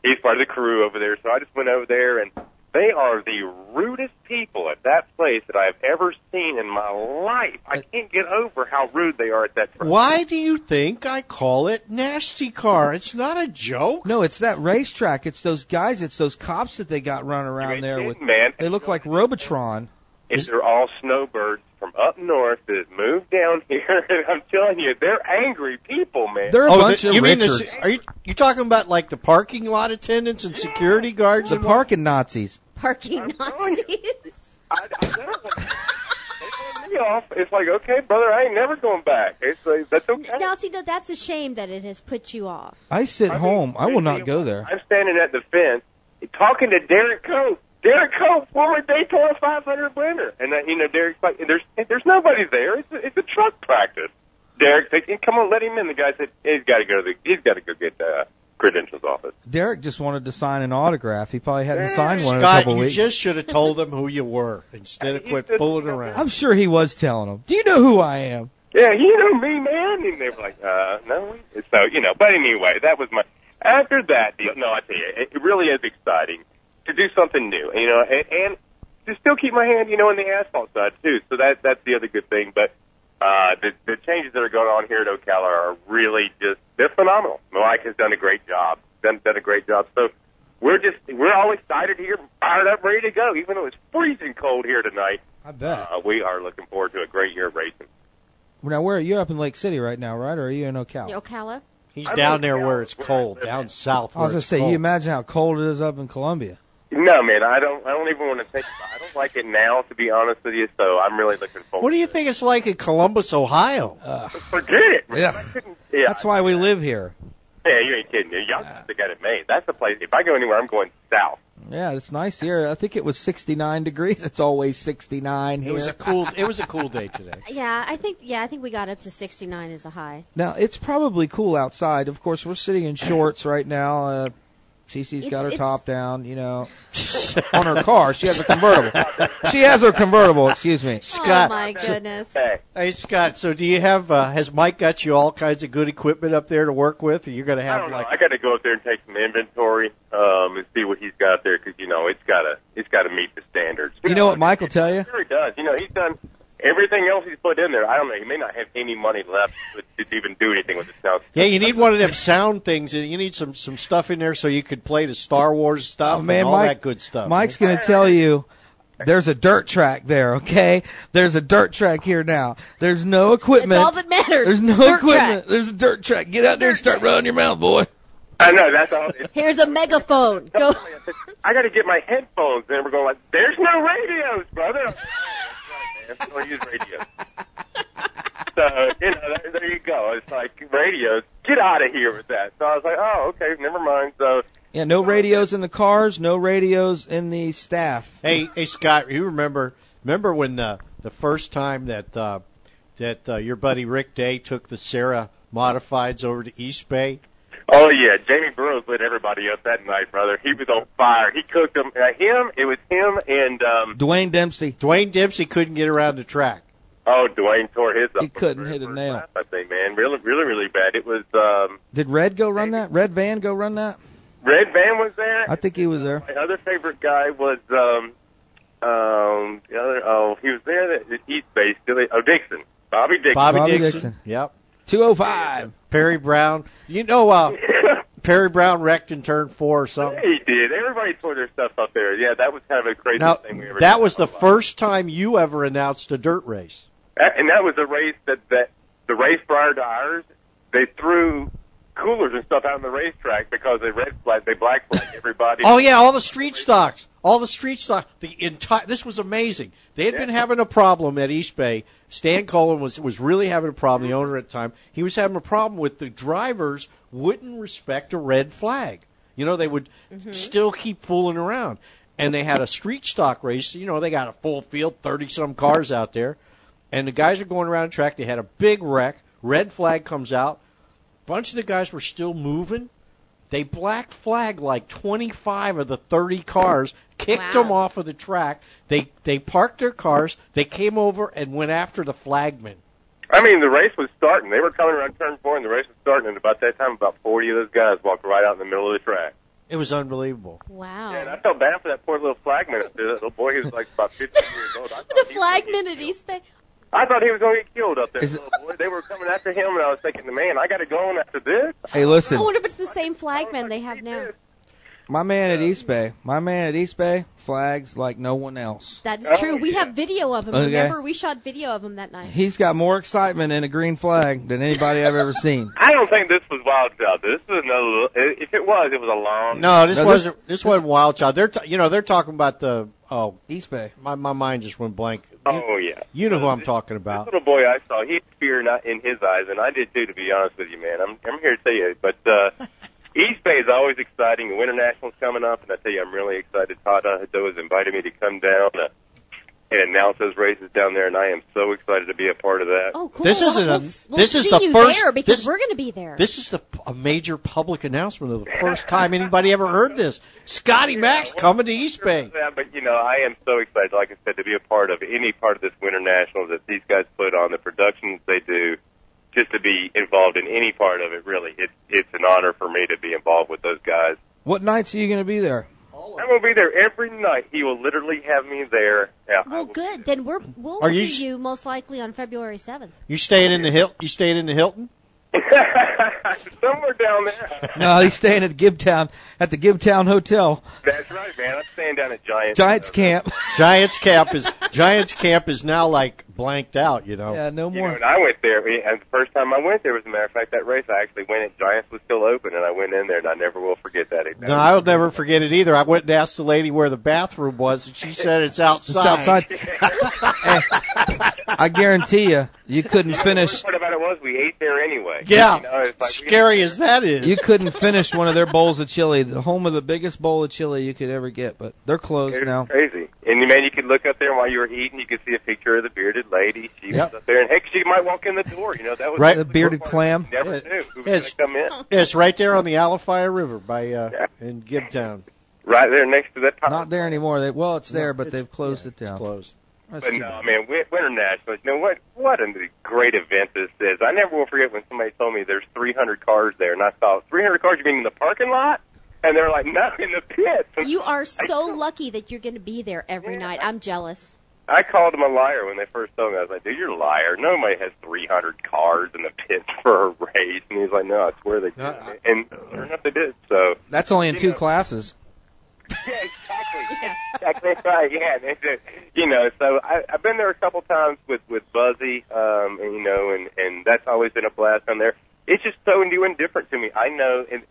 S21: he's part of the crew over there. So I just went over there, and they are the rudest people at that place that I've ever seen in my life. I can't get over how rude they are at that.
S1: Why do you think I call it Oh, nasty car? It's not a joke.
S9: No, it's that racetrack. It's those guys. It's those cops that they got running around there with.
S21: man.
S9: They look like Robotron.
S21: It's, they're all snowbirds from up north that have moved down <laughs> here, and I'm telling you, they're angry people, man.
S1: Oh, the- you mean the se- are you you talking about like the parking lot attendants and security guards?
S9: The parking Nazis.
S8: parking Nazis.
S21: me off. It's like, okay, brother, I ain't never going back. It's like, that's okay.
S8: Now, see, tha- that's a shame that it has put you off.
S9: I sit home. I will not go there.
S21: I'm standing at the fence talking to Derek Cope. Derek Cope, former Daytona 500 winner, and uh, you know Derek's like, there's there's nobody there. It's a, it's a truck practice. Derek, said, "Hey, come on, let him in. The guy said he's got to go. To the, he's got to go get uh, credentials office.
S9: Derek just wanted to sign an autograph. He probably hadn't signed one in a
S1: Eh, Scott,
S9: couple
S1: you
S9: weeks.
S1: just should have told them who you were instead of quit fooling around.
S9: I'm sure he was telling him. Do you know who I am?
S21: Yeah, you know me, man. And they were like, uh, no. we- So, you know, but anyway, that was my, after that deal, no, I tell you, it it really is exciting to do something new, you know, and, and to still keep my hand, you know, in the asphalt side too. So that, that's the other good thing. But, uh, the, the changes that are going on here at Ocala are really just, they're phenomenal. Mike has done a great job, done, done a great job. So we're just, we're all excited here, fired up, ready to go, even though it's freezing cold here tonight.
S9: I bet.
S21: Uh, we are looking forward to a great year of racing.
S9: Now, where are you up in Lake City right now, right? Or are you in Ocala?
S8: Ocala.
S1: He's down there where it's cold, down south.
S9: I was
S1: where
S9: gonna
S1: it's
S9: say,
S1: cold.
S9: you imagine how cold it is up in Columbia.
S21: No, man, I don't. I don't even want to think. About it. I don't like it now, to be honest with you. So I'm really looking forward.
S1: What do you think it's like in Columbus, Ohio?
S21: Forget it.
S9: Yeah.
S21: Yeah,
S9: That's why we live here.
S21: yeah, you ain't kidding. Y'all just got it made. That's the place. If I go anywhere, I'm going south.
S9: Yeah, it's nice here. I think it was 69 degrees. It's always 69 here.
S21: It was a
S1: cool. It was a cool day <laughs> today.
S8: Yeah, I think yeah, I think we got up to 69 as a high.
S9: Now it's probably cool outside. Of course, we're sitting
S21: <clears throat>
S9: in shorts right now. Uh, Cece's
S8: It's-
S9: got her
S8: it's-
S9: top down, you
S21: <laughs>
S9: know, on her car. She has a convertible. She has her convertible. Excuse me,
S1: Scott.
S8: Oh my goodness.
S1: Hey Scott, so do you have? Uh, has Mike got you all kinds of good equipment up there to work with? Or you're going to
S21: I
S1: have
S21: don't know.
S1: like
S21: I got to go up there and take some inventory um, and see what he's got there because you know it's got to it's got to meet the standards.
S9: You know what Michael tell you?
S21: It sure does. You know he's done everything else he's put in there. I don't know. He may not have any money left to, to even do anything with it now.
S1: Yeah, you need one of them sound things, and you need some some stuff in there so you could play the Star Wars stuff
S9: Oh, man,
S1: and all
S9: Mike-
S1: that good stuff.
S9: Mike's going to tell you there's a dirt track there, okay? There's a dirt track here now. There's no equipment.
S21: all that matters.
S9: There's no
S21: Dirt
S9: equipment.
S21: track.
S9: There's a dirt track. Get out there and start running your mouth, boy.
S21: I know that's all.
S8: Here's a megaphone. Go.
S21: I got to get my headphones, and we're going like, "There's no radios, brother." I'm like, "Oh, that's right, man. We don't use radios. so you know, there, there you go. It's like radios. Get out of here with that. So I was like, "Oh, okay, never mind." So
S9: Yeah, no radios in the cars, no radios in the staff.
S1: Hey, hey, Scott, you remember remember when uh, the first time that uh, that uh, your buddy Rick Day took the Sarah modifieds over to East Bay?
S21: Oh yeah, Jamie Burrows lit everybody up that night, brother. He was on fire. He cooked them. Uh, him, it was him and um
S9: Dwayne Dempsey.
S1: Dwayne Dempsey couldn't get around the track.
S21: oh, Dwayne tore his up.
S9: He couldn't hit a nail.
S21: I think, man, really, really, really bad. It was um
S9: Did Red go run that? Red Van go run that?
S21: Red Van was there.
S9: I think he was
S21: <laughs>
S9: there.
S21: My other favorite guy was um um the other oh he was there at the East Bay still oh Dixon Bobby Dixon
S1: Bobby, Dixon. Yep.
S9: 205.
S1: Perry Brown. You know, uh, Perry Brown wrecked in turn four or something.
S21: He did. Everybody tore their stuff up there. Yeah, that was kind of a crazy
S1: Now,
S21: thing we ever
S1: that was the first time you ever announced a dirt race.
S21: That, and that was a race that, that the race prior to ours, they threw coolers and stuff out on the racetrack because they red flag, they black
S1: <laughs>
S21: flagged everybody.
S1: Oh yeah, all the street stocks, all the street stock. The entire this was amazing. They had been having a problem at East Bay. Stan Cullen was was really having a problem. The owner at the time, he was having a problem with the drivers wouldn't respect a red flag. You know, they would
S21: Mm-hmm.
S1: still keep fooling around. And they had a street stock race. You know, they got a full field, thirty some cars out there, and the guys are going around the track. They had a big wreck. Red flag comes out. Bunch of the guys were still moving. They black flagged like 25 of the 30 cars, kicked them off of the track. They they parked their cars. They came over and went after the flagman.
S21: I mean, the race was starting. They were coming around turn four, and the race was starting. And about that time, about forty of those guys walked right out in the middle of the track.
S1: It was unbelievable.
S21: <laughs>
S8: Wow.
S1: Oh.
S21: And I felt bad for that poor little flagman up there. That little boy, he was like about fifteen years old. I,
S8: The flagman at East Bay.
S21: I thought he was going to get killed up there. Little boy, they were coming after him, and I was thinking, man, I got to go on after this.
S9: Hey, listen.
S8: I wonder if it's the same flagman they have now.
S9: My man at East Bay. My man at East Bay flags like no one else.
S8: That is true. We have video of him.
S9: Okay.
S8: Remember, we shot video of him that night.
S9: He's got more excitement in a green flag than anybody I've ever seen.
S21: I don't think this was Wild Child. This was another. Little, if it was, it was a long.
S1: No, this wasn't. This, wasn't Wild Child. They're t- you know they're talking about the oh
S9: East Bay.
S1: My my mind just went blank.
S21: Oh yeah.
S1: You know who I'm talking about.
S21: little boy I saw, he had fear not in his eyes, and I did too, to be honest with you, man. I'm I'm here to tell you, but uh,
S8: <laughs>
S21: East Bay is always exciting. The Winter Nationals coming up, and I tell you, I'm really excited. Todd Hutto has invited me to come down. Uh, and announce those races down there, and I am so excited to be a part of that.
S8: Oh, cool.
S1: This
S8: Well,
S1: isn't
S8: we'll
S1: a-
S8: s- we'll
S1: this is
S8: see
S1: the
S8: you
S1: first-
S8: there because
S1: this-
S8: we're going to be there.
S1: This is the a major public announcement of the first time anybody ever heard this. Scotty Max coming to East Bay.
S21: Yeah, but you know, I am so excited, like I said, to be a part of any part of this Winter Nationals that these guys put on, the productions they do, just to be involved in any part of it. Really, it's it's an honor for me to be involved with those guys.
S9: What nights are you going to be there?
S21: I'm gonna be there every night. He will literally have me there. Yeah,
S8: well, good. Then we're we'll
S1: Are you
S8: see
S1: s-
S8: you most likely on February seventh.
S1: You staying in the Hil- You staying in the Hilton?
S21: <laughs> somewhere down there.
S9: no, he's staying at Gibtown at the Gibtown Hotel.
S21: That's right, man. I'm staying down at Giants.
S9: Giants camp.
S1: Giants
S9: <laughs>
S1: camp is Giants camp is now like blanked out. You know.
S9: Yeah, no
S21: You know, and I went there, and the first time I went there, as a matter of fact, that race I actually went at Giants was still open, and I went in there, and I never will forget that.
S1: No, I'll never forget it either. I went and asked the lady where the bathroom was, and she said it's outside.
S21: <laughs>
S9: Eh, I guarantee you, you
S5: <laughs>
S9: couldn't finish.
S1: <laughs>
S21: What about it was we ate there anyway.
S9: Yeah.
S21: <laughs> you know, it's like we-
S1: as that is.
S9: You couldn't finish one of their bowls of chili, the home of the biggest bowl of chili you could ever get, but they're closed
S21: It's
S9: now.
S21: crazy. And man, you could look up there while you were eating. You could see a picture of the bearded lady. She
S9: Yep.
S21: was up there, and heck, she might walk in the door. You know, that was
S1: Right.
S21: the
S1: The bearded
S21: part
S1: clam.
S21: you Never knew who was
S1: It's-
S21: going to come in.
S1: It's right there on the Alafia River by uh, in Gibtown.
S21: Right there next to that.
S9: Not there anymore. They, well, it's there, but they've closed it down.
S1: closed.
S21: but no, man, Win- Winter Nationals. You know what? What a great event this is. I never will forget when somebody told me there's 300 cars there, and I thought 300 cars. You mean in the parking lot? And they're like, no, in the pits. And
S8: You are so lucky that you're going to be there every night. I'm jealous.
S21: I called them a liar when they first told me. I was like, dude, you're a liar. Nobody has 300 cars in the pits <laughs> for a race. And he's like, no, I swear they do. and sure enough, they did. So
S9: That's only in
S21: you
S9: two
S21: know,
S9: classes.
S21: Exactly right. uh, Yeah, they do. you know. So I, I've been there a couple times with with Buzzy, um, and, you know, and and that's always been a blast on there. It's just so new and different to me. I know, and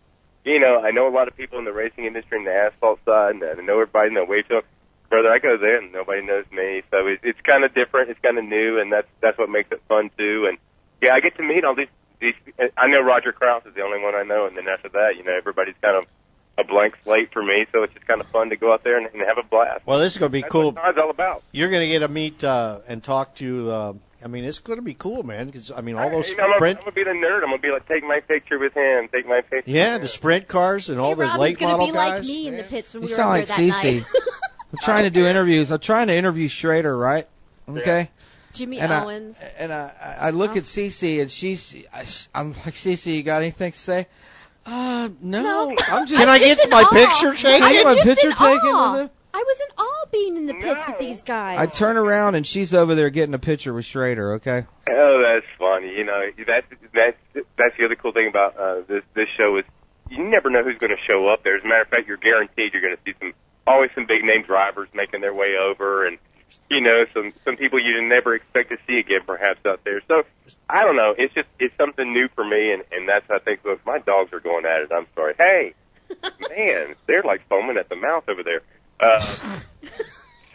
S21: you know, I know a lot of people in the racing industry and the asphalt side, and I know everybody in the wayfield. Brother, I go there and nobody knows me, so it's it's kind of different. It's kind of new, and that's that's what makes it fun too. And yeah, I get to meet all these these. I know Roger Krause is the only one I know, and then after that, you know, everybody's kind of a blank slate for me, so it's just kind of fun to go out there and, and have a blast.
S1: Well, this is going to be
S21: That's
S1: cool.
S21: what Todd's all about.
S1: You're going to get to meet uh, and talk to. Uh, I mean, it's going to be cool, man. Because I mean, all those
S21: You know, I'm,
S1: sprint,
S21: I'm gonna be the nerd. I'm gonna be like, take my picture with him. Take my picture.
S1: yeah, the sprint cars and all the
S8: Robin's
S1: late
S8: gonna
S1: model
S8: be
S1: guys.
S8: like me in the pits when
S9: You
S8: we were
S9: sound
S8: over
S9: like
S8: that
S9: Cece.
S8: night. <laughs>
S9: I'm trying to do interviews. I'm trying to interview Schrader, right? Okay.
S8: Jimmy
S9: And I-
S8: Owens.
S9: and I, I look at Cece and she's, I, am like, Cece, you got anything to say? Uh, no. I'm just.
S1: Can I get my picture
S9: Can I
S1: taken?
S9: get my picture taken
S8: awe.
S9: with him?
S8: I was in awe being in the pits with these guys.
S9: I turn around and she's over there getting a picture with Schrader. Okay.
S21: Oh, that's funny. You know, that's that's that's the other cool thing about uh, this this show is you never know who's going to show up there. As a matter of fact, you're guaranteed you're going to see some always some big name drivers making their way over, and you know some some people you never expect to see again, perhaps out there. So I don't know. It's just it's something new for me, and and that's I think. Look, my dogs are going at it. I'm sorry. Hey, man, they're like foaming at the mouth over there. Uh,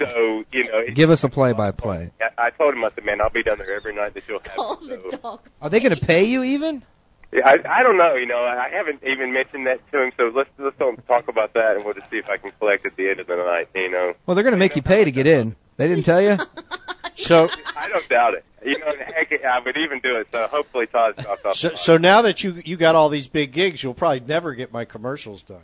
S21: so you know, it,
S9: Give us a play-by-play.
S21: I, I told him I said, man, I'll be down there every night that you'll have.
S8: Call the dog.
S9: Are they going to pay you even?
S21: Yeah, I, I don't know. You know, I I haven't even mentioned that to him. So let's let's don't talk about that, and we'll just see if I can collect at the end of the night. You know,
S9: Well, they're going to make you pay to get in. They didn't tell
S8: <laughs>
S9: you.
S1: So,
S21: I don't doubt it. You know, heck, I would even do it. So hopefully Todd's dropped off.
S1: so, so now that you you got all these big gigs, you'll probably never get my commercials done.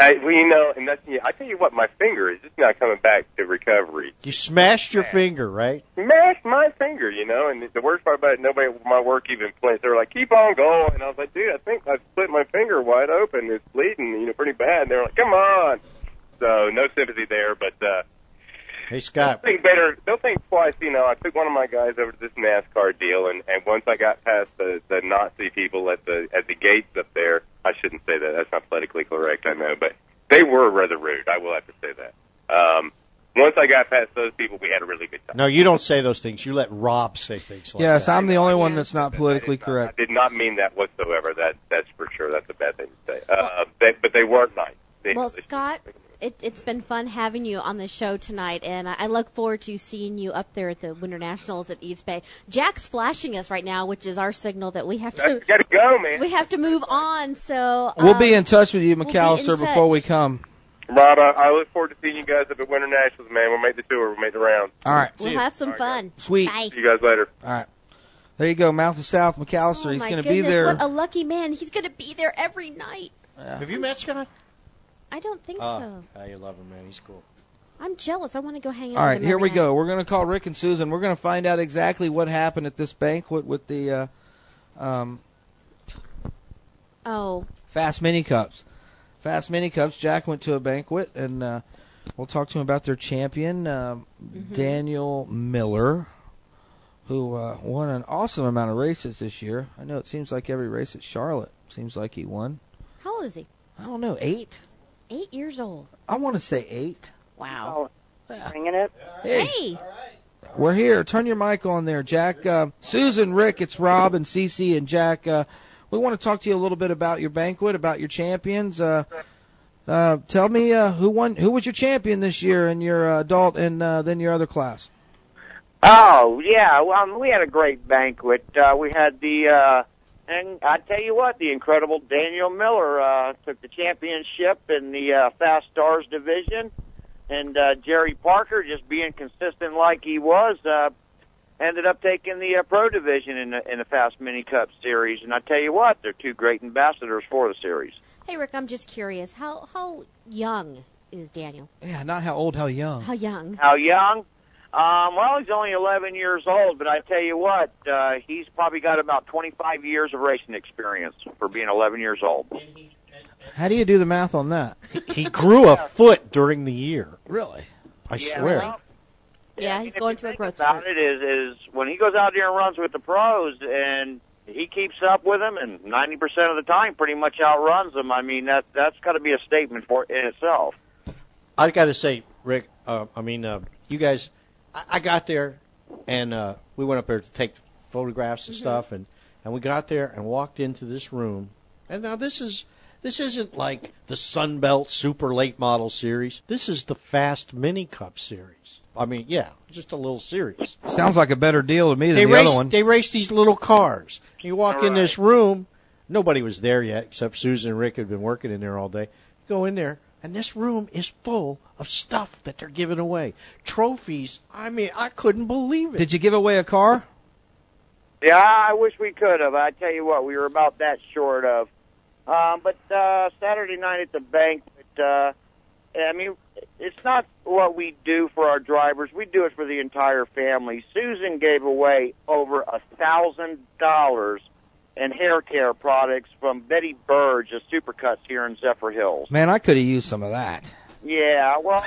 S21: I, well, you know, and that's yeah, I tell you what, my finger is just not coming back to recovery.
S1: You smashed your finger, right?
S21: Smashed my finger, you know, and the worst part about it, nobody at my work even blinked. They were like, "Keep on going," and I was like, "Dude, I think I split my finger wide open. It's bleeding, you know, pretty bad." And they were like, "Come on." So no sympathy there, but. uh
S1: Hey Scott,
S21: think better. Don't think twice. You know, I took one of my guys over to this NASCAR deal, and and once I got past the the Nazi people at the at the gates up there, I shouldn't say that. That's not politically correct. I know, but they were rather rude. I will have to say that. Um, once I got past those people, we had a really good time.
S1: no, you don't say those things. You let Rob say things like
S9: Yes,
S1: that.
S9: I'm the only one that's not politically correct.
S21: I did not mean that whatsoever. That that's for sure. That's a bad thing to say. Uh, they, but they weren't nice. They,
S8: Well, Scott, it, it's been fun having you on the show tonight, and I, I look forward to seeing you up there at the Winter Nationals at East Bay. Jack's flashing us right now, which is our signal that we have to
S21: gotta go, man.
S8: We have to move on. So
S9: We'll
S8: um,
S9: be in touch with you,
S8: we'll be in
S9: McAllister,
S8: touch.
S9: before we come.
S21: Rob, I, I look forward to seeing you guys up at Winter Nationals, man. We'll make the tour. We'll make the round.
S9: All right.
S8: We'll have some fun.
S9: Sweet.
S8: Bye.
S21: See you guys later.
S9: All right. There you go, Mouth of South, McAllister.
S8: Oh
S9: He's
S8: my
S9: going to
S8: goodness,
S9: be there.
S8: What a lucky man. He's going to be there every night.
S1: Have you met Scott?
S8: I don't think
S9: Uh.
S8: so.
S1: Ah, you love him, man. He's cool.
S8: I'm jealous. I want to go hang out
S9: All
S8: with
S9: right,
S8: him
S9: here
S8: every
S9: we
S8: night.
S9: go. We're going to call Rick and Susan. We're going to find out exactly what happened at this banquet with the uh, um,
S8: Oh,
S9: Fast Mini Cups. Fast Mini Cups. Jack went to a banquet, and uh, we'll talk to him about their champion, um Daniel Miller, who uh, won an awesome amount of races this year. I know it seems like every race at Charlotte seems like he won.
S8: how old is he?
S9: I don't know, eight?
S8: Eight years old.
S9: I want to say eight.
S8: Wow.
S5: Oh, Bringing it.
S9: Hey.
S8: Hey.
S9: We're here. Turn your mic on there, Jack. Uh, Susan, Rick, it's Rob and Cece and Jack. Uh, we want to talk to you a little bit about your banquet, about your champions. Uh, uh, tell me uh, who won. Who was your champion this year in your uh, adult and uh, then your other class?
S5: <laughs> Oh yeah, well, um, we had a great banquet. Uh, we had the uh, and I tell you what, the incredible Daniel Miller uh, took the championship in the uh, Fast Stars division, and uh, Jerry Parker, just being consistent like he was, uh, ended up taking the uh, Pro division in the, in the Fast Mini Cup series. And I tell you what, they're two great ambassadors for the series.
S8: Hey, Rick, I'm just curious. How how young is Daniel?
S9: Yeah, not how old, how young.
S8: How young?
S5: How young? Um, well, he's only 11 years old, but I tell you what, uh, he's probably got about 25 years of racing experience for being 11 years old.
S9: How do you do the math on that?
S1: He grew a foot during the year.
S9: Really?
S1: I swear.
S8: Yeah, he's going through a growth
S5: About
S8: spurt.
S5: it is, is when he goes out there and runs with the pros and he keeps up with them and 90% of the time pretty much outruns them. I mean, that, that's got to be a statement for in itself.
S1: I got to say, Rick. Uh, I mean, uh, you guys. I, I got there, and uh, we went up there to take photographs and
S19: Mhm.
S1: stuff, and and we got there and walked into this room. And now this is this isn't like the Sunbelt Super Late Model Series. This is the Fast Mini Cup Series. I mean, yeah, just a little series.
S9: Sounds like a better deal to me than
S1: They
S9: the
S1: raced,
S9: other one.
S1: they raced these little cars. You walk in this room, nobody was there yet except Susan and Rick had been working in there all day. Go in there, and this room is full of stuff that they're giving away. Trophies. I mean, I couldn't believe it.
S9: Did you give away a car?
S5: Yeah, I wish we could have. I tell you what, we were about that short of. Um, but uh, Saturday night at the banquet, uh, I mean, it's not what we do for our drivers. We do it for the entire family. Susan gave away over a thousand dollars in hair care products from Betty Burge of Supercuts here in Zephyr Hills.
S9: Man, I could have used some of that.
S5: Yeah, well,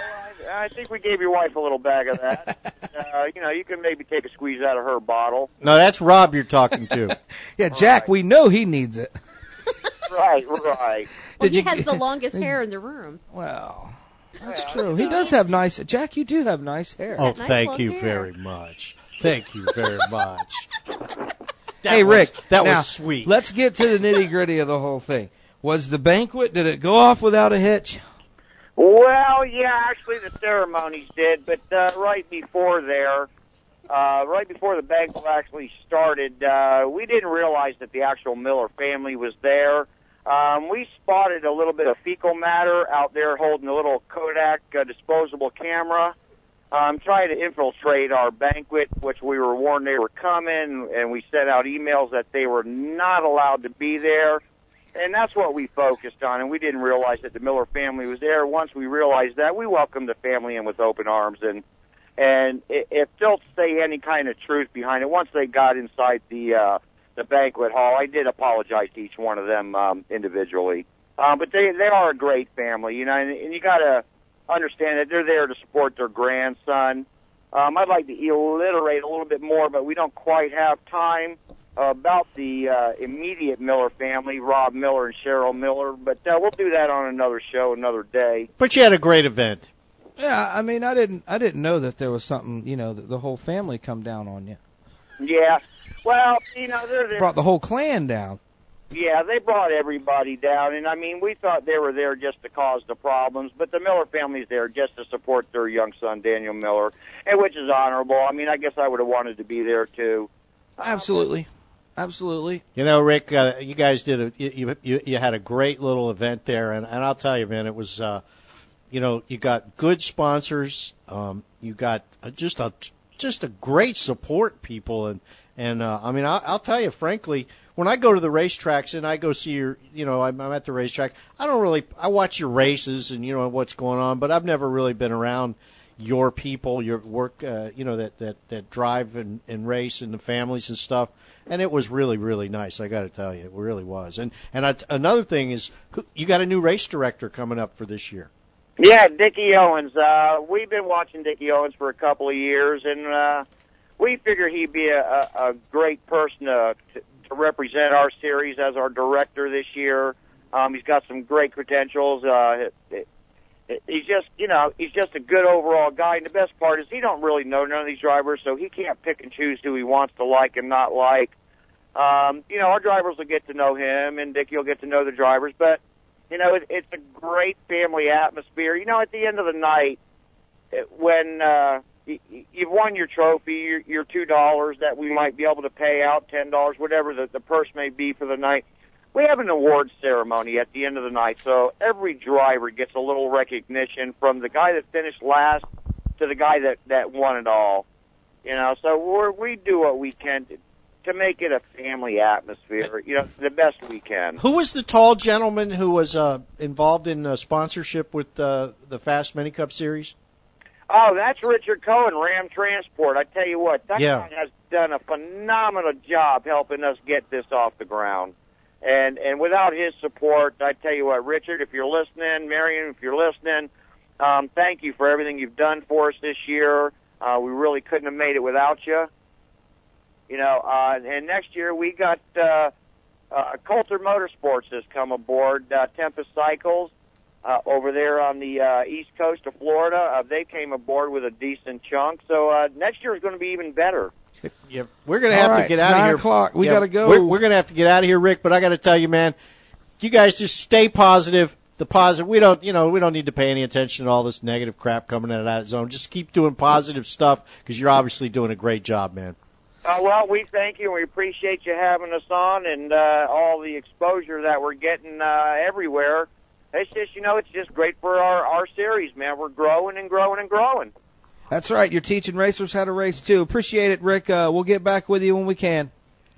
S5: I, I think we gave your wife a little bag of that. uh, you know, you can maybe take a squeeze out of her bottle.
S1: No, that's Rob you're talking to.
S9: <laughs> yeah, Jack, we know he needs it.
S5: right, right.
S8: Well,
S9: Did
S8: he
S9: you-
S8: has
S9: <laughs>
S8: the longest hair in the room.
S9: Wow. That's true. He does have nice. Jack, you do have nice hair.
S1: Oh, thank you very much. Thank you very much. <laughs> That
S9: hey,
S1: was-
S9: Rick.
S1: that was
S9: now,
S1: sweet.
S9: Let's get to the nitty gritty of the whole thing. Was the banquet? Did it go off without a hitch?
S5: Well, yeah, actually the ceremonies did, but uh, right before there, uh, right before the banquet actually started, uh, we didn't realize that the actual Miller family was there. Um, we spotted a little bit of fecal matter out there holding a little Kodak uh, disposable camera. Um, trying to infiltrate our banquet, which we were warned they were coming, and we sent out emails that they were not allowed to be there. And that's what we focused on, and we didn't realize that the Miller family was there. Once we realized that, we welcomed the family in with open arms, and and i- if they'll say any kind of truth behind it, once they got inside the uh, the banquet hall, I did apologize to each one of them um, individually. Uh, but they they are a great family, you know, and, and you gotta understand that they're there to support their grandson. Um, I'd like to alliterate a little bit more, but we don't quite have time about the uh, immediate Miller family, Rob Miller and Cheryl Miller, but uh, we'll do that on another show, another day.
S1: But you had a great event.
S9: Yeah, I mean, I didn't. I didn't know that there was something. You know, that the whole family come down on you.
S5: Yeah. Well, you know, they're, they
S9: Brought the whole clan down.
S5: Yeah, they brought everybody down, and I mean, we thought they were there just to cause the problems, but the Miller family's there just to support their young son, Daniel Miller, and which is honorable. I mean, I guess I would have wanted to be there too.
S9: Absolutely, absolutely.
S1: You know, Rick, uh, you guys did a you, you you had a great little event there, and, and I'll tell you, man, it was uh, you know, you got good sponsors. Um, you got uh, just a just a great support people, and and uh, I mean, I, I'll tell you frankly, when I go to the racetracks and I go see your, you know, I'm, I'm at the racetrack. I don't really, I watch your races and you know what's going on, but I've never really been around your people, your work, uh, you know, that that that drive and, and race and the families and stuff. And it was really, really nice. I got to tell you, it really was. And and I, another thing is, who- you got a new race director coming up for this year.
S5: Yeah, Dickie Owens. Uh, we've been watching Dickie Owens for a couple of years, and uh, we figure he'd be a, a, a great person to, to, to represent our series as our director this year. Um, he's got some great credentials. Uh, he- he- he's just, you know, he's just a good overall guy. And the best part is he don't really know none of these drivers, so he can't pick and choose who he wants to like and not like. Um, you know, our drivers will get to know him, and Dickie will get to know the drivers, but you know, it, it's a great family atmosphere. You know, at the end of the night, it- when uh, y- y- you've won your trophy, your, your two dollars that we might be able to pay out, ten dollars, whatever the, the purse may be for the night, we have an awards ceremony at the end of the night. So every driver gets a little recognition from the guy that finished last to the guy that that won it all. You know, so we're, we do what we can to, to make it a family atmosphere. You know, the best we can.
S1: Who was the tall gentleman who was uh, involved in uh, sponsorship with uh, the Fast Mini Cup Series?
S5: Oh, that's Richard Cohen, Ram Transport. I tell you what, that
S1: Yeah.
S5: guy has done a phenomenal job helping us get this off the ground. And and without his support, I tell you what, Richard, if you're listening, Marion, if you're listening, um, thank you for everything you've done for us this year. Uh, we really couldn't have made it without you. You know, uh, and next year we got uh, uh, Coulter Motorsports has come aboard, uh, Tempest Cycles uh, over there on the uh, east coast of Florida. Uh, they came aboard with a decent chunk, so uh, next year is going to be even better.
S1: Yeah, we're gonna
S5: All
S1: have
S5: right,
S1: to get
S5: it's
S1: out of
S5: nine
S1: here.
S5: o'clock. We
S1: Yeah,
S5: gotta go.
S1: We're, we're gonna have to get out of here, Rick. But I gotta tell you, man, you guys just stay positive. The positive. We don't, you know, we don't need to pay any attention to all this negative crap coming out of that zone. Just keep doing positive stuff because you're obviously doing a great job, man.
S5: Uh, well, we thank you. and We appreciate you having us on and uh, all the exposure that we're getting uh, everywhere. It's just, you know, it's just great for our, our series, man. We're growing and growing and growing.
S9: That's right. You're teaching racers how to race too. Appreciate it, Rick. Uh, we'll get back with you when we can.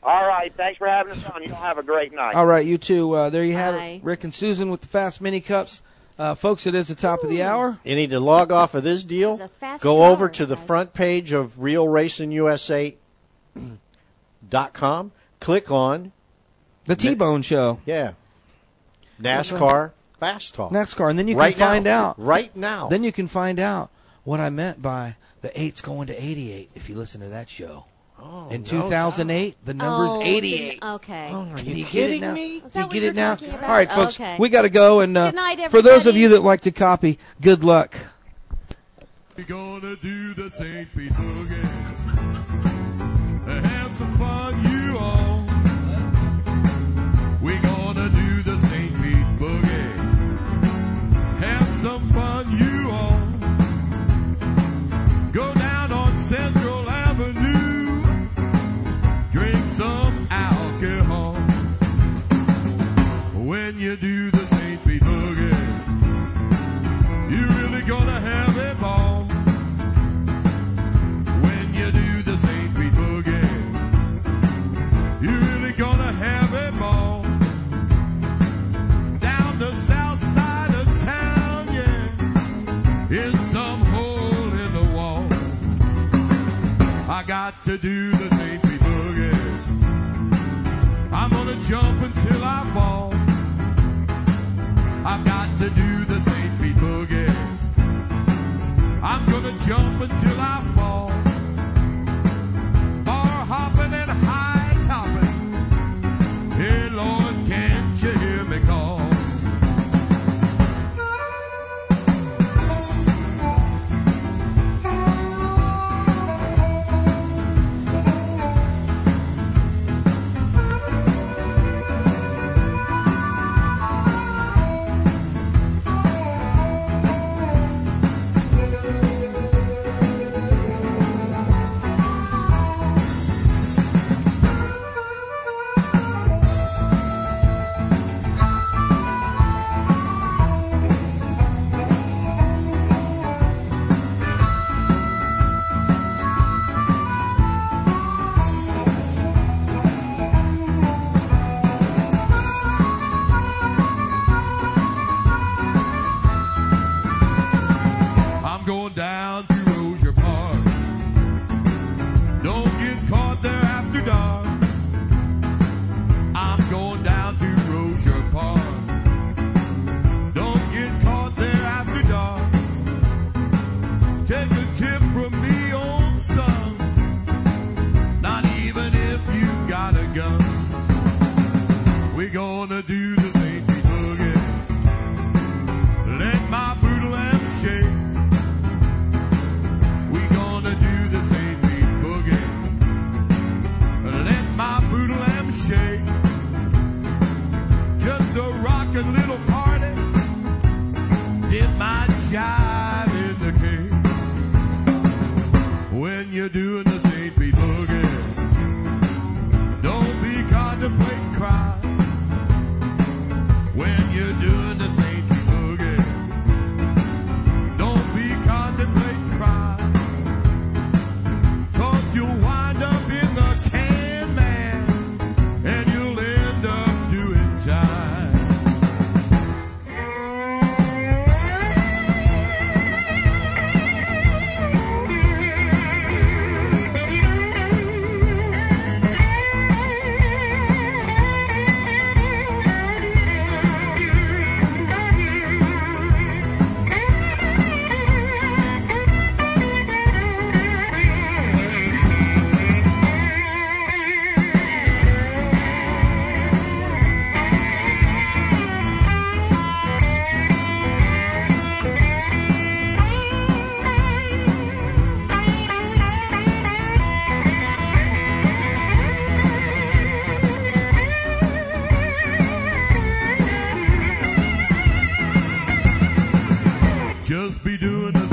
S5: All right. Thanks for having us on. You'll have a great night.
S9: All right, you too. Uh, there you have
S5: Bye.
S9: it, Rick and Susan with the Fast Mini Cups. Uh, folks, it is the top of the hour.
S1: You need to log off of this deal.
S9: fast
S1: Go
S9: hour,
S1: over to the front page of RealRacingUSA.com. Click on
S9: the T-Bone Show.
S1: Yeah, NASCAR Fast Talk.
S9: NASCAR, and then you
S1: Right
S9: can find
S1: now.
S9: out
S1: Right now.
S9: Then you can find out what I meant by the eight's going to eighty-eight. If you listen to that show,
S1: oh,
S9: in
S1: no
S9: two thousand eight, the number's
S8: oh,
S9: eighty-eight. Oh,
S8: didn't- Okay.
S9: are you You kidding kidding now? me?
S8: Is that
S9: you
S8: what
S9: get
S8: you
S9: it
S8: were
S9: now.
S8: talking about? Oh,
S9: All right, folks,
S8: Okay.
S9: we got to go. And uh,
S8: Good night,
S9: for those of
S8: everybody.
S9: you that like to copy, good luck.
S6: We gonna do the St. Pete Boogie. Have some fun, you all. We gonna do the St. Pete Boogie. Have some fun, you all. Go down on Central Avenue. Drink some alcohol. When you do the St. Pete Boogie. You're really gonna have a ball when you do the St. Pete Boogie. You're really gonna have a ball down the south side of town, yeah, in some hole in the wall. I got to do the St. Pete Boogie. I'm gonna jump until I fall. I've got to do the St. Pete Boogie. I'm gonna jump until I fall. Bar hopping and high topping. Hey Lord, can't you hear me call? down to Rosier Park. Don't get caught there after dark. I'm going down to Rosier Park. Don't get caught there after dark. Take a tip from me, old son. Not even if you got a gun. We're gonna do the St. Pete Boogie. Let my boodle and shake. We gonna do the St. Pete Boogie. Let my boodle and shake. Just a rockin' little party. Dip my jive in the cake. When you're doing the St. Pete Boogie, don't be contemplating crime when you're doing the Saint Boogie. Don't be contemplating crime, cause you'll wind up in the can, man, and you'll end up doing time. Just be doing the